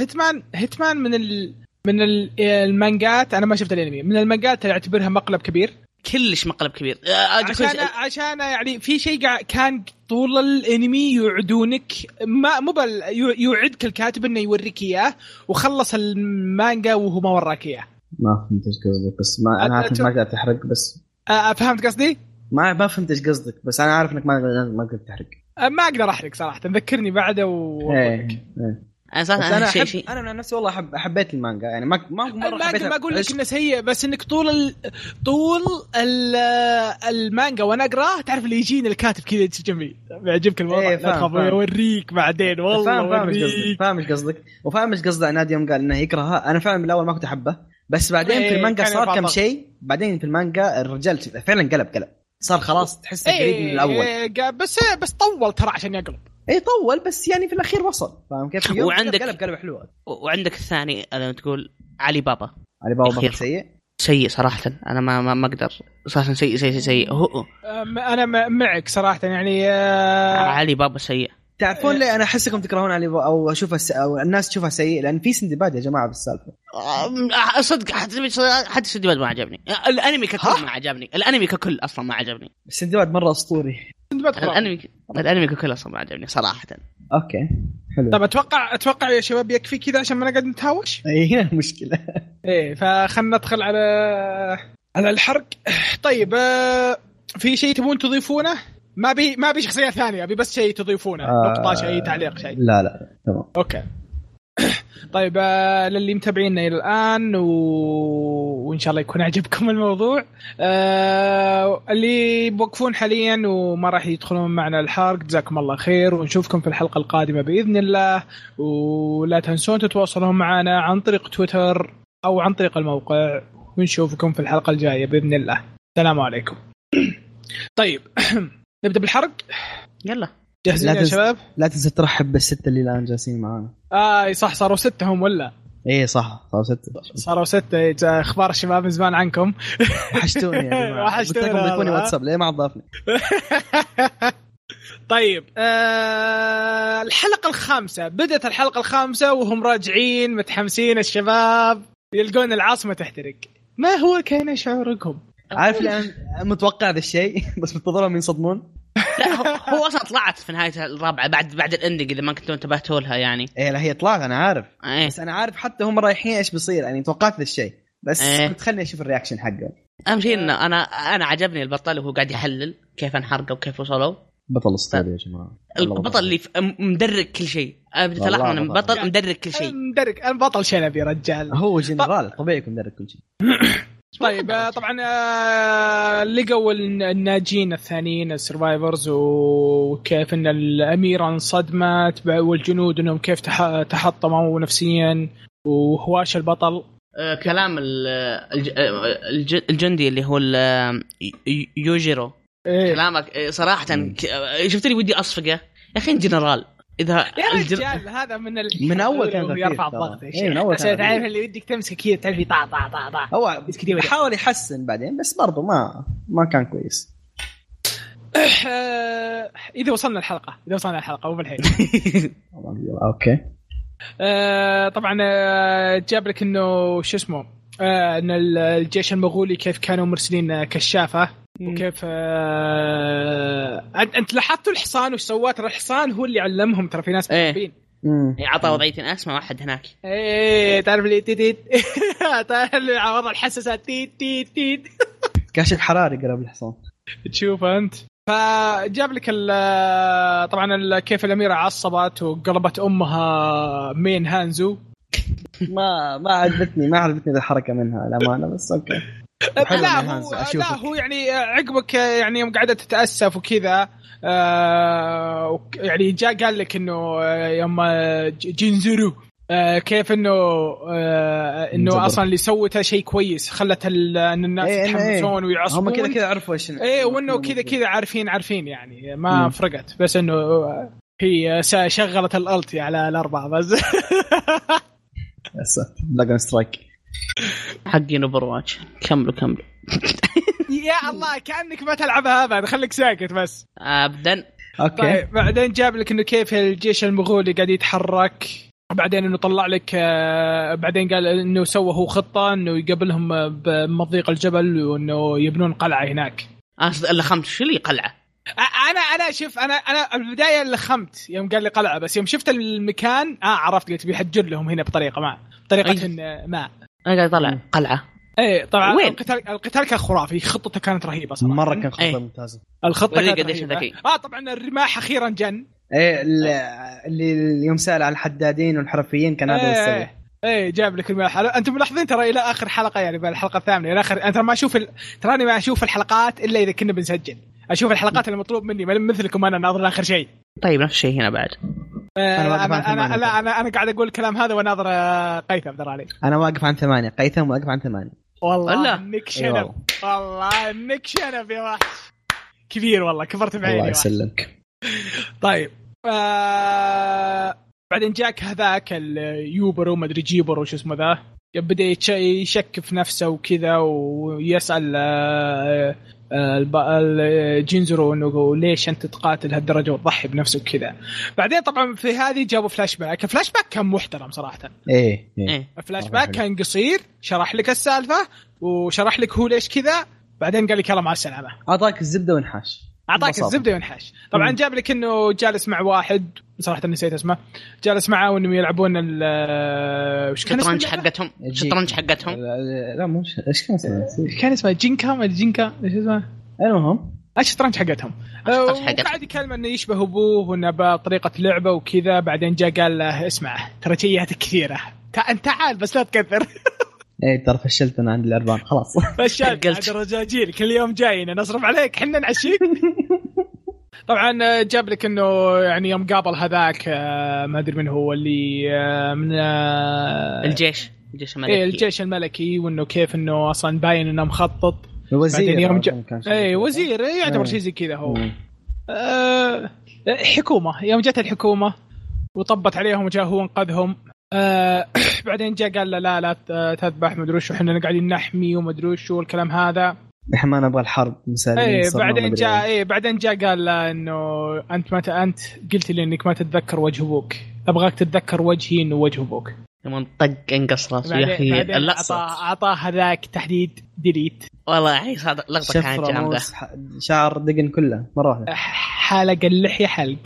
[SPEAKER 2] هيتمان هيتمان من ال... من ال- المانجات انا ما شفت الانمي من المانجات اللي اعتبرها مقلب كبير
[SPEAKER 3] كلش مقلب كبير آه، أجل
[SPEAKER 2] عشان
[SPEAKER 3] كويس.
[SPEAKER 2] عشان يعني في شيء قاع- كان طول الانمي يعدونك ما مو بل يع- يوعدك الكاتب انه يوريك اياه وخلص المانجا وهو ما وراك اياه
[SPEAKER 4] ما فهمت ايش قصدك بس ما انا عارف إنك ما قاعد تحرق بس
[SPEAKER 2] آه، فهمت قصدي؟
[SPEAKER 4] ما ما فهمت ايش قصدك بس انا عارف انك ما ما قاعد تحرق
[SPEAKER 2] آه، ما اقدر احرق صراحه ذكرني بعده و...
[SPEAKER 4] إيه، إيه.
[SPEAKER 3] انا
[SPEAKER 4] بس
[SPEAKER 3] صراحه
[SPEAKER 4] انا
[SPEAKER 3] انا آه، شيء
[SPEAKER 4] احب
[SPEAKER 3] شيء
[SPEAKER 4] انا من نفسي والله أحب حبيت المانجا يعني ما ما
[SPEAKER 2] ما
[SPEAKER 4] مره حبيتها
[SPEAKER 2] ما اقول لك
[SPEAKER 4] عشق.
[SPEAKER 2] انه سيء بس انك طول ال... طول ال... المانجا وانا اقراه تعرف اللي يجيني الكاتب كذا جنبي بيعجبك الوضع لا
[SPEAKER 4] إيه، فاهم،
[SPEAKER 2] تخاف
[SPEAKER 4] فاهم.
[SPEAKER 2] يوريك بعدين والله
[SPEAKER 4] فاهم فاهم ايش قصدك
[SPEAKER 2] يوريك
[SPEAKER 4] فاهم ايش قصدك وفاهم ايش قصد عناد يوم قال انه يكرهها انا فعلا بالاول ما كنت احبه بس بعدين
[SPEAKER 2] إيه،
[SPEAKER 4] في المانجا
[SPEAKER 2] كان
[SPEAKER 4] صار كم
[SPEAKER 2] يتعاطف.
[SPEAKER 4] شيء بعدين في المانجا الرجال فعلا قلب قلب صار خلاص تحسه قريب من
[SPEAKER 2] إيه،
[SPEAKER 4] الاول
[SPEAKER 2] إيه، قا- بس بس طول ترى عشان يقلب
[SPEAKER 4] اي طول بس يعني في الاخير وصل فاهم كيف؟ يوم
[SPEAKER 3] وعندك-
[SPEAKER 4] قلب قلب حلوه
[SPEAKER 3] و- وعندك الثاني انا تقول علي بابا
[SPEAKER 4] علي بابا
[SPEAKER 3] أخير.
[SPEAKER 4] بطل سيء
[SPEAKER 3] سيء صراحة أنا ما ما, ما أقدر صراحة سيء سيء سيء, سيء. هو
[SPEAKER 2] أم- انا م- معك صراحه يعني آه،
[SPEAKER 3] علي بابا سيء
[SPEAKER 4] تعرفون
[SPEAKER 2] إيه.
[SPEAKER 4] ليه انا احسكم تكرهون علي بابا او اشوفها س... او الناس تشوفها سيء لان في سندباد يا جماعه بالسالفه
[SPEAKER 3] أم، أح- صدق حتى حتى سندباد ما عجبني الأنمي ككل ما عجبني الأنمي ككل أصلا ما عجبني
[SPEAKER 4] السندباد مره اسطوري
[SPEAKER 2] سندباد خرافي.
[SPEAKER 3] الأنمي الأنمي ككل أصلا ما عجبني صراحة
[SPEAKER 4] اوكي حلو
[SPEAKER 2] طب اتوقع اتوقع يا شباب يكفي كذا عشان ما نقعد نتهاوش
[SPEAKER 4] اي إيه، هنا المشكله
[SPEAKER 2] ايه فخلنا ندخل على على الحرق طيب آه، في شيء تبون تضيفونه؟ ما بي ما بي شخصيه ثانيه ابي بس شيء تضيفونه
[SPEAKER 4] آه.
[SPEAKER 2] نقطه شيء تعليق شيء
[SPEAKER 4] لا لا تمام
[SPEAKER 2] اوكي طيب آه، للي متابعينا الى الان و... وان شاء الله يكون عجبكم الموضوع آه اللي بوقفون حاليا وما راح يدخلون معنا الحرق جزاكم الله خير ونشوفكم في الحلقه القادمه باذن الله ولا تنسون تتواصلون معنا عن طريق تويتر او عن طريق الموقع ونشوفكم في الحلقه الجايه باذن الله السلام عليكم طيب نبدا بالحرق
[SPEAKER 3] يلا
[SPEAKER 2] جاهزين
[SPEAKER 4] لا
[SPEAKER 2] يا
[SPEAKER 4] تنس-
[SPEAKER 2] شباب
[SPEAKER 4] لا تنسى ترحب بالسته اللي الان جالسين معانا
[SPEAKER 2] آه صح صاروا ستة هم ولا
[SPEAKER 4] اي إيه، صح صار سته
[SPEAKER 2] صاروا ستة إيه، جا- اخبار الشباب من زمان عنكم
[SPEAKER 4] وحشتوني يا جماعه قلت
[SPEAKER 2] وحشتوني
[SPEAKER 4] لكم ضيفوني
[SPEAKER 2] والله.
[SPEAKER 4] واتساب ليه ما عضافني
[SPEAKER 2] طيب آه الحلقة الخامسة بدأت الحلقة الخامسة وهم راجعين متحمسين الشباب يلقون العاصمة تحترق ما هو كان شعوركم؟
[SPEAKER 4] عارف الان متوقع هذا الشيء بس منتظرهم ينصدمون
[SPEAKER 3] لا هو, هو أصلا طلعت في نهاية الرابعة بعد بعد الإندنج إذا ما كنتوا انتبهتوا لها يعني
[SPEAKER 4] ايه لا هي طلعت انا عارف
[SPEAKER 3] إيه
[SPEAKER 4] بس انا عارف حتى هم رايحين ايش بيصير يعني توقعت ذا الشيء بس
[SPEAKER 3] إيه.
[SPEAKER 4] قلت خليني اشوف الرياكشن حقه
[SPEAKER 3] اهم شيء انه انا انا عجبني البطل وهو قاعد يحلل كيف انحرقوا وكيف وصلوا
[SPEAKER 4] بطل
[SPEAKER 2] طيب.
[SPEAKER 4] استاذ يا جماعه والله
[SPEAKER 3] البطل اللي ف- م- مدرك كل شيء انا بديت
[SPEAKER 4] والله
[SPEAKER 3] الاحظ انه
[SPEAKER 4] بطل.
[SPEAKER 3] بطل مدرك كل شيء
[SPEAKER 2] مدرك انا بطل شنب يا رجال
[SPEAKER 4] هو جنرال طبيعي يكون مدرك كل شيء
[SPEAKER 2] طيب آه، طبعا آه، لقوا الن- الناجين الثانيين السرفايفرز وكيف ان الاميره انصدمت ب- والجنود انهم كيف تح- تحطموا نفسيا وهواش البطل
[SPEAKER 3] آه، كلام ال- الج- آه، الج- الجندي اللي هو ال- آه، ي- يوجيرو
[SPEAKER 2] إيه.
[SPEAKER 3] كلامك آه، صراحه ك- آه، شفت لي ودي اصفقه يا اخي إن جنرال اذا
[SPEAKER 2] يا
[SPEAKER 3] الجن-
[SPEAKER 2] رجال هذا من ال...
[SPEAKER 4] من أول كان
[SPEAKER 2] هو
[SPEAKER 4] غفير
[SPEAKER 2] يرفع
[SPEAKER 4] ترى.
[SPEAKER 2] الضغط يا
[SPEAKER 4] إيه،
[SPEAKER 2] شيخ.
[SPEAKER 4] من أول
[SPEAKER 2] بس
[SPEAKER 4] كان
[SPEAKER 2] تعرف
[SPEAKER 4] غفير.
[SPEAKER 2] اللي يدك تمسك كذا تعرف اللي طع طع طع طع
[SPEAKER 4] هو
[SPEAKER 2] بس كذا ولا.
[SPEAKER 4] حاول يحسن بعدين بس برضه ما ما كان كويس
[SPEAKER 2] آه، اذا وصلنا الحلقه اذا وصلنا الحلقه مو بالحين
[SPEAKER 4] اوكي
[SPEAKER 2] آه، طبعا آه، جاب لك انه شو اسمه آه، ان ال- الجيش المغولي كيف كانوا مرسلين آه، كشافه وكيف آه، أنت- انت لاحظتوا الحصان وش سواه ترى الحصان هو اللي علمهم ترى في ناس
[SPEAKER 3] إيه.
[SPEAKER 2] مغربين
[SPEAKER 4] مم.
[SPEAKER 3] اعطى وضعيه إن اسمع واحد هناك
[SPEAKER 2] ايه تعرف اللي تيت تيت تعرف اللي على وضع الحساسات تيت تيت تيت
[SPEAKER 4] كاشف حراري قرب الحصان
[SPEAKER 2] تشوفه انت فجاب لك ال- طبعا ال- كيف الاميره عصبت وقلبت امها مين هانزو
[SPEAKER 4] ما ما عجبتني ما عجبتني ذي الحركه منها الامانه بس اوكي حلو
[SPEAKER 2] لا
[SPEAKER 4] إني
[SPEAKER 2] هو
[SPEAKER 4] هانز
[SPEAKER 2] لا
[SPEAKER 4] أشوفك.
[SPEAKER 2] هو يعني عقبك يعني يوم قاعده تتاسف وكذا آه وك- يعني جاء قال لك انه آه، يوم آه، ج- جنزرو آه كيف انه آه انه
[SPEAKER 4] جبر.
[SPEAKER 2] اصلا اللي سوته شيء كويس خلت ال- ان الناس
[SPEAKER 4] إيه، إنه
[SPEAKER 2] يتحمسون ويعصبون
[SPEAKER 4] هم كذا كذا عرفوا ايش
[SPEAKER 2] ايه وانه كذا كذا عارفين عارفين يعني ما
[SPEAKER 4] مم.
[SPEAKER 2] فرقت بس انه آه، هي س- شغلت الالتي على الاربعه بس
[SPEAKER 4] يا ساتر دراجون سترايك
[SPEAKER 3] حقين اوفر واتش كملوا كملوا
[SPEAKER 2] يا الله كانك ما تلعبها ابدا خليك ساكت بس
[SPEAKER 3] ابدا
[SPEAKER 4] اوكي
[SPEAKER 2] طيب بعدين جاب لك انه كيف الجيش المغولي قاعد يتحرك بعدين انه طلع لك آه، بعدين قال انه سوى هو خطه انه يقابلهم آه، بمضيق الجبل وانه يبنون قلعه هناك
[SPEAKER 3] أص- الا خمس شو اللي قلعه
[SPEAKER 2] أ- انا انا شوف انا انا البدايه اللي خمت يوم قال لي قلعه بس يوم شفت المكان اه عرفت قلت بيحجر لهم هنا بطريقه ما بطريقه
[SPEAKER 3] أي.
[SPEAKER 2] إن- ما
[SPEAKER 3] انا قاعد اطلع قلعه
[SPEAKER 2] اي طبعا
[SPEAKER 3] وين؟
[SPEAKER 2] القتال القتال كان خرافي خطته كانت رهيبه صراحه
[SPEAKER 4] مره كان
[SPEAKER 3] إيه.
[SPEAKER 4] خطه ممتازه
[SPEAKER 2] الخطه
[SPEAKER 3] وريني
[SPEAKER 2] كانت
[SPEAKER 3] قديش
[SPEAKER 2] رهيبة.
[SPEAKER 3] ذكي.
[SPEAKER 2] اه طبعا الرماح اخيرا جن
[SPEAKER 4] ايه ال- اللي يوم سال على الحدادين والحرفيين كان هذا اللي يسوي
[SPEAKER 2] ايه ايه جاب لك المرحله انتم ملاحظين ترى الى اخر حلقه يعني بالحلقه الثامنه الى اخر انا ترى ما اشوف ال... تراني ما اشوف الحلقات الا اذا كنا بنسجل اشوف الحلقات المطلوب مني ما- مثلكم انا ناظر اخر شيء
[SPEAKER 3] طيب نفس الشيء هنا بعد
[SPEAKER 2] آه،
[SPEAKER 4] أنا
[SPEAKER 2] انا
[SPEAKER 4] واقف عن
[SPEAKER 2] انا انا,
[SPEAKER 4] ثمانية
[SPEAKER 2] لا،
[SPEAKER 4] ترى.
[SPEAKER 2] أنا, أنا قاعد اقول الكلام هذا وناظر آه، قيثم ترى علي
[SPEAKER 4] انا واقف عن ثمانيه قيثم واقف عن إيه، ثمانيه
[SPEAKER 2] والله
[SPEAKER 3] والله.
[SPEAKER 2] انك
[SPEAKER 4] إي
[SPEAKER 2] شنب
[SPEAKER 4] والله.
[SPEAKER 2] والله انك شنب يا وحش كبير والله كبرت بعيني
[SPEAKER 4] الله
[SPEAKER 2] يا وحش.
[SPEAKER 4] يسلمك
[SPEAKER 2] طيب آه بعدين جاك هذاك اليوبر وما ادري جيبر وش اسمه ذا بدا يتش- يشك في نفسه وكذا ويسال آه آه، الب- الجينزرو انه ليش انت تقاتل هالدرجه وتضحي بنفسك وكذا بعدين طبعا في هذه جابوا فلاش باك الفلاش باك كان محترم صراحه
[SPEAKER 4] ايه ايه
[SPEAKER 3] ايه
[SPEAKER 2] الفلاش
[SPEAKER 4] مرة
[SPEAKER 2] باك
[SPEAKER 4] حلو.
[SPEAKER 2] كان قصير شرح لك السالفه وشرح لك هو ليش كذا بعدين قال لك يلا مع السلامه
[SPEAKER 4] اعطاك الزبده وانحاش
[SPEAKER 2] اعطاك
[SPEAKER 4] ببساطة.
[SPEAKER 2] الزبده وينحاش طبعا
[SPEAKER 4] مم.
[SPEAKER 2] جاب لك انه جالس مع واحد صراحه نسيت اسمه جالس معاه وانهم يلعبون ال وش كان اسمه
[SPEAKER 3] الشطرنج حقتهم الشطرنج حقتهم
[SPEAKER 4] لا- لا- لا مو ش- ايش كان اسمه؟
[SPEAKER 2] اللعبة؟ كان اسمه جينكا ما أدري جينكا ايش اسمه؟
[SPEAKER 4] المهم
[SPEAKER 2] الشطرنج حقتهم
[SPEAKER 3] أه، الشطرنج
[SPEAKER 2] آه،
[SPEAKER 3] حقتهم.
[SPEAKER 2] وقاعد يكلم انه يشبه ابوه وانه بطريقه لعبه وكذا بعدين جاء قال له اسمع ترى جياتك كثيره تع- انت تعال بس لا تكثر
[SPEAKER 4] ايه ترى فشلت انا عند الاربان خلاص
[SPEAKER 2] فشلت
[SPEAKER 3] قلت.
[SPEAKER 2] عاد الرجاجيل كل يوم جاينا نصرف عليك حنا نعشيك طبعا آه، جاب لك انه يعني يوم قابل هذاك آه، ما ادري من هو اللي آه، من آه،
[SPEAKER 3] الجيش الجيش
[SPEAKER 2] إيه،
[SPEAKER 3] الملكي
[SPEAKER 2] الجيش الملكي وانه كيف انه اصلا باين انه مخطط
[SPEAKER 4] الوزير
[SPEAKER 2] بعدين يوم جا-
[SPEAKER 4] كان شغال.
[SPEAKER 2] اي وزير إيه، يعتبر
[SPEAKER 4] إيه.
[SPEAKER 2] شيء زي كذا هو
[SPEAKER 4] مم.
[SPEAKER 2] آه، حكومه يوم جت الحكومه وطبت عليهم وجاء هو انقذهم آه، بعدين جاء قال له لا لا ت- تذبح مدري وش احنا قاعدين نحمي ومدري وش والكلام هذا
[SPEAKER 4] نحن ما نبغى الحرب مسالمين
[SPEAKER 2] ايه
[SPEAKER 4] صرنا ما
[SPEAKER 2] بعدين
[SPEAKER 4] أدري
[SPEAKER 2] جاء
[SPEAKER 4] إيه.
[SPEAKER 2] ايه بعدين جاء قال له انه انت ما ت- انت قلت لي انك ما تتذكر وجه ابوك ابغاك تتذكر وجهي انه وجه ابوك
[SPEAKER 3] يوم طق انقصرت يا
[SPEAKER 2] بعدين
[SPEAKER 3] اخي
[SPEAKER 2] بعدين
[SPEAKER 3] اللقطه
[SPEAKER 2] اعطاه اعطاه هذاك تحديد ديليت
[SPEAKER 3] والله يا اخي صادق لقطه كانت
[SPEAKER 4] شفرة،
[SPEAKER 3] جامده
[SPEAKER 4] موس، ح- شعر دقن كله مره واحده
[SPEAKER 2] حلق اللحيه حلق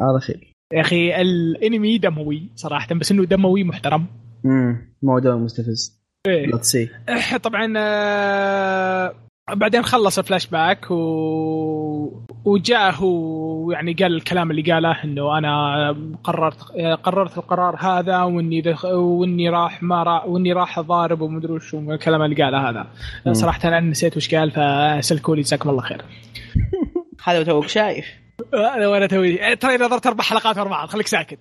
[SPEAKER 4] هذا خير
[SPEAKER 2] يا اخي الانمي دموي صراحه بس انه دموي محترم
[SPEAKER 4] امم موضوع مستفز
[SPEAKER 2] إيه.
[SPEAKER 4] لا تسي
[SPEAKER 2] طبعا آه، بعدين خلص الفلاش باك و... وجاء هو يعني قال الكلام اللي قاله انه انا قررت قررت القرار هذا واني دخ... واني راح ما را... واني راح اضارب ومدري وش الكلام اللي قاله هذا
[SPEAKER 4] مم.
[SPEAKER 2] صراحه انا نسيت وش قال فسلكوا لي جزاكم الله خير
[SPEAKER 3] هذا توك شايف
[SPEAKER 2] انا وانا توي إيه، ترى نظرت اربع حلقات ورا بعض خليك ساكت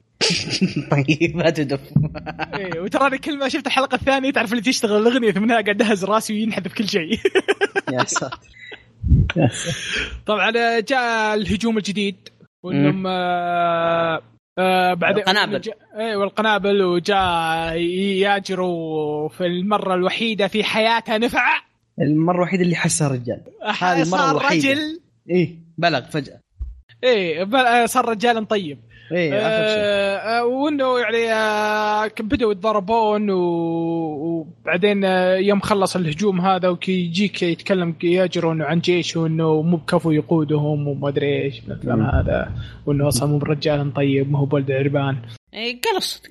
[SPEAKER 3] طيب لا تدف
[SPEAKER 2] إيه، وتراني كل ما شفت الحلقه الثانيه تعرف اللي تشتغل الاغنيه ثمنها قاعد اهز راسي وينحذف كل شيء
[SPEAKER 4] يا ساتر
[SPEAKER 2] طبعا آه، جاء الهجوم الجديد وانهم آه آه بعد
[SPEAKER 3] القنابل.
[SPEAKER 2] جاء- اي والقنابل وجاء ياجروا في المره الوحيده في حياته نفع
[SPEAKER 4] المره الوحيده اللي حسها الرجال هذه المرة
[SPEAKER 2] صار
[SPEAKER 4] الوحيدة.
[SPEAKER 2] رجل
[SPEAKER 4] ايه بلغ فجاه
[SPEAKER 2] اي بل- صار رجال طيب
[SPEAKER 4] ايه اخر شيء
[SPEAKER 2] آه، آه، وانه يعني آه، ك- بدأوا يتضاربون و- وبعدين آه، يوم خلص الهجوم هذا ويجيك يتكلم ياجر انه عن جيش وانه مو بكفو يقودهم وما ادري ايش من الكلام
[SPEAKER 4] مم.
[SPEAKER 2] هذا وانه اصلا مو برجال طيب ما هو بولد عربان
[SPEAKER 3] إيه، قال الصدق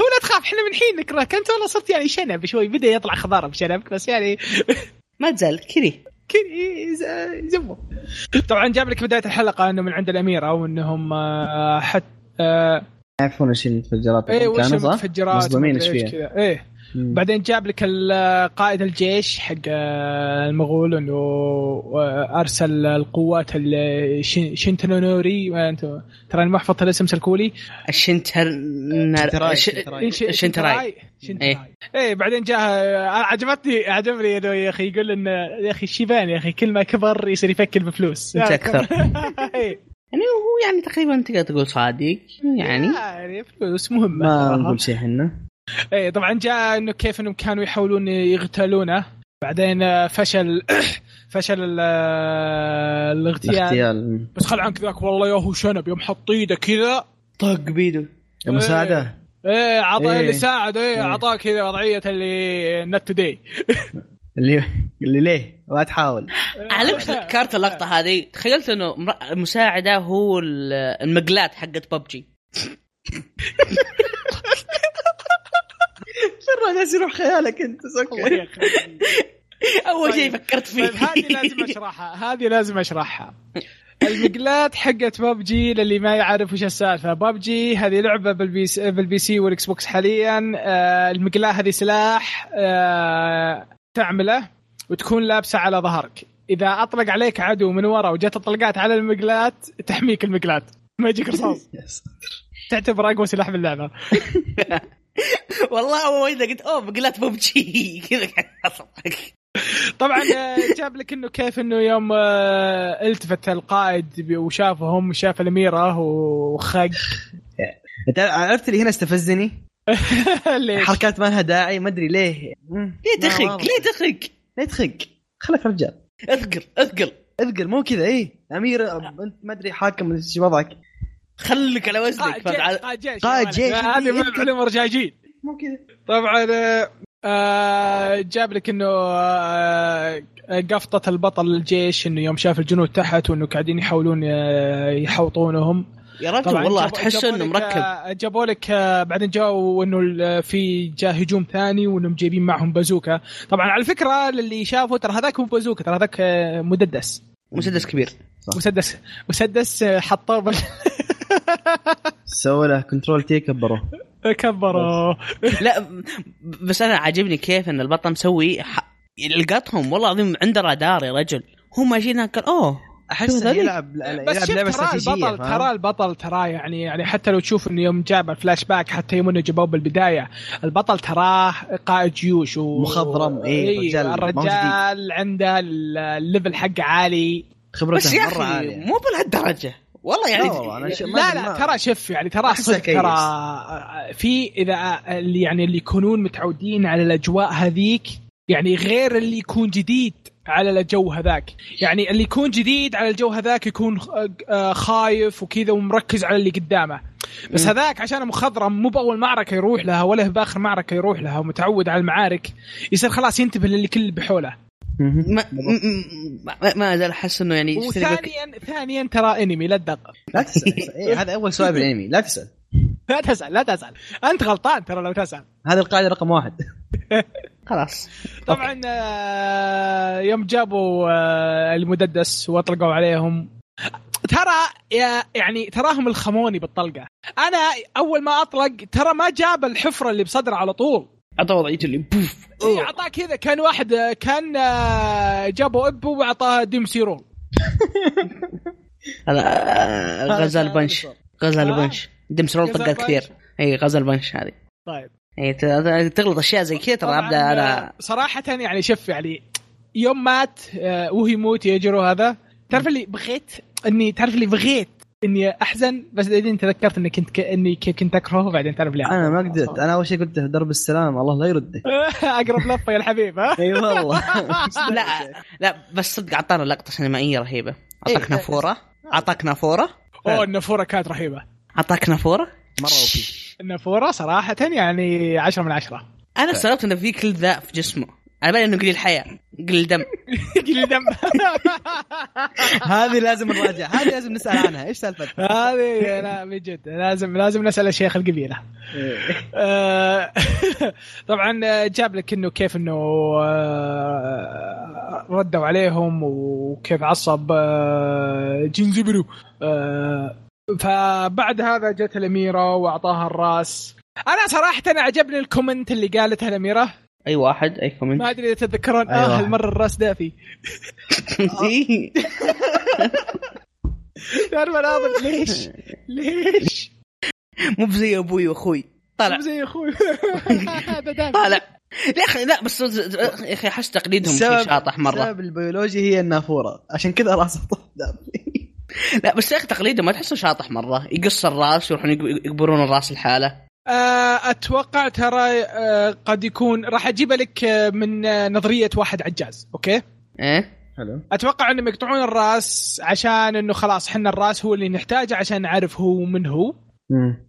[SPEAKER 2] هو لا تخاف احنا من حين نكرهك انت والله صرت يعني شنب شوي بدا يطلع خضار بشنبك بس يعني
[SPEAKER 3] ما تزال كذي
[SPEAKER 2] يزموا طبعا جاب لك بدايه الحلقه انه من عند الاميره وانهم آه، حتى آه،
[SPEAKER 4] يعرفون ايش المتفجرات
[SPEAKER 2] ايه وش
[SPEAKER 4] كانوا، صح؟
[SPEAKER 2] المتفجرات
[SPEAKER 4] مصدومين
[SPEAKER 2] ومدري
[SPEAKER 4] ايش فيها
[SPEAKER 2] كذا ايه
[SPEAKER 4] مم.
[SPEAKER 2] بعدين جاب لك ال- قائد الجيش حق آه، المغول انه ارسل القوات ال- شن- شنتنونوري ما انت تراني ما حفظت الاسم سلكولي
[SPEAKER 3] الشنتر
[SPEAKER 4] شنتراي،
[SPEAKER 3] ش-
[SPEAKER 4] شنتراي. إيه.
[SPEAKER 2] إيش-
[SPEAKER 3] شنتراي
[SPEAKER 2] إيه، شنتراي ايه بعدين جاء عجبتني عجبني انه يا اخي يقول ان يا اخي الشيبان يا اخي كل ما كبر يصير يفكر بفلوس
[SPEAKER 3] أنت أكثر.
[SPEAKER 2] إيه.
[SPEAKER 3] يعني هو يعني تقريبا تقدر تقول صادق يعني
[SPEAKER 2] يعني فلوس مهمه
[SPEAKER 4] ما
[SPEAKER 2] صراحة.
[SPEAKER 4] نقول شيء احنا
[SPEAKER 2] ايه طبعا جاء انه كيف انهم كانوا يحاولون يغتالونه بعدين آه، فشل فشل ال- آه، الاغتيال
[SPEAKER 4] الاغتيال
[SPEAKER 2] بس خل عنك ذاك والله ياهو شنب يوم حط ايده كذا
[SPEAKER 3] طق بيده
[SPEAKER 4] المساعده
[SPEAKER 2] ايه عطى
[SPEAKER 4] إيه.
[SPEAKER 2] اللي ساعد ايه
[SPEAKER 4] إيه.
[SPEAKER 2] عطاه كذا وضعيه اللي نت توداي
[SPEAKER 4] اللي اللي ليه ما تحاول
[SPEAKER 3] على فكرت اللقطه هذه تخيلت انه مر- المساعده هو ال- المقلات حقت ببجي
[SPEAKER 4] شر الناس يروح خيالك انت
[SPEAKER 2] الله يا أخي.
[SPEAKER 3] اول
[SPEAKER 2] طيب.
[SPEAKER 3] شيء فكرت فيه
[SPEAKER 2] طيب هذه لازم اشرحها هذه لازم اشرحها المقلات حقت ببجي للي ما يعرف وش السالفه ببجي هذه لعبه بالبي سي بالبي سي والاكس بوكس حاليا آه المقلاه هذه سلاح آه تعمله وتكون لابسه على ظهرك اذا اطلق عليك عدو من ورا وجت الطلقات على المقلات تحميك المقلات ما يجيك رصاص تعتبر اقوى سلاح باللعبه
[SPEAKER 3] والله اول اذا قلت اوه مقلات ببجي كذا كان عصبك
[SPEAKER 2] طبعا آه، جاب لك انه كيف انه يوم آه، التفت القائد بي- وشافهم شاف الاميره وخق
[SPEAKER 4] انت عرفت اللي هنا استفزني؟
[SPEAKER 2] ليش؟
[SPEAKER 4] حركات ما لها داعي ما ادري ليه مم.
[SPEAKER 3] ليه
[SPEAKER 4] ما- ما-
[SPEAKER 3] تخرق ليه تخرق
[SPEAKER 4] ليه تخق؟ خليك رجال
[SPEAKER 3] اثقل اثقل
[SPEAKER 4] اذكر مو كذا ايه امير أب- انت ما ادري حاكم ايش وضعك
[SPEAKER 3] خلك على وزنك
[SPEAKER 2] قائد
[SPEAKER 3] فهمت
[SPEAKER 2] جيش
[SPEAKER 3] على-
[SPEAKER 2] قائد جيش يعني
[SPEAKER 4] قائد
[SPEAKER 2] هذه
[SPEAKER 4] جيش.
[SPEAKER 2] ما كلهم رجاجيل
[SPEAKER 4] مو كذا
[SPEAKER 2] طبعا آه، آه، جاب لك انه آه، قفطه البطل الجيش انه يوم شاف الجنود تحت وانه قاعدين يحاولون آه، يحوطونهم
[SPEAKER 3] يا رجل والله
[SPEAKER 2] جابوا-
[SPEAKER 3] تحس
[SPEAKER 2] جابوا
[SPEAKER 3] انه
[SPEAKER 2] لك-
[SPEAKER 3] مركب
[SPEAKER 2] آه، جابوا لك آه، بعدين جاوا انه ال- آه، في جاء هجوم ثاني وانهم جايبين معهم بازوكا طبعا على فكره اللي شافه ترى هذاك مو بازوكا ترى هذاك آه، مسدس
[SPEAKER 3] مسدس كبير
[SPEAKER 4] صح.
[SPEAKER 2] مسدس مسدس آه، حطوه بال-
[SPEAKER 4] سووا له كنترول تي كبروه
[SPEAKER 2] كبره
[SPEAKER 3] لا ب- بس انا عاجبني كيف ان البطل مسوي ح... لقطهم والله العظيم عنده رادار يا رجل هم ماشيين هناك اوه شوف
[SPEAKER 4] احس
[SPEAKER 3] ذلك.
[SPEAKER 4] يلعب يلعب
[SPEAKER 2] بس شوف
[SPEAKER 4] لعبه
[SPEAKER 2] ترى
[SPEAKER 4] استراتيجيه
[SPEAKER 2] البطل ترى
[SPEAKER 4] فاهم؟
[SPEAKER 2] البطل ترى يعني يعني حتى لو تشوف انه يوم جاب الفلاش باك حتى يوم انه جابوه بالبدايه البطل تراه قائد جيوش و...
[SPEAKER 4] مخضرم، إيه،
[SPEAKER 2] رجال
[SPEAKER 4] رجال، ما هو
[SPEAKER 2] الرجال عنده ال- الليفل حقه عالي
[SPEAKER 4] خبرته
[SPEAKER 3] بس يا
[SPEAKER 4] مره
[SPEAKER 3] اخي
[SPEAKER 4] عاليه
[SPEAKER 3] مو بهالدرجه والله يعني
[SPEAKER 4] لا والله، أنا ش- ما
[SPEAKER 2] لا
[SPEAKER 4] أدري،
[SPEAKER 2] لا
[SPEAKER 4] ما-
[SPEAKER 2] ترى شف يعني ترى
[SPEAKER 4] أحسه
[SPEAKER 2] صدق
[SPEAKER 4] كيس.
[SPEAKER 2] ترى في اذا اللي يعني اللي يكونون متعودين على الاجواء هذيك يعني غير اللي يكون جديد على الجو هذاك يعني اللي يكون جديد على الجو هذاك يكون خ- آه خايف وكذا ومركز على اللي قدامه بس
[SPEAKER 3] مم.
[SPEAKER 2] هذاك عشان مخضرم مو باول معركه يروح لها ولا باخر معركه يروح لها ومتعود على المعارك يصير خلاص ينتبه للي كل اللي بحوله
[SPEAKER 4] مهم.
[SPEAKER 3] ما, م- م- ما- ما زال احس انه يعني يشتري بك-
[SPEAKER 2] وثانيا ثانيا ترى انمي لا تدقق
[SPEAKER 4] لا تسال إيه، هذا اول سؤال بالانمي لا تسال
[SPEAKER 2] لا تزعل لا تزعل انت غلطان ترى لو تزعل
[SPEAKER 4] هذه القاعده رقم واحد
[SPEAKER 3] خلاص
[SPEAKER 2] طبعا آه، يوم جابوا آه، المددس واطلقوا عليهم ترى يا- يعني تراهم الخموني بالطلقه انا اول ما اطلق ترى ما جاب الحفره اللي بصدره على طول
[SPEAKER 3] اعطى وضعيه اللي بوف
[SPEAKER 2] إيه، اعطاه كذا كان واحد آه، كان آه، جابوا ابو واعطاه ديمسيرون
[SPEAKER 3] هذا آه، غزال بنش غزال
[SPEAKER 2] آه.
[SPEAKER 3] بنش دمسرول
[SPEAKER 2] غزال
[SPEAKER 3] طقات
[SPEAKER 2] بنش.
[SPEAKER 3] كثير اي غزال بنش هذه
[SPEAKER 2] طيب
[SPEAKER 3] اي ت- تغلط اشياء زي كذا ترى
[SPEAKER 2] طبعاً،
[SPEAKER 3] ابدا انا
[SPEAKER 2] آه، صراحه يعني شوف يعني يوم مات آه، وهو يموت يجرو هذا تعرف اللي بغيت اني تعرف اللي بغيت اني احزن بس بعدين تذكرت اني كنت ك... اني ك- كنت اكرهه بعدين تعرف لا
[SPEAKER 4] انا يعني ما قدرت انا اول شيء قلت له درب السلام الله لا يردك
[SPEAKER 2] اقرب لفه يا الحبيب ها
[SPEAKER 4] اي والله
[SPEAKER 3] لا لا بس صدق اعطانا لقطه سينمائيه رهيبه اعطاك
[SPEAKER 2] إيه.
[SPEAKER 3] نافوره اعطاك نافوره
[SPEAKER 2] اوه النافوره كانت رهيبه
[SPEAKER 3] اعطاك نافوره
[SPEAKER 4] مره اوبي
[SPEAKER 2] النافوره صراحه يعني عشرة من عشرة
[SPEAKER 3] انا استغربت انه في كل ذا في جسمه على بالي انه قليل حياه قليل دم
[SPEAKER 2] قليل دم
[SPEAKER 4] هذه لازم نراجع هذه لازم نسال عنها ايش سالفتها؟
[SPEAKER 2] هذه لا من جد لازم لازم نسال الشيخ القبيله آه، طبعا جاب لك انه كيف انه آه، ردوا عليهم وكيف عصب آه، جنزبرو آه، فبعد هذا جت الاميره واعطاها الراس انا صراحه أنا عجبني الكومنت اللي قالتها الاميره
[SPEAKER 3] اي واحد اي كومنت
[SPEAKER 2] ما ادري اذا تتذكرون
[SPEAKER 4] أي
[SPEAKER 2] اه
[SPEAKER 4] واحد.
[SPEAKER 2] المره الراس دافي
[SPEAKER 3] إيه.
[SPEAKER 2] تعرف انا أظن ليش؟ ليش؟
[SPEAKER 3] مو بزي ابوي واخوي طلع
[SPEAKER 2] مو زي اخوي هذا دافي
[SPEAKER 3] طالع يا اخي لا بس يا اخي احس تقليدهم شيء
[SPEAKER 4] السبب-
[SPEAKER 3] شاطح مره
[SPEAKER 4] السبب البيولوجي هي النافوره عشان كذا راسه طاف
[SPEAKER 3] لا بس يا اخي تقليدهم ما تحسه شاطح مره يقص الراس ويروحون يق- يقبرون الراس لحاله
[SPEAKER 2] آه، اتوقع ترى آه، قد يكون راح اجيبها لك آه، من آه، نظريه واحد عجاز اوكي
[SPEAKER 3] ايه
[SPEAKER 4] حلو
[SPEAKER 2] اتوقع انهم يقطعون الراس عشان انه خلاص حنا الراس هو اللي نحتاجه عشان نعرف هو من هو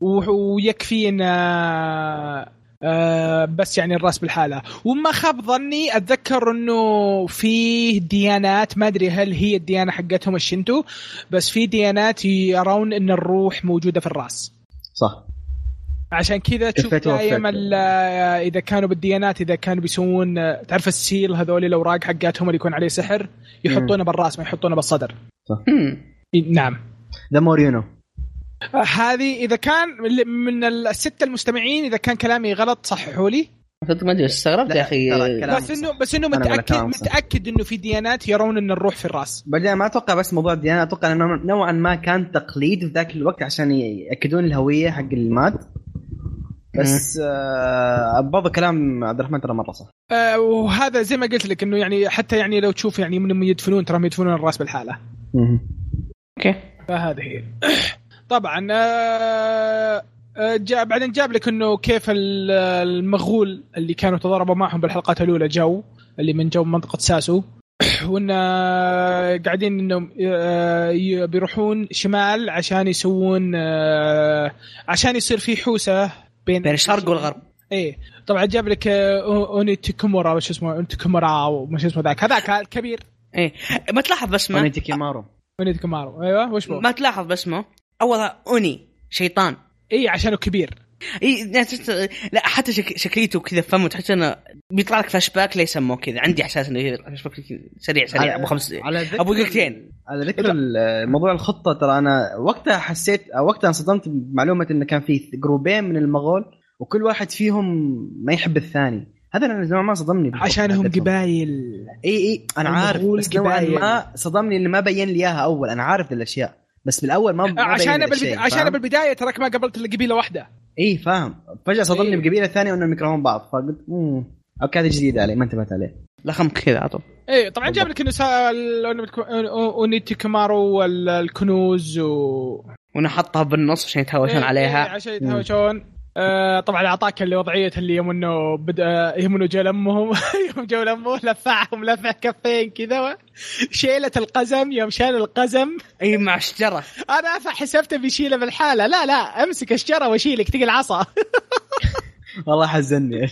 [SPEAKER 2] و- ويكفي ان آه، آه، بس يعني الراس بالحاله وما خاب ظني اتذكر انه فيه ديانات ما ادري هل هي الديانه حقتهم الشنتو بس في ديانات يرون ان الروح موجوده في الراس
[SPEAKER 4] صح
[SPEAKER 2] عشان كذا تشوف
[SPEAKER 4] كفيت ووفيت.
[SPEAKER 2] دائما ال- آه، اذا كانوا بالديانات اذا كانوا بيسوون آه، تعرف السيل هذول الاوراق حقاتهم اللي يكون عليه سحر يحطونه بالراس ما يحطونه بالصدر
[SPEAKER 3] هم.
[SPEAKER 2] إي- نعم
[SPEAKER 4] ذا مور يو نو
[SPEAKER 2] آه، هذه اذا كان ال- من السته المستمعين اذا كان كلامي غلط صححوا لي
[SPEAKER 3] صدق ما ادري استغربت يا اخي
[SPEAKER 4] لا، ترى كلام-
[SPEAKER 2] بس انه بس انه
[SPEAKER 4] أنا أقول لك
[SPEAKER 2] متاكد
[SPEAKER 4] كلام صح.
[SPEAKER 2] متاكد انه في ديانات يرون ان الروح في الراس
[SPEAKER 4] بعدين ما اتوقع بس موضوع الديانه اتوقع انه نوعا ما كان تقليد في ذاك الوقت عشان ياكدون الهويه حق المات بس آه برضه كلام عبد الرحمن ترى مره صح
[SPEAKER 2] آه، وهذا زي ما قلت لك انه يعني حتى يعني لو تشوف يعني من يدفنون تراهم يدفنون الراس بالحاله
[SPEAKER 3] اوكي
[SPEAKER 2] فهذه هي طبعا آه، آه، جاء بعدين جاب لك انه كيف ال- المغول اللي كانوا تضاربوا معهم بالحلقات الاولى جو اللي من جو منطقه ساسو وان آه، قاعدين انهم آه، ي- بيروحون شمال عشان يسوون آه، عشان يصير في حوسه بين
[SPEAKER 3] بين الشرق والغرب
[SPEAKER 2] ايه طبعا جاب لك آه، أو- اونيتيكومورا وش اسمه اونيتيكومورا وش اسمه ذاك هذاك الكبير
[SPEAKER 3] ايه ما تلاحظ باسمه
[SPEAKER 4] فانيتي كيمارو
[SPEAKER 2] اونيتيكومارو ايوه وش بو
[SPEAKER 3] ما تلاحظ باسمه اولها اوني شيطان
[SPEAKER 2] ايه عشانه كبير
[SPEAKER 3] اي ناس تست- لا حتى شك... شكليته كذا فمه تحس انه بيطلع لك فلاش باك ليش سموه كذا عندي احساس انه كذا فلاش باك سريع سريع ابو خمس
[SPEAKER 4] على ذكر
[SPEAKER 3] ابو دقيقتين
[SPEAKER 4] على ذكر ال- موضوع الخطه ترى انا وقتها حسيت أو وقتها انصدمت بمعلومه انه كان في جروبين من المغول وكل واحد فيهم ما يحب الثاني هذا انا نوعا ما صدمني بالخطة
[SPEAKER 2] عشانهم
[SPEAKER 4] حقتهم.
[SPEAKER 2] قبايل
[SPEAKER 4] اي اي انا إيه، عارف
[SPEAKER 2] المغول
[SPEAKER 4] بس نوعا
[SPEAKER 2] قبائل.
[SPEAKER 4] ما صدمني انه ما بين لي اياها اول انا عارف ذي الاشياء بس بالاول ما ما
[SPEAKER 2] عشان
[SPEAKER 4] بين
[SPEAKER 2] بالبد...
[SPEAKER 4] بالبدايه
[SPEAKER 2] عشان بالبدايه تراك ما قبلت الا قبيله واحده
[SPEAKER 4] اي إيه، فاهم فجاه صدمني
[SPEAKER 2] إيه.
[SPEAKER 4] بقبيله ثانيه وانهم يكرهون بعض فقلت امم اوكي هذا جديد علي ما انتبهت عليه
[SPEAKER 3] لخم كذا على طول
[SPEAKER 2] اي طبعا
[SPEAKER 4] بالضبط.
[SPEAKER 2] إيه، جاب لك انه سال اونيتيكمارو والكنوز و
[SPEAKER 3] وانا حطها بالنص عشان يتهاوشون
[SPEAKER 2] إيه، إيه،
[SPEAKER 3] عليها
[SPEAKER 2] عشان يتهاوشون آه طبعا اعطاك اللي وضعيه اللي يوم انه بدا يوم انه جو لمهم يوم جو لمه لفعهم لفع كفين كذا و- شيله القزم يوم شال القزم
[SPEAKER 3] اي مع الشجره
[SPEAKER 2] انا حسبته بيشيله بالحاله لا لا امسك الشجره واشيلك تقل العصا
[SPEAKER 4] والله حزني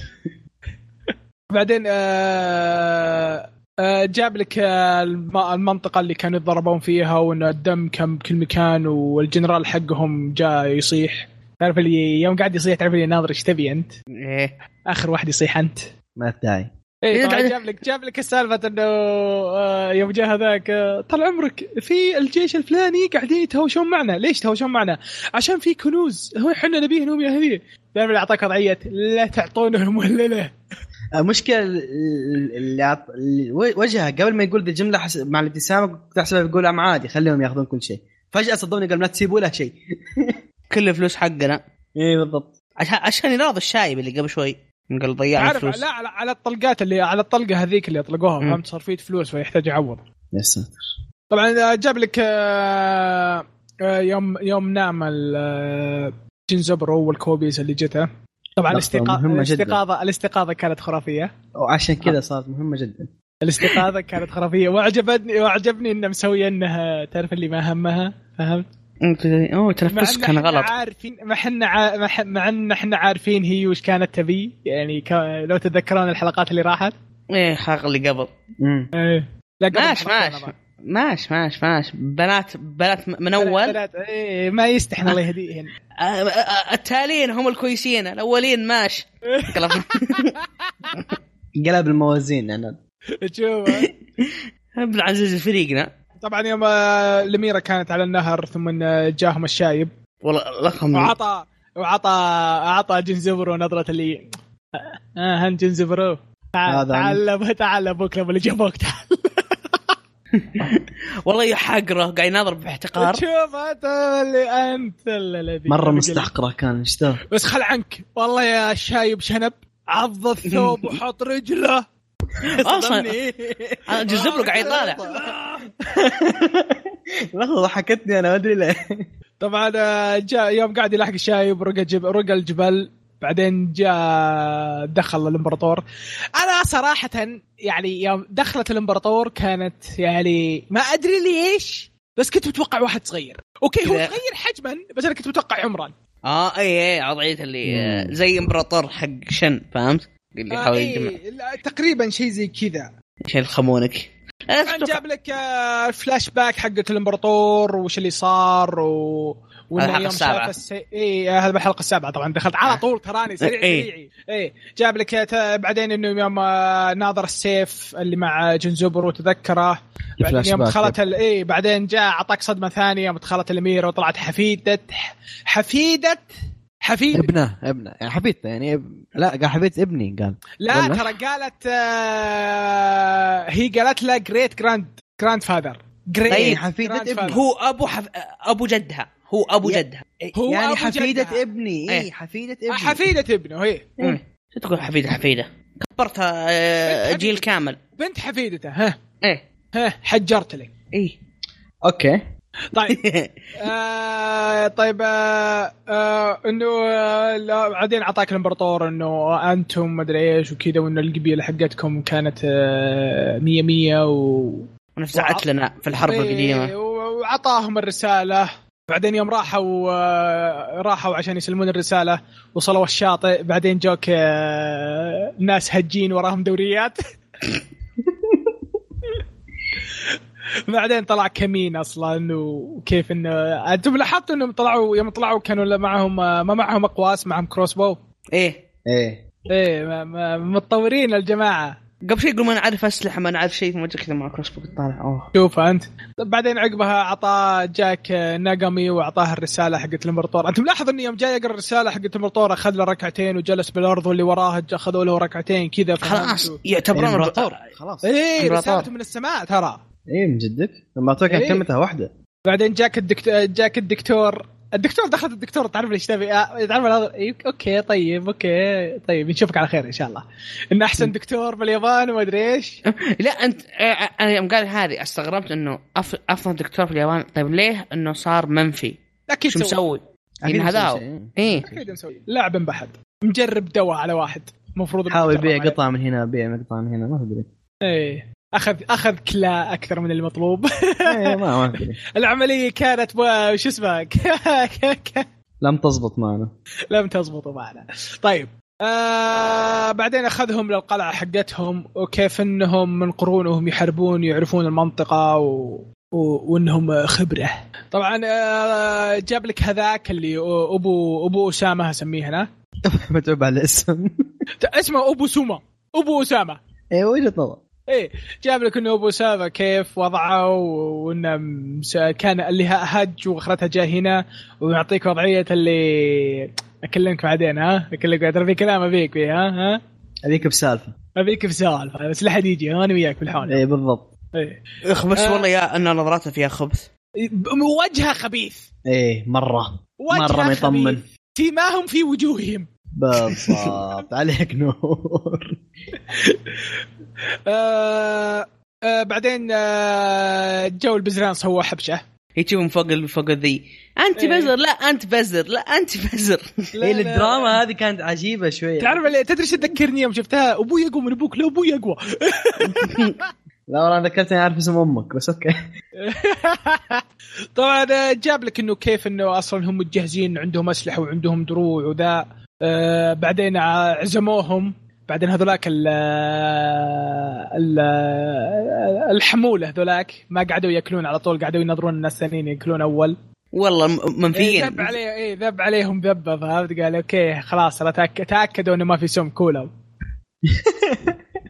[SPEAKER 2] بعدين آه آه جاب لك آه، الم- المنطقه اللي كانوا يتضربون فيها وان الدم كان بكل مكان والجنرال حقهم جاء يصيح تعرف اللي يوم قاعد يصيح تعرف اللي ناظر ايش تبي انت؟
[SPEAKER 3] ايه
[SPEAKER 2] اخر واحد يصيح انت
[SPEAKER 4] ما داعي
[SPEAKER 2] اي
[SPEAKER 3] يدعي-
[SPEAKER 2] طبعا جاب لك جاب لك السالفه انه آه، يوم جاء هذاك آه، طال عمرك في الجيش الفلاني قاعدين يتهاوشون معنا، ليش يتهاوشون معنا؟ عشان في كنوز هو احنا نبيه هم يهديه، دائما اللي اعطاك وضعيه لا تعطونه المهلله
[SPEAKER 4] المشكله اللي, اللي, عط... اللي وجهه قبل ما يقول ذي الجمله حس... مع الابتسامه كنت احسبها بيقول عم عادي خليهم ياخذون كل شيء فجاه صدمني قال ما تسيبوا ولا شيء
[SPEAKER 3] كل الفلوس حقنا
[SPEAKER 2] إيه،
[SPEAKER 4] اي بالضبط
[SPEAKER 3] عشان عشان يراضي الشايب اللي قبل شوي قال ضيعنا
[SPEAKER 2] عارف
[SPEAKER 3] الفلوس
[SPEAKER 2] لا على, على الطلقات اللي على الطلقه هذيك اللي اطلقوها
[SPEAKER 3] مم.
[SPEAKER 2] فهمت صار فيه فلوس فيحتاج يعوض
[SPEAKER 4] يا ساتر
[SPEAKER 2] طبعا آه، جاب لك آه، آه، يوم يوم نام ال- آه، جينزبرو والكوبيز اللي جته طبعا
[SPEAKER 4] لحظة
[SPEAKER 2] الاستيقا-
[SPEAKER 4] مهمة جداً.
[SPEAKER 2] الاستيقاظه الاستيقاظه كانت خرافيه
[SPEAKER 4] وعشان
[SPEAKER 2] آه.
[SPEAKER 4] كذا صارت مهمه جدا
[SPEAKER 2] الاستيقاظه كانت خرافيه واعجبتني واعجبني انه مسويه انها تعرف اللي ما همها فهمت؟
[SPEAKER 3] إيه، أنت- اوه
[SPEAKER 2] مع إن
[SPEAKER 3] تنفسك كان
[SPEAKER 2] إحنا
[SPEAKER 3] غلط
[SPEAKER 2] عارفين ما احنا ع- ما إح- مع ان احنا عارفين هي وش كانت تبي يعني ك... لو تتذكرون الحلقات اللي راحت
[SPEAKER 3] ايه حق اللي قبل
[SPEAKER 4] امم
[SPEAKER 2] ايه لا قبل
[SPEAKER 3] ماشي
[SPEAKER 2] الحلقة
[SPEAKER 3] ماشي.
[SPEAKER 2] طبعاً.
[SPEAKER 3] ماش ماش ماش بنات بنات من
[SPEAKER 2] ثلاث-
[SPEAKER 3] اول
[SPEAKER 2] ثلاث- ايه ما يستحن الله يهديهن
[SPEAKER 3] آه، آه، التاليين هم الكويسين الاولين ماش
[SPEAKER 4] قلب الموازين انا
[SPEAKER 2] شوف
[SPEAKER 3] عبد العزيز فريقنا
[SPEAKER 2] طبعا يوم آه، الميره كانت على النهر ثم آه، جاهم الشايب
[SPEAKER 3] والله لقم
[SPEAKER 2] وعطى وعطى اعطى جنزبرو نظره اللي آه هن جنزبرو تعال
[SPEAKER 4] هذا
[SPEAKER 2] تعال أبو- تعال ابوك لما اللي جابوك تعال
[SPEAKER 3] والله يحقره قاعد يناظر باحتقار
[SPEAKER 2] شوف انت اللي انت الذي
[SPEAKER 4] مره مستحقره كان ايش ذا؟
[SPEAKER 2] بس خل عنك والله يا شايب شنب عض الثوب وحط رجله
[SPEAKER 3] اصلا
[SPEAKER 2] صدمني.
[SPEAKER 3] أنا جنزبرو قاعد يطالع
[SPEAKER 4] لحظه ضحكتني انا ما ادري ليه
[SPEAKER 2] طبعا آه، جاء يوم قاعد يلحق الشايب رقى جب رقى الجبل بعدين جاء دخل الامبراطور انا صراحه يعني يوم دخلت الامبراطور كانت يعني ما ادري ليش بس كنت متوقع واحد صغير اوكي هو
[SPEAKER 3] كذا.
[SPEAKER 2] صغير حجما بس انا كنت متوقع عمران
[SPEAKER 3] اه اي اي وضعيه اللي آه، زي امبراطور حق شن فهمت؟ اللي
[SPEAKER 2] آه
[SPEAKER 3] يحاول يجمع
[SPEAKER 2] إيه لا، تقريبا شيء زي كذا
[SPEAKER 3] عشان يخمونك أنا
[SPEAKER 2] طبعاً
[SPEAKER 3] أتوقع-
[SPEAKER 2] جاب لك آه، الفلاش باك حقه الامبراطور وش اللي صار و وإنه
[SPEAKER 3] الحلقة
[SPEAKER 2] يوم
[SPEAKER 3] السابعة.
[SPEAKER 2] شاف السي... اي هذا بالحلقه السابعه طبعا دخلت على طول تراني سريع
[SPEAKER 3] إيه.
[SPEAKER 2] سريع اي جاب لك آه، ت- بعدين انه يوم آه، ناظر السيف اللي مع جنزبرو تذكره بعدين
[SPEAKER 4] الفلاش
[SPEAKER 2] يوم
[SPEAKER 4] باك. إيه.
[SPEAKER 2] دخلت ال- اي بعدين جاء اعطاك صدمه ثانيه يوم دخلت الاميره وطلعت حفيده حفيده حفيده
[SPEAKER 4] ابنه ابنه يعني حبيبته يعني اب... لا قال حبيبه ابني قال
[SPEAKER 2] لا
[SPEAKER 4] ولا؟
[SPEAKER 2] ترى قالت آه، هي قالت له جريت جراند جراند فاذر
[SPEAKER 4] طيب، حفيدة ابنه.
[SPEAKER 3] هو ابو حف... ابو جدها هو ابو
[SPEAKER 4] يا-
[SPEAKER 3] جدها
[SPEAKER 2] هو
[SPEAKER 4] يعني
[SPEAKER 2] أبو آه،
[SPEAKER 4] حفيده
[SPEAKER 2] جدها.
[SPEAKER 4] ابني
[SPEAKER 3] إيه.
[SPEAKER 4] اي حفيده ابني
[SPEAKER 2] حفيدة ابنه هي
[SPEAKER 3] مم. شو تقول حفيده حفيده كبرتها آه،
[SPEAKER 2] حفيدة.
[SPEAKER 3] جيل كامل
[SPEAKER 2] بنت حفيدته ها
[SPEAKER 3] ايه
[SPEAKER 2] ها حجرت لك
[SPEAKER 3] ايه
[SPEAKER 4] اوكي
[SPEAKER 2] طيب آه طيب آه آه انه آه لا، بعدين اعطاك الامبراطور انه انتم مدري ايش وكذا وان القبيله حقتكم كانت آه مية مية و
[SPEAKER 3] ونفزعت لنا في الحرب القديمه
[SPEAKER 2] إيه، و- وعطاهم الرساله بعدين يوم راحوا آه، راحوا عشان يسلمون الرساله وصلوا الشاطئ بعدين جوك آه، ناس هجين وراهم دوريات بعدين طلع كمين اصلا وكيف انه انتم لاحظتوا انهم طلعوا يوم طلعوا كانوا لا معهم آه، ما معهم اقواس معهم كروس بو
[SPEAKER 3] ايه
[SPEAKER 4] ايه
[SPEAKER 2] ايه ما- ما- متطورين الجماعه
[SPEAKER 3] قبل شوي يقول ما نعرف اسلحه ما نعرف شيء فما كذا مع كروس بوك طالع اوه
[SPEAKER 2] شوف انت طب بعدين عقبها اعطى جاك ناغامي واعطاه الرساله حقت الامبراطور انت ملاحظ انه يوم جاي يقرا الرساله حقت الامبراطور اخذ له ركعتين وجلس بالارض واللي وراه اخذوا له ركعتين كذا
[SPEAKER 3] خلاص يعتبرون
[SPEAKER 2] يعني
[SPEAKER 4] الامبراطور
[SPEAKER 3] الب-
[SPEAKER 4] إيه، خلاص
[SPEAKER 2] ايه
[SPEAKER 3] إمبراطور.
[SPEAKER 2] رسالته من السماء ترى
[SPEAKER 4] ايه من جدك الامبراطور كان
[SPEAKER 2] إيه.
[SPEAKER 4] كلمتها واحده
[SPEAKER 2] بعدين جاك الدكتور جاك الدكتور الدكتور دخلت الدكتور تعرف ليش تبي آه، تعرف هذا إيه، اوكي طيب اوكي طيب نشوفك على خير ان شاء الله انه احسن دكتور باليابان وما ادري ايش
[SPEAKER 3] لا انت آه، انا يوم قال هذه استغربت انه أف- افضل دكتور في اليابان طيب ليه انه صار منفي؟
[SPEAKER 2] اكيد
[SPEAKER 3] شو
[SPEAKER 2] سوى.
[SPEAKER 3] مسوي؟
[SPEAKER 4] أكيد
[SPEAKER 3] إن إيه، هذا
[SPEAKER 4] مسوي
[SPEAKER 3] هو.
[SPEAKER 4] شيء.
[SPEAKER 3] ايه
[SPEAKER 2] اكيد مسوي لاعب بحد مجرب دواء على واحد المفروض
[SPEAKER 4] حاول
[SPEAKER 2] المجرب
[SPEAKER 4] يبيع
[SPEAKER 2] عليه.
[SPEAKER 4] قطعه من هنا بيع قطعه من هنا ما ادري
[SPEAKER 2] ايه اخذ اخذ كلا اكثر من المطلوب
[SPEAKER 4] إيه، ما ما ادري
[SPEAKER 2] العمليه كانت ب- شو اسمه ك- ك-
[SPEAKER 4] لم تزبط معنا
[SPEAKER 2] لم تزبطوا معنا طيب آه بعدين اخذهم للقلعه حقتهم وكيف انهم من قرون وهم يحاربون يعرفون المنطقه و... و- وانهم خبره طبعا آه، جاب لك هذاك اللي ابو ابو اسامه اسميه انا
[SPEAKER 4] متعوب على الاسم
[SPEAKER 2] اسمه ابو سوما ابو اسامه
[SPEAKER 4] اي وجهه نظر
[SPEAKER 2] ايه جاب لك انه ابو اسامه كيف وضعه و- وانه مس- كان اللي هج واخرتها جاء هنا ويعطيك وضعيه اللي اكلمك بعدين ها اكلمك ترى في كلام ابيك فيه ها ها
[SPEAKER 4] هذيك بسالفه
[SPEAKER 2] ابيك في سالفه بس لا حد يجي انا وياك بالحال
[SPEAKER 4] اي بالضبط
[SPEAKER 2] إيه.
[SPEAKER 3] اخ بس
[SPEAKER 2] آه.
[SPEAKER 3] والله يا ان نظراته فيها خبث
[SPEAKER 2] وجهه خبيث
[SPEAKER 4] ايه مره
[SPEAKER 2] وجهه
[SPEAKER 4] مره
[SPEAKER 2] خبيث.
[SPEAKER 4] ميطمن
[SPEAKER 2] سيماهم في وجوههم
[SPEAKER 4] بالضبط عليك نور
[SPEAKER 2] آه آه بعدين آه جو البزرانس هو حبشه
[SPEAKER 3] يجي من فوق ال- فوق ذي انت
[SPEAKER 2] إيه.
[SPEAKER 3] بزر لا انت بزر لا انت بزر
[SPEAKER 2] لا،
[SPEAKER 4] اي
[SPEAKER 2] لا.
[SPEAKER 4] إيه، الدراما هذه كانت عجيبه شويه
[SPEAKER 2] تعرف اللي- تدري شو تذكرني يوم شفتها ابوي اقوى من ابوك لا ابوي اقوى
[SPEAKER 4] لا والله انا ذكرتني عارف اسم امك بس اوكي
[SPEAKER 2] طبعا آه، جاب لك انه كيف انه اصلا هم متجهزين عندهم اسلحه وعندهم دروع وذا آه بعدين ع- عزموهم بعدين هذولاك ال آه، ال- الحموله هذولاك ما قعدوا ياكلون على طول قعدوا ينظرون الناس الثانيين ياكلون اول
[SPEAKER 3] والله م-
[SPEAKER 2] إيه، ذب
[SPEAKER 3] منفيين
[SPEAKER 2] عليه اي ذب عليهم ذبه فهمت قال اوكي خلاص ترى تأك- تاكدوا انه ما في سم كولر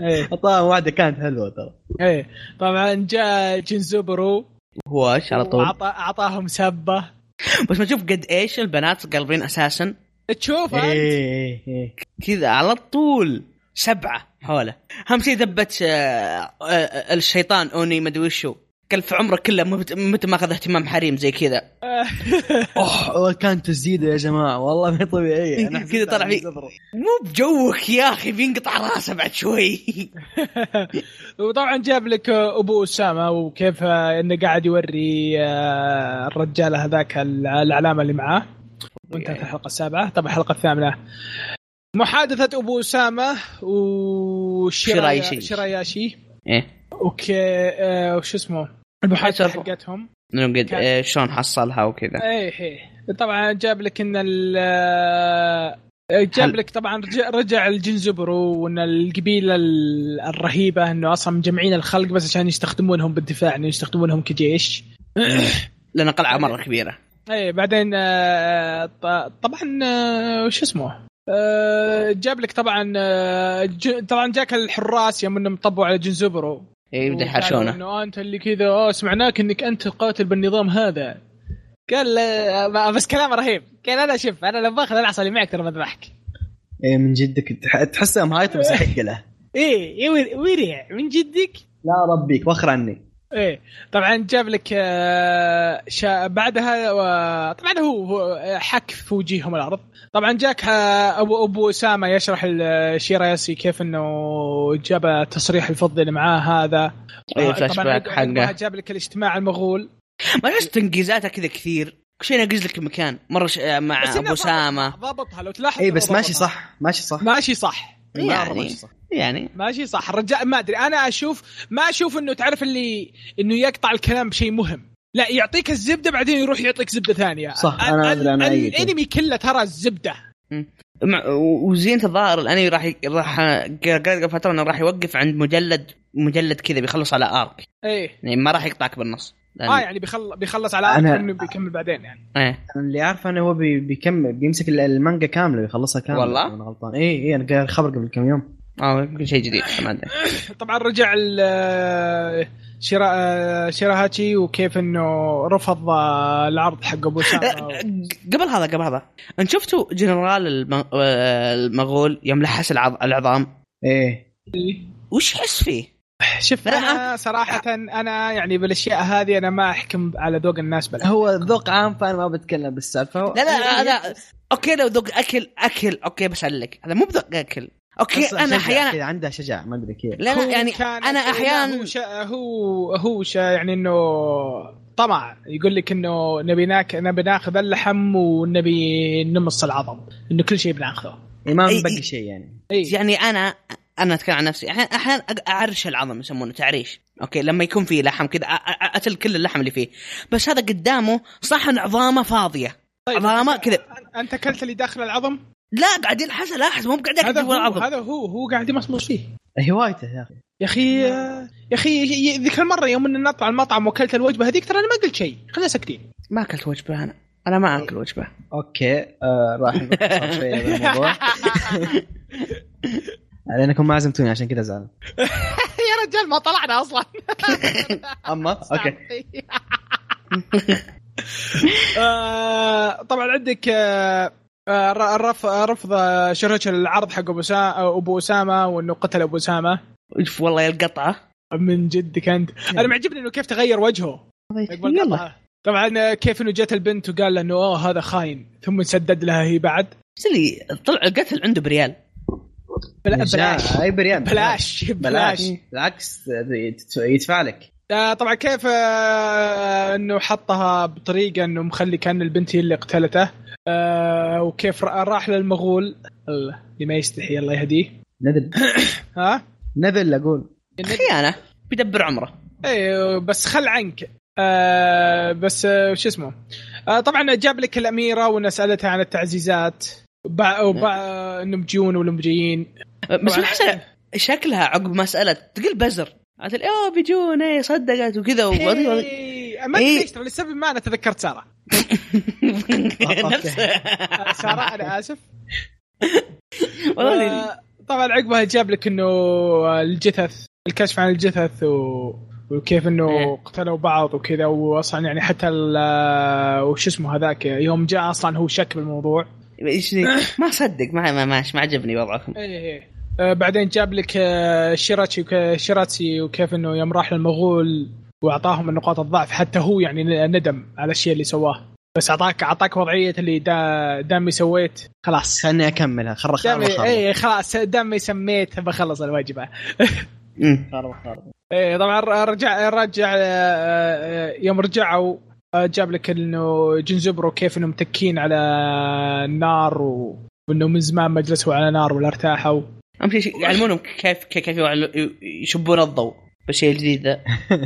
[SPEAKER 2] ايه
[SPEAKER 4] طبعا واحده كانت حلوه ترى
[SPEAKER 2] ايه طبعا جاء جنزوبرو
[SPEAKER 3] هو ايش على طول
[SPEAKER 2] وعطا- اعطاهم سبه
[SPEAKER 3] بس ما تشوف قد ايش البنات قلبين اساسا
[SPEAKER 2] تشوف
[SPEAKER 4] اي
[SPEAKER 2] انت
[SPEAKER 4] اي اي
[SPEAKER 3] كذا على طول سبعه حوله اهم شيء ذبت آه، آه، الشيطان اوني ما ادري وشو قال في عمره كله ما بت- متى ما اخذ اهتمام حريم زي كذا
[SPEAKER 4] اوه كانت تسديده يا جماعه والله ما هي طبيعيه أنا
[SPEAKER 3] كذا طلع
[SPEAKER 4] حسيت
[SPEAKER 3] في-
[SPEAKER 4] على الزبرة.
[SPEAKER 3] مو بجوك يا اخي بينقطع راسه بعد شوي
[SPEAKER 2] وطبعا جاب لك ابو اسامه وكيف انه قاعد يوري آه، الرجال هذاك ال- العلامه اللي معاه وانتهت الحلقه السابعه طبعا الحلقه الثامنه محادثه ابو اسامه وشراياشي
[SPEAKER 3] شرايشي.
[SPEAKER 2] شراياشي
[SPEAKER 3] ايه
[SPEAKER 2] اوكي آه، وش اسمه المحادثه
[SPEAKER 3] يتصرفوا.
[SPEAKER 2] حقتهم
[SPEAKER 3] إنه قد
[SPEAKER 2] كان-
[SPEAKER 3] آه، شلون حصلها وكذا
[SPEAKER 2] ايه إيه. طبعا جاب لك ان ال آه، جاب
[SPEAKER 3] حل.
[SPEAKER 2] لك طبعا رجع, رجع الجنزبرو وان القبيله ال- الرهيبه انه اصلا مجمعين الخلق بس عشان يستخدمونهم بالدفاع انه يستخدمونهم كجيش
[SPEAKER 3] لان قلعه مره كبيره
[SPEAKER 2] اي بعدين آه، ط- طبعا آه، وش اسمه آه، جاب لك طبعا آه، ج- طبعا جاك الحراس يوم انهم طبوا على جنزبرو
[SPEAKER 3] إيه، يبدا
[SPEAKER 2] وقالوا
[SPEAKER 3] يحاشونه
[SPEAKER 2] انه انت اللي كذا اه سمعناك انك انت قاتل بالنظام هذا قال آه، ما- بس كلام رهيب قال انا شوف انا لو باخذ العصا اللي معك ترى بذبحك
[SPEAKER 4] اي إيه، من جدك تح- تحسها مهايطه بس حق له
[SPEAKER 2] ايه إيه، وي- ويريع من جدك
[SPEAKER 4] لا ربيك وخر عني
[SPEAKER 2] ايه طبعا جاب لك آه، شا بعدها آه، طبعا هو هو حك في وجيههم الارض طبعا جاك آه، ابو ابو اسامه يشرح الشيراسي كيف انه جاب تصريح الفضي اللي معاه هذا
[SPEAKER 3] إيه،
[SPEAKER 2] آه،
[SPEAKER 3] فلاش
[SPEAKER 2] طبعاً
[SPEAKER 3] باك
[SPEAKER 2] عقب- عقبها
[SPEAKER 3] حقه.
[SPEAKER 2] جاب لك الاجتماع المغول
[SPEAKER 3] ما ليش تنقيزاتها كذا كثير كل شيء ناقز لك مكان مره ش... مع
[SPEAKER 2] بس إنه
[SPEAKER 3] ابو سامه
[SPEAKER 2] ضابطها لو تلاحظ
[SPEAKER 4] اي
[SPEAKER 2] إنه
[SPEAKER 4] إيه، بس ماشي
[SPEAKER 2] ضابطها.
[SPEAKER 4] صح ماشي صح
[SPEAKER 2] ماشي صح
[SPEAKER 4] مرة
[SPEAKER 3] يعني
[SPEAKER 4] ماشي صح
[SPEAKER 3] يعني
[SPEAKER 2] ماشي صح الرجال ما ادري انا اشوف ما اشوف انه تعرف اللي انه يقطع الكلام بشيء مهم لا يعطيك الزبده بعدين يروح يعطيك زبده ثانيه
[SPEAKER 4] صح،
[SPEAKER 2] ال-
[SPEAKER 4] أنا
[SPEAKER 2] ال-
[SPEAKER 4] أدري، أنا أيد.
[SPEAKER 2] الانمي كله ترى الزبده
[SPEAKER 3] مع... و- وزين الظاهر الانمي راح ي... راح قال قبل فتره انه راح يوقف عند مجلد مجلد كذا بيخلص على ارك
[SPEAKER 2] ايه
[SPEAKER 3] يعني ما راح يقطعك بالنص لأن...
[SPEAKER 2] اه يعني بيخل... بيخلص على
[SPEAKER 4] أنا-
[SPEAKER 2] أنا... انه بيكمل بعدين يعني
[SPEAKER 3] إيه.
[SPEAKER 4] أنا اللي عارفه انه هو بي- بيكمل بيمسك ال- المانجا كامله بيخلصها كامله
[SPEAKER 3] والله؟
[SPEAKER 4] انا غلطان إيه، اي اي انا قايل خبر قبل كم يوم
[SPEAKER 3] اه كل شيء جديد ما ادري
[SPEAKER 2] طبعا رجع ال- شيرا... شيراهاتشي وكيف انه رفض العرض حق ابو سامه و...
[SPEAKER 3] قبل هذا قبل هذا انت شفتوا جنرال الم... آه، المغول يوم لحس العظ... العظام
[SPEAKER 4] ايه
[SPEAKER 3] وش يحس فيه؟
[SPEAKER 2] شوف
[SPEAKER 3] لا،
[SPEAKER 2] انا صراحه انا يعني بالاشياء هذه انا ما احكم على ذوق الناس بلا
[SPEAKER 4] هو ذوق عام فانا ما بتكلم إيه، بالسالفه
[SPEAKER 3] لا لا لا اوكي يعني لو ذوق اكل اكل اوكي بسلك هذا مو بذوق اكل اوكي
[SPEAKER 4] بس
[SPEAKER 3] انا
[SPEAKER 4] شجع
[SPEAKER 3] احيانا
[SPEAKER 4] كذا، عندها شجاع ما ادري كيف
[SPEAKER 3] لا
[SPEAKER 2] هو
[SPEAKER 3] لا يعني
[SPEAKER 2] كان-
[SPEAKER 3] انا
[SPEAKER 2] لا، هو
[SPEAKER 3] احيانا
[SPEAKER 2] شا هو هو شا يعني انه طمع يقول لك انه نبي ناك نبي ناخذ اللحم ونبي نمص العظم انه كل شيء بناخذه
[SPEAKER 4] إيه، ما
[SPEAKER 3] أي-
[SPEAKER 4] بقي
[SPEAKER 3] أي-
[SPEAKER 4] شيء يعني
[SPEAKER 2] اي
[SPEAKER 3] يعني انا انا اتكلم عن نفسي احيانا احيانا أق- اعرش العظم يسمونه تعريش اوكي لما يكون فيه لحم كذا أ- أ- اتل كل اللحم اللي فيه بس هذا قدامه صحن عظامه فاضيه
[SPEAKER 2] طيب.
[SPEAKER 3] عظامه كذا
[SPEAKER 2] انت اكلت اللي داخل العظم
[SPEAKER 3] لا قاعد يلحس لاحظ مو قاعد
[SPEAKER 2] هذا
[SPEAKER 3] ياكل
[SPEAKER 2] هو
[SPEAKER 3] العظم
[SPEAKER 2] هذا هو هو قاعد يمصمص فيه
[SPEAKER 4] هوايته إيه، يا اخي
[SPEAKER 2] يا اخي يا اخي ذيك المره يوم ان نطلع المطعم وكلت الوجبه هذيك ترى انا ما قلت شيء خلينا ساكتين
[SPEAKER 3] ما اكلت وجبه انا انا ما اكل وجبه
[SPEAKER 4] اوكي آه راح نختصر شويه بالموضوع لانكم ما عزمتوني عشان كذا زعلان
[SPEAKER 2] يا رجال ما طلعنا اصلا
[SPEAKER 4] اما اوكي
[SPEAKER 2] آه، طبعا عندك آه، آه، الرف رفض آه، شرش العرض حق ابو سا- ابو اسامه وانه قتل ابو اسامه
[SPEAKER 3] اوف والله يا القطعه
[SPEAKER 2] من جدك انت انا معجبني انه كيف تغير وجهه عقب
[SPEAKER 3] يلا
[SPEAKER 2] القطعة. طبعا آه، كيف انه جت البنت وقال له انه اوه هذا خاين ثم سدد لها هي بعد
[SPEAKER 3] بس اللي طلع القتل عنده بريال
[SPEAKER 2] بلا
[SPEAKER 4] جاء-
[SPEAKER 2] بلاش
[SPEAKER 4] اي بريان
[SPEAKER 2] بلاش
[SPEAKER 4] بلاش
[SPEAKER 2] بلاش
[SPEAKER 4] بالعكس يدفع لك
[SPEAKER 2] آه، طبعا كيف آه، انه حطها بطريقه انه مخلي كان البنت هي اللي قتلته آه، وكيف را- راح للمغول الله اللي ما يستحي الله يهديه
[SPEAKER 4] نذل
[SPEAKER 2] ها
[SPEAKER 4] نذل اقول
[SPEAKER 3] خيانه بيدبر عمره
[SPEAKER 2] ايوه بس خل عنك آه بس آه وش اسمه آه طبعا جاب لك الاميره وان سالتها عن التعزيزات وبع وبع انهم جيون ولا مجيين
[SPEAKER 3] بس ما حصل شكلها عقب ما سالت تقول بزر قالت لي، اوه بيجون ايه صدقت وكذا وغريبة.
[SPEAKER 2] إيه، ما ادري
[SPEAKER 3] إيه.
[SPEAKER 2] ليش ترى لسبب ما انا تذكرت ساره
[SPEAKER 3] نفسها
[SPEAKER 2] آه، ساره انا اسف
[SPEAKER 3] والله
[SPEAKER 2] آه، طبعا عقبها جاب لك انه الجثث الكشف عن الجثث و... وكيف انه
[SPEAKER 3] إيه.
[SPEAKER 2] قتلوا بعض وكذا واصلا يعني حتى ال... آه، وش اسمه هذاك يوم جاء اصلا هو شك بالموضوع
[SPEAKER 3] ايش ذي؟ ما صدق ما ما ماش ما عجبني وضعكم
[SPEAKER 2] ايه إيه. آه، بعدين جاب لك آه، شيراتشي وك- شيراتسي وكيف انه يوم راح للمغول واعطاهم النقاط الضعف حتى هو يعني ن- ندم على الشيء اللي سواه بس اعطاك اعطاك وضعيه اللي دا دامي سويت خلاص إيه،
[SPEAKER 4] خلني اكملها خرخ
[SPEAKER 2] دامي اي خلاص دامي سميت بخلص الواجبه
[SPEAKER 3] أمم.
[SPEAKER 2] اي طبعا إيه، رجع رجع آه، آه، يوم رجعوا آه، جاب لك انه جنزبرو كيف انهم متكين على النار و- وانه من زمان ما جلسوا على نار ولا ارتاحوا
[SPEAKER 3] اهم شيء يعلمونهم كيف كيف كيف يعل- يشبون الضوء بالشيء الجديد ذا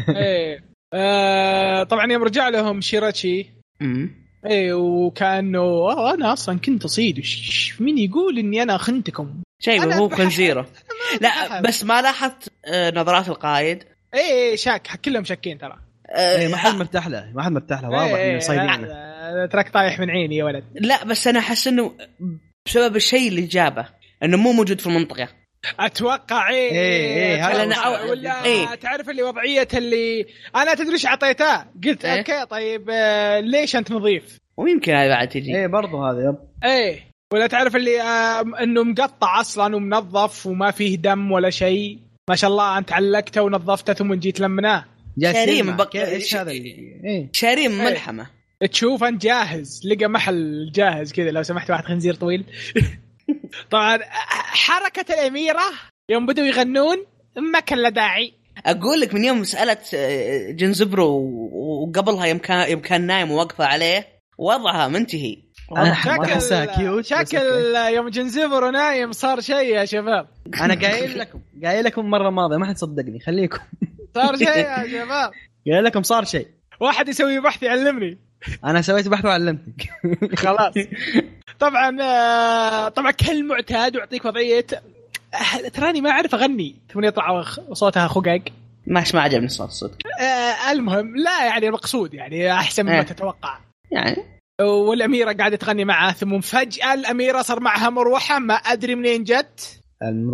[SPEAKER 2] ايه آه طبعا يوم رجع لهم شيراتشي
[SPEAKER 3] أمم.
[SPEAKER 2] ايه وكانه "آه، انا اصلا كنت اصيد وش- ش- مين يقول اني انا خنتكم
[SPEAKER 3] شيء
[SPEAKER 2] أنا
[SPEAKER 3] هو
[SPEAKER 2] بحاول.
[SPEAKER 3] خنزيره لا
[SPEAKER 2] بحاول.
[SPEAKER 3] بس ما لاحظت آه، نظرات القائد
[SPEAKER 2] ايه شاك كلهم شاكين ترى
[SPEAKER 3] آه،
[SPEAKER 4] إيه، ما حد مرتاح له ما حد مرتاح له واضح
[SPEAKER 2] إيه،
[SPEAKER 4] انه صيدين
[SPEAKER 2] لا، تراك طايح من عيني يا ولد
[SPEAKER 3] لا بس انا احس انه بسبب الشيء اللي جابه انه مو موجود في المنطقه
[SPEAKER 2] اتوقع ايه
[SPEAKER 4] إيه، إيه، هذا
[SPEAKER 2] أتوقع.
[SPEAKER 3] هو السؤال.
[SPEAKER 2] ولا
[SPEAKER 3] إيه.
[SPEAKER 2] تعرف اللي وضعيه اللي انا تدري ايش اعطيته قلت
[SPEAKER 3] إيه.
[SPEAKER 2] اوكي طيب آه، ليش انت نظيف
[SPEAKER 3] ويمكن هذه بعد تجي
[SPEAKER 2] إيه.
[SPEAKER 4] اي إيه، برضو هذا يب
[SPEAKER 2] ايه ولا تعرف اللي آه، انه مقطع اصلا ومنظف وما فيه دم ولا شيء ما شاء الله انت علقته ونظفته ثم جيت لمناه
[SPEAKER 3] كريم
[SPEAKER 4] يسمع.
[SPEAKER 3] بق-
[SPEAKER 4] كيف- ايش هذا اللي ايه
[SPEAKER 3] شارين
[SPEAKER 2] إيه.
[SPEAKER 3] ملحمه
[SPEAKER 2] تشوف انت جاهز لقى محل جاهز كذا لو سمحت واحد خنزير طويل طبعا حركه الاميره يوم بدوا يغنون ما كان له داعي
[SPEAKER 3] اقول لك من يوم سالت آه، جنزبرو و- وقبلها يوم كان يوم كان نايم وواقفه عليه وضعها منتهي
[SPEAKER 4] انا ما
[SPEAKER 2] شكل-
[SPEAKER 4] احسها كيوت بس أوكي.
[SPEAKER 2] شكل يوم جنزبر نايم صار شيء يا شباب
[SPEAKER 4] انا قايل لكم قايل لكم المره الماضيه ما حد صدقني خليكم
[SPEAKER 2] صار شيء يا شباب
[SPEAKER 4] قايل لكم صار شيء
[SPEAKER 2] واحد يسوي بحث يعلمني
[SPEAKER 4] انا سويت بحث وعلمتك
[SPEAKER 2] خلاص طبعا آه، طبعا كالمعتاد ويعطيك وضعيه أه، تراني ما اعرف اغني ثم يطلع أخ- صوتها خقاق
[SPEAKER 3] ماش ما عجبني الصوت صدق
[SPEAKER 2] آه، المهم لا يعني المقصود يعني احسن مما
[SPEAKER 3] إيه.
[SPEAKER 2] تتوقع
[SPEAKER 3] يعني
[SPEAKER 2] والاميره قاعده تغني معاه ثم فجاه الاميره صار معها مروحه ما ادري منين جت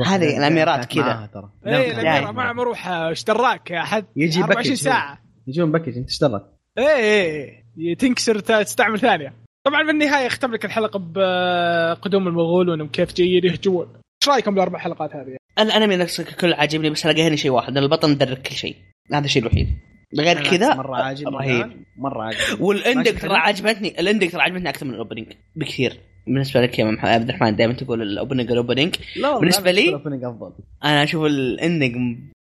[SPEAKER 3] هذه الأميرات كذا.
[SPEAKER 4] معاها ترى
[SPEAKER 2] اي
[SPEAKER 4] نعم.
[SPEAKER 2] الاميره إيه، مع مروحه ايش دراك يا حد
[SPEAKER 4] يجي بكت
[SPEAKER 2] 24
[SPEAKER 4] شوي.
[SPEAKER 2] ساعه
[SPEAKER 4] يجون باكج انت ايش درك؟
[SPEAKER 2] ايه ايه تنكسر تا- تستعمل ثانيه طبعا بالنهايه اختم لك الحلقه بقدوم المغول وانهم كيف جايين يهجمون ايش رايكم بالاربع حلقات
[SPEAKER 4] طيب.
[SPEAKER 2] هذه؟
[SPEAKER 3] الانمي نفسه ككل عاجبني بس انا قاهرني شيء واحد أن البطل مدرك كل شيء هذا الشيء الوحيد غير كذا
[SPEAKER 4] مره عاجبني
[SPEAKER 3] رهيب
[SPEAKER 4] مره عاجبني
[SPEAKER 3] والاندك
[SPEAKER 4] ماشي
[SPEAKER 3] ترى
[SPEAKER 4] حلو.
[SPEAKER 3] عجبتني الاندك ترى عجبتني اكثر من الاوبننج بكثير بالنسبه لك يا مح- عبد الرحمن دائما تقول الاوبننج الاوبننج
[SPEAKER 4] لا والله
[SPEAKER 3] بالنسبة لي-
[SPEAKER 4] الأوبننج افضل
[SPEAKER 3] انا اشوف الاندنج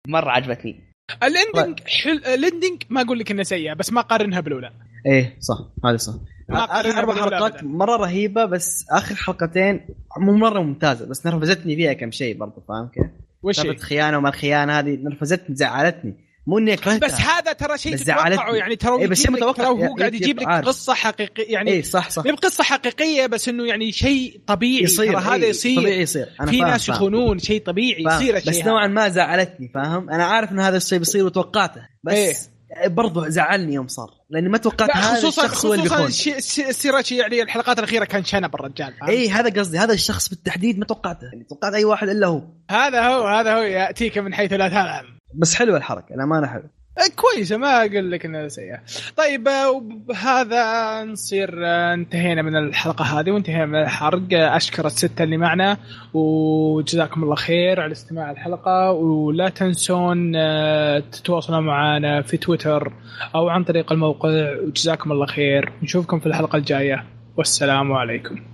[SPEAKER 3] مره عجبتني
[SPEAKER 2] الاندنج حل... الاندنج ما اقول لك انه سيء بس ما قارنها بالاولى
[SPEAKER 4] ايه صح هذا صح
[SPEAKER 2] ما
[SPEAKER 4] اخر اربع
[SPEAKER 2] قارنها بالأولى
[SPEAKER 4] حلقات
[SPEAKER 2] أبداً.
[SPEAKER 4] مره رهيبه بس اخر حلقتين مو مره ممتازه بس نرفزتني فيها كم شيء برضو فاهم كيف؟
[SPEAKER 2] وش هي؟
[SPEAKER 4] سالفه خيانه وما الخيانه هذه نرفزتني زعلتني مو اني كرهتها
[SPEAKER 2] بس هذا ترى شيء
[SPEAKER 4] بس
[SPEAKER 2] تتوقعه
[SPEAKER 4] زعلتني.
[SPEAKER 2] يعني ترى هو
[SPEAKER 4] إيه، بس
[SPEAKER 2] يجيب
[SPEAKER 4] هي
[SPEAKER 2] لك- ترى
[SPEAKER 4] متوقع.
[SPEAKER 2] هو
[SPEAKER 4] يا-
[SPEAKER 2] قاعد
[SPEAKER 4] يا-
[SPEAKER 2] يجيب لك
[SPEAKER 4] عارف.
[SPEAKER 2] قصه حقيقيه يعني
[SPEAKER 4] اي إيه، صح صح
[SPEAKER 2] مو قصه حقيقيه بس انه يعني شيء طبيعي
[SPEAKER 4] يصير
[SPEAKER 2] ترى هذا
[SPEAKER 4] إيه، طبيعي
[SPEAKER 2] يصير
[SPEAKER 4] يصير انا
[SPEAKER 2] في
[SPEAKER 4] فاهم،
[SPEAKER 2] ناس
[SPEAKER 4] فاهم.
[SPEAKER 2] يخونون شيء طبيعي
[SPEAKER 4] فاهم.
[SPEAKER 2] يصير
[SPEAKER 4] بس
[SPEAKER 2] الشيء
[SPEAKER 4] نوعا
[SPEAKER 2] هذا.
[SPEAKER 4] ما زعلتني فاهم انا عارف ان هذا الشيء بيصير وتوقعته بس
[SPEAKER 2] إيه.
[SPEAKER 4] برضه زعلني يوم صار لاني ما توقعت
[SPEAKER 2] لا،
[SPEAKER 4] هذا
[SPEAKER 2] خصوصا
[SPEAKER 4] الشخص هو اللي
[SPEAKER 2] خصوصا
[SPEAKER 4] بيخون
[SPEAKER 2] الشي- السي- السيراتشي يعني الحلقات الاخيره كان شنب الرجال فاهم؟
[SPEAKER 4] اي إيه، هذا قصدي هذا الشخص بالتحديد ما توقعته يعني توقعت اي واحد الا هو
[SPEAKER 2] هذا هو هذا هو ياتيك من حيث لا تعلم
[SPEAKER 4] بس حلوه الحركه الامانه حلوه
[SPEAKER 2] أه، كويسه ما اقول لك انها سيئه طيب أه، وبهذا نصير أه، انتهينا من الحلقه هذه وانتهينا من الحرق أه، اشكر السته اللي معنا وجزاكم الله خير على استماع الحلقه ولا تنسون أه، تتواصلون معنا في تويتر او عن طريق الموقع وجزاكم الله خير نشوفكم في الحلقه الجايه والسلام عليكم